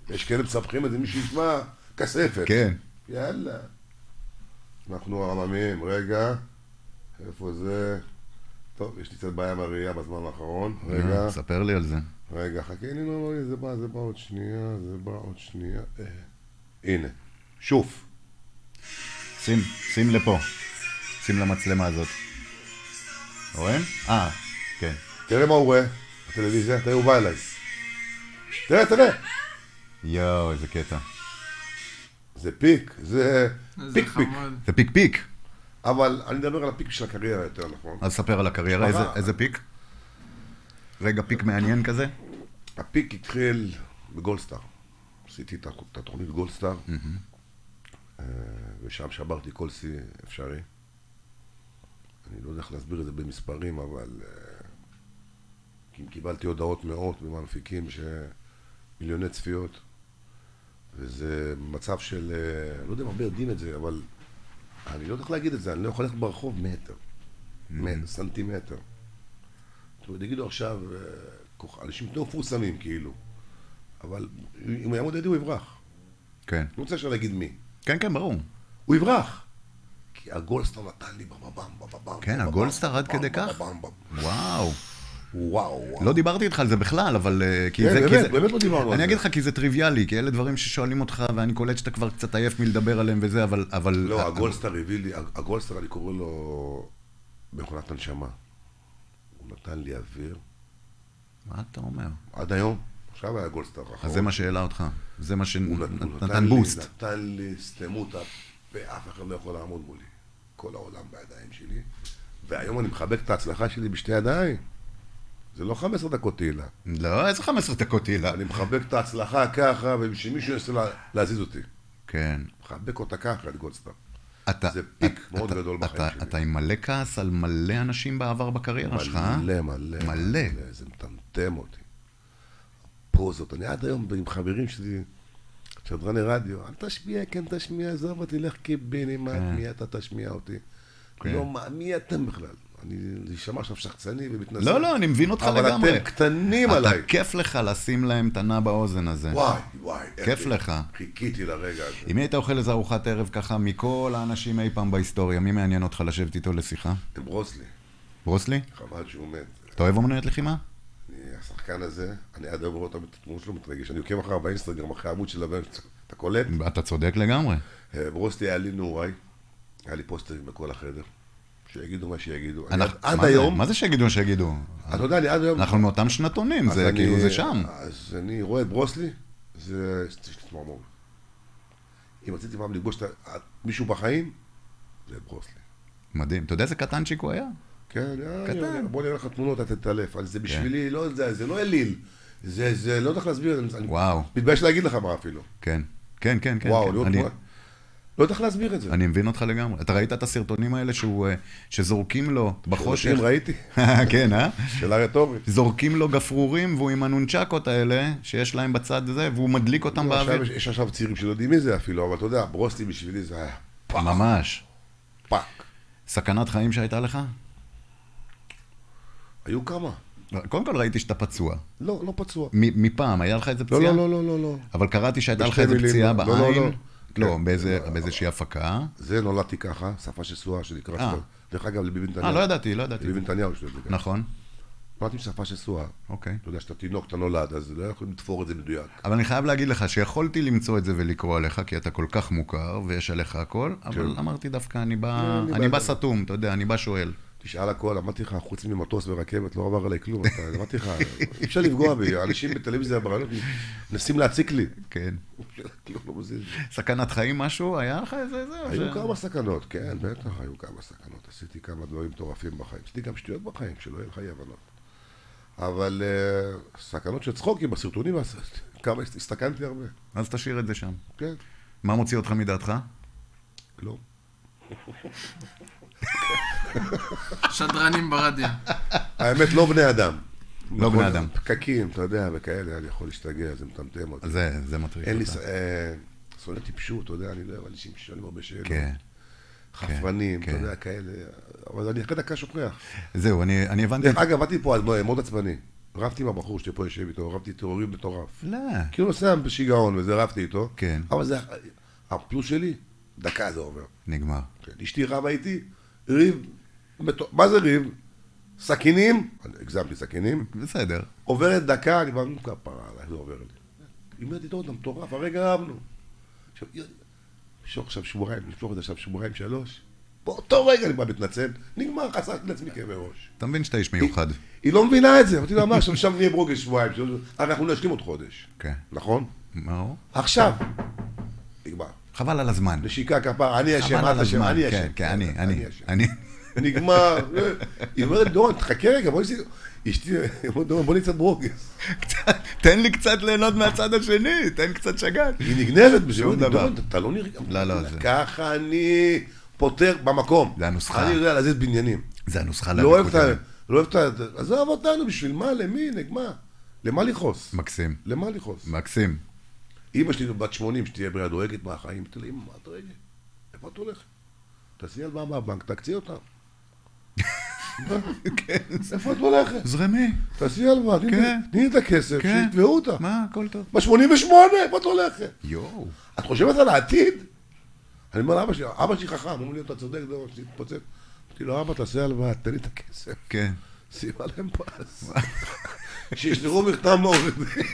C: יש כאלה מספחים את זה, מי שישמע, כספת.
B: כן.
C: יאללה. אנחנו עממים, רגע. איפה זה? טוב, יש לי קצת בעיה עם הראייה בזמן האחרון. רגע,
B: אה, ספר לי על זה.
C: רגע, חכה, הנה, לא, לא, הנה, זה בא, זה בא עוד שנייה, זה בא עוד שנייה. אה, הנה, שוף.
B: שים, שים לפה. שים למצלמה הזאת. רואים? אה, כן.
C: תראה מה הוא רואה בטלוויזיה, תראה, הוא בא אליי. תראה, תראה.
B: יואו, איזה קטע.
C: זה פיק, זה
E: זה
C: פיק פיק.
E: חמוד.
B: זה פיק פיק.
C: אבל אני מדבר על הפיק של הקריירה יותר נכון.
B: אז ספר על הקריירה,
C: משפחה.
B: איזה- איזה פיק? רגע פיק מעניין כזה?
C: הפיק התחיל בגולדסטאר. עשיתי את ה- את התוכנית גולדסטאר, אה, ושם שברתי כל שיא אפשרי. אני לא יודע איך להסביר את זה במספרים, אבל... אה, כי קיבלתי הודעות מאות ממנפיקים ש... מיליוני צפיות, וזה מצב של... אה, לא יודע אם הרבה יודעים את זה, אבל... אני לא יודע איך להגיד את זה, אני לא יכול ללכת ברחוב מטר. מ- סנטימטר. זאת אומרת, יגידו עכשיו, אה, כוח- אנשים יותר מפורסמים כאילו, אבל אם הוא יעמוד לידי הוא יברח.
B: כן.
C: אני רוצה עכשיו להגיד מי.
B: כן, כן, ברור.
C: הוא יברח. כי הגולדסטאר נתן לי בבאם, בבאם.
B: כן,
C: בבאם,
B: הגולדסטאר עד
C: בבאם,
B: כדי כך?
C: בבאם, בבאם.
B: וואו.
C: וואו, וואו.
B: לא דיברתי איתך על זה בכלל, אבל... אה, כי
C: כן,
B: זה, כי
C: באמת,
B: זה...
C: באמת לא דיברנו על
B: אני
C: זה.
B: אגיד לך, כי זה טריוויאלי, כי אלה דברים ששואלים אותך, ואני קולט שאתה כבר קצת עייף מלדבר עליהם וזה, אבל... אבל...
C: לא, הגולדסטאר הביא לי, הגולדסטאר, אני קורא לו מכונת הנשמה. הוא נתן לי אוויר.
B: מה אתה אומר?
C: עד היום, עכשיו היה גולדסטאר האחרון.
B: אז זה מה שהעלה אותך. זה מה
C: הוא נת- הוא
B: שנתן
C: לי-
B: בוסט.
C: נתן לי סתמות, ואף אחד לא יכול לעמוד מולי. כל העולם בידיים שלי. והיום אני מחבק את ההצלחה שלי בשתי ידיים. זה לא 15 דקות תהילה.
B: לא, איזה 15 דקות הילה.
C: אני מחבק את ההצלחה ככה, ושמישהו ינסה לה- להזיז אותי.
B: כן.
C: מחבק אותה ככה, את גולדסטאר.
B: אתה,
C: זה פיק
B: אתה-
C: מאוד
B: אתה-
C: גדול בחיים
B: אתה-
C: שלי.
B: אתה עם מלא כעס על מלא אנשים בעבר בקריירה שלך, אה?
C: מלא, מלא.
B: מלא.
C: זה מטמטם אותי. פוזות. אני עד היום עם חברים שלי, שדרני רדיו, אל תשמיע, כן תשמיע, עזוב אותי, לך קיבינימט, מי אתה תשמיע אותי.
B: כן.
C: לא, מה- מי אתם בכלל? אני אשמע עכשיו שחצני ומתנשא.
B: לא, לא, אני מבין אותך
C: אבל
B: לגמרי.
C: אתם קטנים
B: אתה- כן.
C: עליי.
B: כיף לך לשים להם את הנע באוזן הזה.
C: וואי, וואי. איך
B: כיף
C: לי-
B: לך.
C: חיכיתי לרגע הזה.
B: עם מי היית אוכל איזה ארוחת ערב ככה מכל האנשים אי פעם בהיסטוריה? מי מעניין אותך לשבת איתו לשיחה?
C: עם ברוסלי,
B: ברוסלי?
C: חבל שהוא מת.
B: אתה אוהב אומנויות לחימה?
C: אני, השחקן הזה, אני עד היום רואה אותו, את התמונות שלו מתרגש. אני עוקב אחריו באינסטגרם, אחרי העמוד של הבן, אתה קולט?
B: אתה צודק לגמרי.
C: אה, ברוסלי היה לי נעוריי, היה לי פוסטרים בכל החדר, שיגידו מה שיגידו. אני
B: אנחנו-
C: עד- עד
B: מה זה-
C: היום,
B: מה זה שיגידו מה שיגידו?
C: אתה יודע, אני עד היום...
B: אנחנו מאותם שנתונים,
C: אז
B: זה
C: אני-
B: כאילו זה שם.
C: אז אני רואה את ברוסלי, זה... יש לי צמרמורת. אם רציתי פעם לפגוש את ה- מישהו בחיים, זה את ברוסלי.
B: מדהים. אתה יודע איזה קטנצ'יק הוא היה?
C: כן, אה,
B: קטן. כן.
C: אני יודע, בוא נראה לך תמונות, אתה תתעלף. אבל זה בשבילי, לא יודע, זה לא אליל. זה, זה, לא יודע איך להסביר, אני- אני
B: וואו.
C: מתבייש להגיד לך מה אפילו.
B: כן. כן, כן, כן.
C: וואו,
B: כן.
C: להיות
B: אני-
C: תמונה. לא יודע איך להסביר את זה.
B: אני מבין אותך לגמרי. אתה ראית את הסרטונים האלה שהוא, אה, שזורקים לו בחושך?
C: אם ראיתי,
B: [LAUGHS] כן, אה?
C: שאלה רטורית.
B: זורקים לו גפרורים והוא עם הנונצ'קות האלה שיש להם בצד זה, והוא מדליק אותם
C: עכשיו
B: באוויר.
C: יש- יש עכשיו צעירים שלא יודעים מי זה אפילו, אבל אתה יודע, ברוסלי בשבילי זה היה
B: ממש.
C: פאק.
B: סכנת חיים שהייתה לך?
C: היו כמה.
B: לא, קודם כל ראיתי שאתה פצוע.
C: לא, לא פצוע.
B: מ- מפעם, היה לך איזה
C: לא,
B: פציעה?
C: לא, לא, לא, לא, לא.
B: אבל קראתי שהייתה לך
C: בשתי
B: איזה
C: מילים,
B: פציעה
C: לא,
B: בעין.
C: לא, לא, לא.
B: לא,
C: כן.
B: באיזה- באיזושהי הפקה.
C: זה נולדתי ככה, שפה שסועה שנקרא...
B: אה.
C: שפה. דרך אגב, לביבי נתניהו.
B: אה, לא ידעתי, לא ידעתי.
C: לביבי נתניהו יש לו את זה. גם.
B: נכון,
C: נולדתי עם שפה שסועה.
B: אוקיי.
C: אתה יודע, כשאתה תינוק, אתה נולד, אז לא יכולים לתפור את זה מדויק.
B: אבל אני חייב להגיד לך שיכולתי למצוא את זה ולקרוא עליך, כי אתה כל כך מוכר ויש עליך הכל, אבל אמרתי דווקא, אני בא-
C: כן. לא, אני
B: אני
C: בא-
B: בא סתום, אתה יודע, אני בא שואל.
C: תשאל הכל, אמרתי לך, חוץ ממטוס ורכבת, לא עבר עליי כלום. אתה- אמרתי לך, אי אפשר לפגוע בי, אנשים בטלוויזיה, ברעיונות, מנסים להציק לי. [LAUGHS]
B: כן.
C: כלום לא מזיז.
B: סכנת חיים משהו? היה לך איזה... זה, או
C: היו
B: ש-
C: כמה סכנות, כן, בטח היו כמה סכנות. עשיתי כמה דברים מטורפים בחיים. עשיתי גם שטויות בחיים, שלא יהיה לך אי הבנות. אבל אה, סכנות של צחוקים בסרטונים, אז כמה הסתכנתי הרבה.
B: אז תשאיר את זה שם.
C: כן,
B: מה מוציא אותך מדעתך?
C: כלום.
E: שדרנים ברדיו.
C: האמת, לא בני אדם. נכון,
B: לא בני אדם.
C: פקקים, אתה יודע, וכאלה, אני יכול להשתגע, זה מטמטם אותי.
B: זה, זה מטריד
C: אין לי...
B: אותך.
C: ס- אה, שונא טיפשות, אתה יודע, אני לא אוהב אנשים ששואלים הרבה שאלות.
B: כן.
C: חפרנים, אתה
B: כן.
C: יודע, כאלה. אבל אני אחרי דקה שוכח.
B: זהו, אני אני הבנתי...
C: דרך אגב, באתי פה אז מאוד עצבני. רבתי עם הבחור שפה יושב איתו, רבתי איתו ריב מטורף.
B: לא.
C: כאילו נוסע בשיגעון וזה, רבתי איתו.
B: כן.
C: אבל זה, הפלוס שלי, דקה זה עובר.
B: נגמר.
C: כן, אשתי רבה איתי, ריב, מטו- מה זה ריב? סכינים, אני הגזמתי סכינים,
B: בסדר.
C: עוברת דקה, אני בא, נו כפרה עליי, זה עובר לי. היא אומרת לי, טוב, אתה מטורף, הרגע רבנו. עכשיו, היא- נמשוך עכשיו שבועיים, נמשוך את זה עכשיו שבועיים, שלוש. באותו רגע אני בא מתנצל, נגמר, חסכתי לעצמי כאבי ראש.
B: אתה מבין שאתה איש מיוחד.
C: היא לא מבינה את זה, אמרתי לה, מה עכשיו, שם נהיה ברוגז שבועיים, שלוש- אנחנו נשלים עוד חודש.
B: כן.
C: נכון?
B: מאור?
C: עכשיו. נגמר.
B: חבל על הזמן.
C: נשיקה כפר, אני אשם,
B: חבל
C: את
B: על
C: אשם,
B: הזמן.
C: אני אשם.
B: כן, כן, אני, אני,
C: אשם.
B: אני. [LAUGHS]
C: נגמר. היא אומרת, דורון, תחכה רגע, בואי נצא, אשתי, אומרת, דורון, בואי נצא ברוגז.
B: קצת- תן לי קצת ליהנות מהצד השני, תן קצת שגעת.
C: היא נגנבת בשביל
B: שום דבר.
C: דורון, אתה לא נרגע.
B: לא, לא, זה-
C: ככה אני פותר במקום.
B: זה הנוסחה.
C: אני יודע להזיז בניינים.
B: זה הנוסחה
C: לא אוהב את
B: לאריכות
C: ה...
B: ימים.
C: לא אוהב את ה... עזוב אותנו, בשביל מה, למי, נגמר. למה לכעוס?
B: מקסים,
C: למה לכעוס?
B: מקסים.
C: אימא שלי בת 80, שתהיה בריאה דואגת מהחיים, תגיד לה, אימא,
B: [LAUGHS]
C: מה את דואגת? איפה את הולכת? תעשי הלוואה מהבנק, תקצי אותה. כן, איפה את הולכת?
B: זרמי,
C: תעשי הלוואה, תני-
B: כן.
C: תני את הכסף,
B: כן.
C: שיתבעו אותה.
B: מה, הכל טוב.
C: ב-88, איפה את הולכת?
B: יואו.
C: את חושבת על העתיד? אני אומר לאבא שלי, אבא שלי חכם, הוא אומר לי, אתה צודק, זה מה שהתפוצץ. אמרתי לו, אבא, תעשה הלוואה, תן לי את הכסף.
B: כן.
C: שימה להם פס. שישלחו מכתב מעורך דין.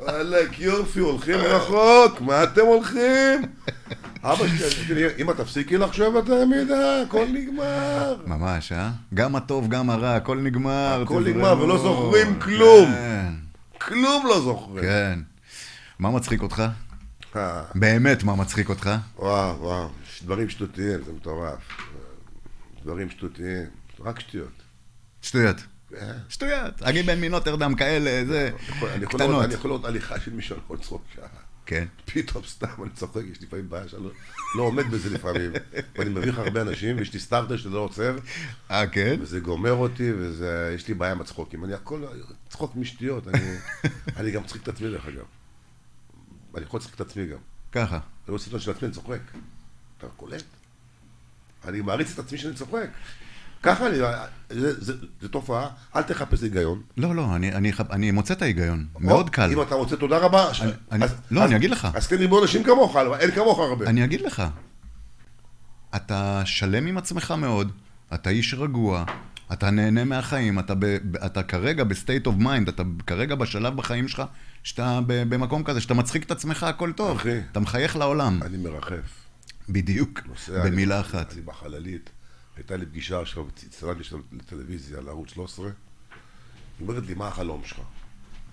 C: וואלכ, יופי, הולכים רחוק, מה אתם הולכים? אבא שלי, תראי, אמא, תפסיקי לחשוב יותר מדי, הכל נגמר.
B: ממש, אה? גם הטוב, גם הרע, הכל נגמר.
C: הכל
B: תזרמו.
C: נגמר, ולא זוכרים כלום.
B: כן,
C: כלום לא זוכרים.
B: כן. מה מצחיק אותך?
C: אה,
B: באמת מה מצחיק אותך?
C: וואו, וואו, יש דברים שטותיים, זה מטורף. דברים שטותיים, רק שטויות.
B: שטויות.
C: אה,
B: שטויות. אני בן מנוטרדם כאלה, זה...
C: אני יכול- אני יכול לראות-
B: קטנות.
C: אני יכול לראות הליכה של מישהו על עוד צחוק שעה.
B: כן.
C: פתאום סתם, אני צוחק, יש לי לפעמים בעיה שאני לא- לא עומד בזה לפעמים. ואני מביך הרבה אנשים, ויש לי סטארטר שזה לא עוצר,
B: אה, כן?
C: וזה גומר אותי, וזה- יש לי בעיה עם הצחוקים. אני הכל, צחוק משטויות, אני- אני גם מצחיק את עצמי דרך אגב. אני יכול לצחיק את עצמי גם.
B: ככה.
C: אני עושה סרטון של עצמי, אני צוחק. אתה קולט? אני מעריץ את עצמי שאני צוחק. ככה אני, זה- זה זה תופעה, אל תחפש היגיון.
B: לא, לא, אני- אני חפ- אני מוצא את ההיגיון.
C: או,
B: מאוד קל.
C: אם אתה רוצה תודה רבה. ש-
B: אני- אני-
C: אז-
B: לא,
C: אז-
B: אני אגיד לך.
C: אז תן ריבון אנשים כמוך, אבל אין כמוך הרבה.
B: אני אגיד לך. אתה שלם עם עצמך מאוד, אתה איש רגוע, אתה נהנה מהחיים, אתה, ב, ב- אתה כרגע בסטייט אוף מיינד, אתה כרגע בשלב בחיים שלך שאתה ב, במקום כזה, שאתה מצחיק את עצמך, הכל טוב.
C: אחי.
B: אתה מחייך לעולם.
C: אני מרחף.
B: בדיוק,
C: נוסע,
B: במילה
C: אני,
B: אחת.
C: אני בחללית, הייתה לי פגישה עכשיו, הצטרדתי של לטלוויזיה, לערוץ 13, היא אומרת לי, מה החלום שלך?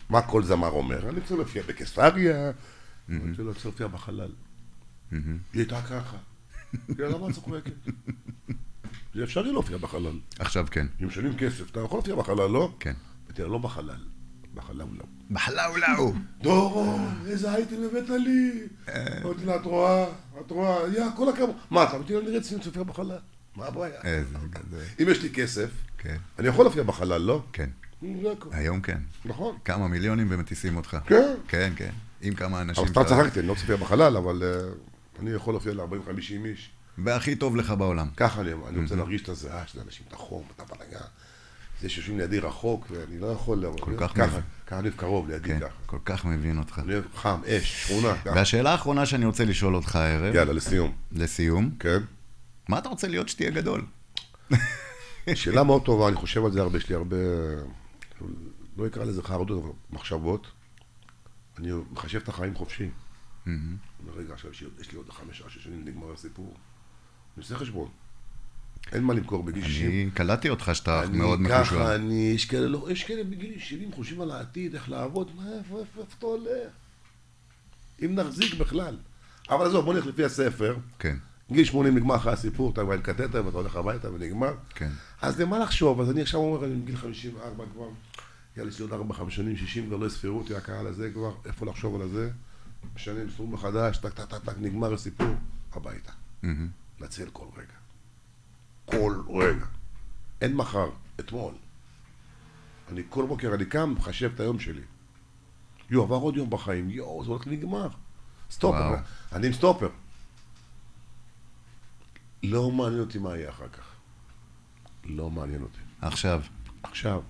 C: מה כל זמר אומר? אני רוצה להופיע בקיסריה, אני רוצה להוציא להופיע בחלל. היא הייתה ככה. כאילו, למה את צוחקת? זה אפשרי להופיע בחלל.
B: עכשיו כן.
C: אם משלמים כסף, אתה יכול להופיע בחלל, לא?
B: כן.
C: ותראה, לא בחלל, בחלל לא-" אולם.
B: בחלאו
C: [LAUGHS]
B: לאו.
C: דורון, איזה אייטם הבאת לי? אמרתי לה, את רואה, את רואה, יא, כל הכבוד. מה, אתה אמרתי לה, נראה ציון צופייה בחלל. מה הבעיה?
B: איזה גדול.
C: אם יש לי כסף,
B: כן.
C: אני יכול להופיע בחלל, לא?
B: כן.
C: זה הכל.
B: היום כן.
C: נכון.
B: כמה מיליונים ומטיסים אותך.
C: כן.
B: כן, כן. עם כמה אנשים.
C: אבל סתם
B: שאתה-
C: צחקתי, אני לא צופייה בחלל, אבל אה, אני יכול להופיע ל-40-50 איש.
B: והכי טוב לך בעולם.
C: ככה אני אני
B: Mhm.
C: רוצה להרגיש את הזיעה של האנשים, את החום, את הבלגה. זה שיושבים לידי רחוק, ואני לא יכול...
B: כל כך
C: ככה,
B: מבין.
C: ככה אני אוהב קרוב, לידי
B: כן.
C: ככה.
B: כל כך מבין אותך.
C: אני אוהב חם, אש, שכונה. ככה.
B: והשאלה האחרונה שאני רוצה לשאול אותך הערב,
C: יאללה, לסיום.
B: לסיום,
C: כן.
B: מה אתה רוצה להיות שתהיה גדול?
C: שאלה מאוד טובה, אני חושב על זה הרבה, יש לי הרבה, לא אקרא לזה חרדות, אבל מחשבות. אני מחשב את החיים חופשי. אומר, רגע, עכשיו יש לי- יש לי עוד חמש, שש שנים, נגמר הסיפור. אני עושה חשבון. אין מה למכור בגיל 60.
B: אני קלטתי אותך שאתה
C: אני
B: מאוד מחושב.
C: ככה, אני, יש כאלה, לא, יש כאלה בגיל 70 חושבים על העתיד, איך לעבוד, מה, איפה, איפה, איפה אתה הולך? אם נחזיק בכלל. אבל עזוב, בוא נלך לפי הספר.
B: כן,
C: גיל 80 נגמר לך הסיפור, אתה כבר עם קטטר ואתה הולך הביתה ונגמר.
B: כן.
C: אז למה לחשוב? אז אני עכשיו אומר, אני בגיל 54 כבר, יאללה, יש לי עוד 4-5 שנים, 60, כבר לא יספרו אותי, הקהל הזה כבר, איפה לחשוב על זה? משנה מספור מחדש, טק טק טק טק, נגמר הסיפור, הביתה. נצל כל רגע. כל רגע. אין מחר, אתמול. אני כל בוקר, אני קם, מחשב את היום שלי. יואו, עבר עוד יום בחיים, יואו, זה הולך להיגמר. סטופר,
B: וואו.
C: אני עם סטופר. לא מעניין אותי מה יהיה אחר כך. לא מעניין אותי.
B: עכשיו,
C: עכשיו,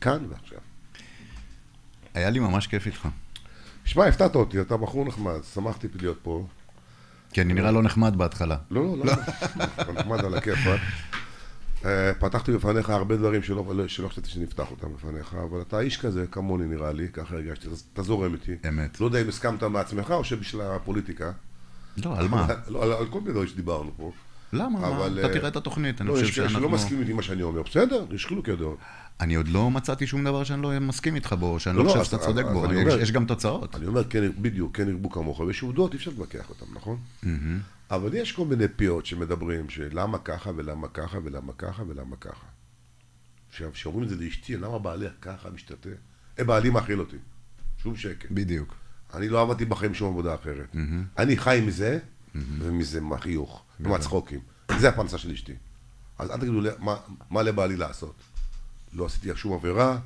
C: כאן ועכשיו.
B: היה לי ממש כיף איתך.
C: שמע, הפתעת אותי, אתה בחור נחמד, שמחתי להיות פה.
B: כי אני נראה לא נחמד בהתחלה.
C: לא, לא, לא, אתה נחמד על הכיפאק. אה, פתחתי בפניך הרבה דברים שלא לא- שלא חשבתי שנפתח אותם בפניך, אבל אתה איש כזה, כמוני נראה לי, ככה הרגשתי, אז אתה זורם איתי.
B: אמת.
C: לא יודע אם הסכמת מעצמך או שבשביל הפוליטיקה.
B: לא, על מה?
C: לא, על- על כל מיני דברים שדיברנו פה.
B: למה? מה?
C: אבל,
B: אתה
C: אה,
B: תראה את התוכנית, אני
C: לא,
B: חושב
C: יש כאלה שלא
B: שאנחנו...
C: מסכימים עם מה שאני אומר. בסדר, יש חילוקי דעות.
B: אני עוד לא מצאתי שום דבר שאני לא מסכים איתך בו, שאני
C: לא,
B: לא
C: לא,
B: חושב
C: אז-
B: שאתה
C: אז-
B: צודק
C: אז
B: בו.
C: אני
B: יש-
C: אומר-
B: יש גם תוצאות.
C: אני אומר, כן, בדיוק, כן ירבו כמוך, ויש עובדות, אי אפשר להתווכח אותן, נכון? אבל יש כל מיני פיות שמדברים, שלמה ככה ולמה ככה ולמה ככה ולמה ככה. עכשיו, כשאומרים את זה לאשתי, למה בעלי ככה משתתה? אה, בעלי מאכיל אותי. שום שקט.
B: בדיוק.
C: אני לא עבדתי בחיים שום עבודה אחרת. אני חי מזה, ומזה מהחיוך, ומהצחוקים. זה הפרנסה של אשתי. אז אל תגידו, לי, מה- מה לבעלי לעשות? לא עשיתי שום עבירה,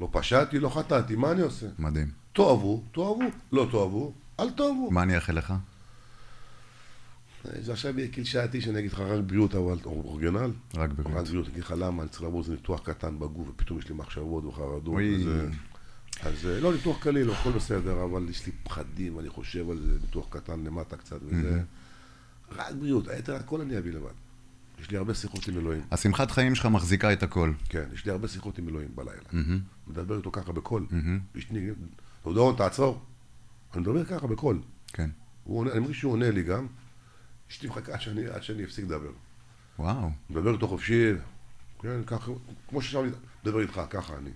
C: לא פשעתי, לא חטאתי, מה אני עושה?
B: מדהים.
C: תאהבו, תאהבו, לא תאהבו, אל תאהבו.
B: מה אני אאחל לך?
C: זה עכשיו יהיה קלשעתי שאני אגיד לך רק בריאות, אבל אורגנל.
B: רק בריאות.
C: רק בריאות, אני אגיד לך למה, אני צריך לעבור איזה ניתוח קטן בגוף, ופתאום יש לי מחשבות וחרדות.
B: אוי.
C: וזה. אז אה, לא, ניתוח קליל, הכל בסדר, אבל יש לי פחדים, אני חושב על זה, ניתוח קטן למטה קצת, וזה... רק בריאות, היתר הכל אני אביא לבד. יש לי הרבה שיחות עם אלוהים.
B: השמחת חיים שלך מחזיקה את הכל.
C: כן, יש לי הרבה שיחות עם אלוהים בלילה. מדבר איתו ככה בקול. אשתי, "טוב, דורון, תעצור. אני מדבר ככה בקול.
B: כן.
C: הוא עונה, אני מרגיש שהוא עונה לי גם. אשתי מחכה עד שאני- עד שאני אפסיק לדבר.
B: וואו.
C: מדבר איתו חופשי, כן, ככה, כמו ששם אני מדבר איתך, ככה אני.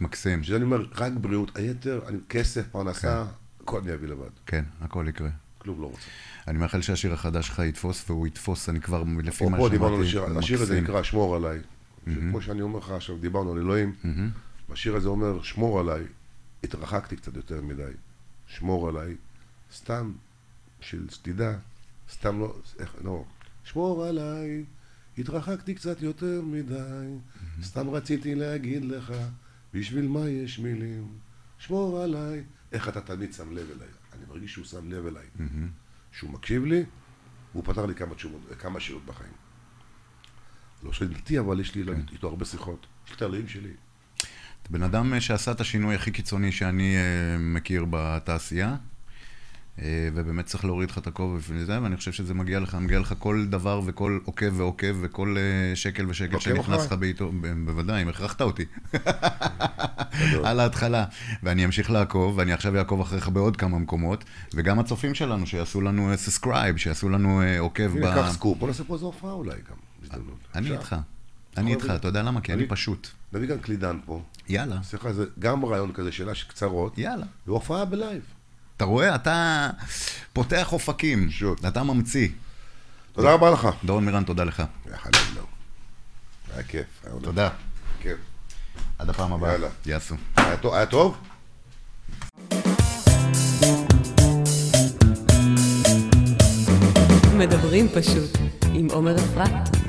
B: מקסים.
C: שזה אני אומר, רק בריאות, היתר, אני, כסף, פרנסה, הכל אני אביא לבד.
B: כן, הכל יקרה.
C: כלום לא רוצה.
B: אני מאחל שהשיר החדש שלך יתפוס, והוא יתפוס, אני כבר, לפי מה
C: פה
B: שאמרתי,
C: דיברנו על השיר,
B: הוא
C: השיר הזה
B: מקסים.
C: נקרא שמור עליי. כמו שאני אומר לך עכשיו, דיברנו על אלוהים, השיר הזה אומר, שמור עליי, התרחקתי קצת יותר מדי, שמור עליי, סתם, של שתדע, סתם לא, איך, לא, שמור עליי, התרחקתי קצת יותר מדי, סתם רציתי להגיד לך, בשביל מה יש מילים, שמור עליי, איך אתה תמיד שם לב אליי, אני מרגיש שהוא שם לב אליי, שהוא מקשיב לי, הוא פתר לי כמה תשובות, כמה שאלות בחיים. לא של דתי, אבל יש
B: כן.
C: לי איתו הרבה שיחות. יש לי את האלוהים שלי.
B: אתה בן אדם אה, שעשה את השינוי הכי קיצוני שאני אה, מכיר בתעשייה, אה, ובאמת צריך להוריד לך את הכובע בפני זה, ואני חושב שזה מגיע לך, מגיע לך כל דבר וכל עוקב ועוקב, וכל אה, שקל ושקל
C: עוקב
B: שנכנס לך
C: אחריי?
B: בעיתו, ב- בוודאי, אם הכרחת אותי,
C: גדול.
B: על ההתחלה. ואני אמשיך לעקוב, ואני עכשיו אעקוב אחריך בעוד כמה מקומות, וגם הצופים שלנו, שיעשו לנו סאסקרייב, שיעשו לנו אה, עוקב ב...
C: הנה, קח סקופ. בוא נעשה פה איזו הופעה אולי גם. בהזדמנות.
B: אני
C: אפשר?
B: איתך. אני איתך, אתה יודע למה? כי אני
C: אני-
B: פשוט.
C: נביא גם קלידן פה.
B: יאללה,
C: נעשה לך איזה- גם רעיון כזה, שאלה שקצרות.
B: יאללה.
C: והופעה בלייב.
B: אתה רואה? אתה פותח אופקים.
C: פשוט.
B: אתה ממציא.
C: תודה רבה לך.
B: דורון מירן, תודה לך.
C: היה חלום, לא. היה כיף. היה עונה.
B: תודה.
C: כן.
B: עד הפעם הבאה.
C: יאללה.
B: יעשו.
C: היה טוב- היה טוב?
A: מדברים פשוט עם עומר אפרת.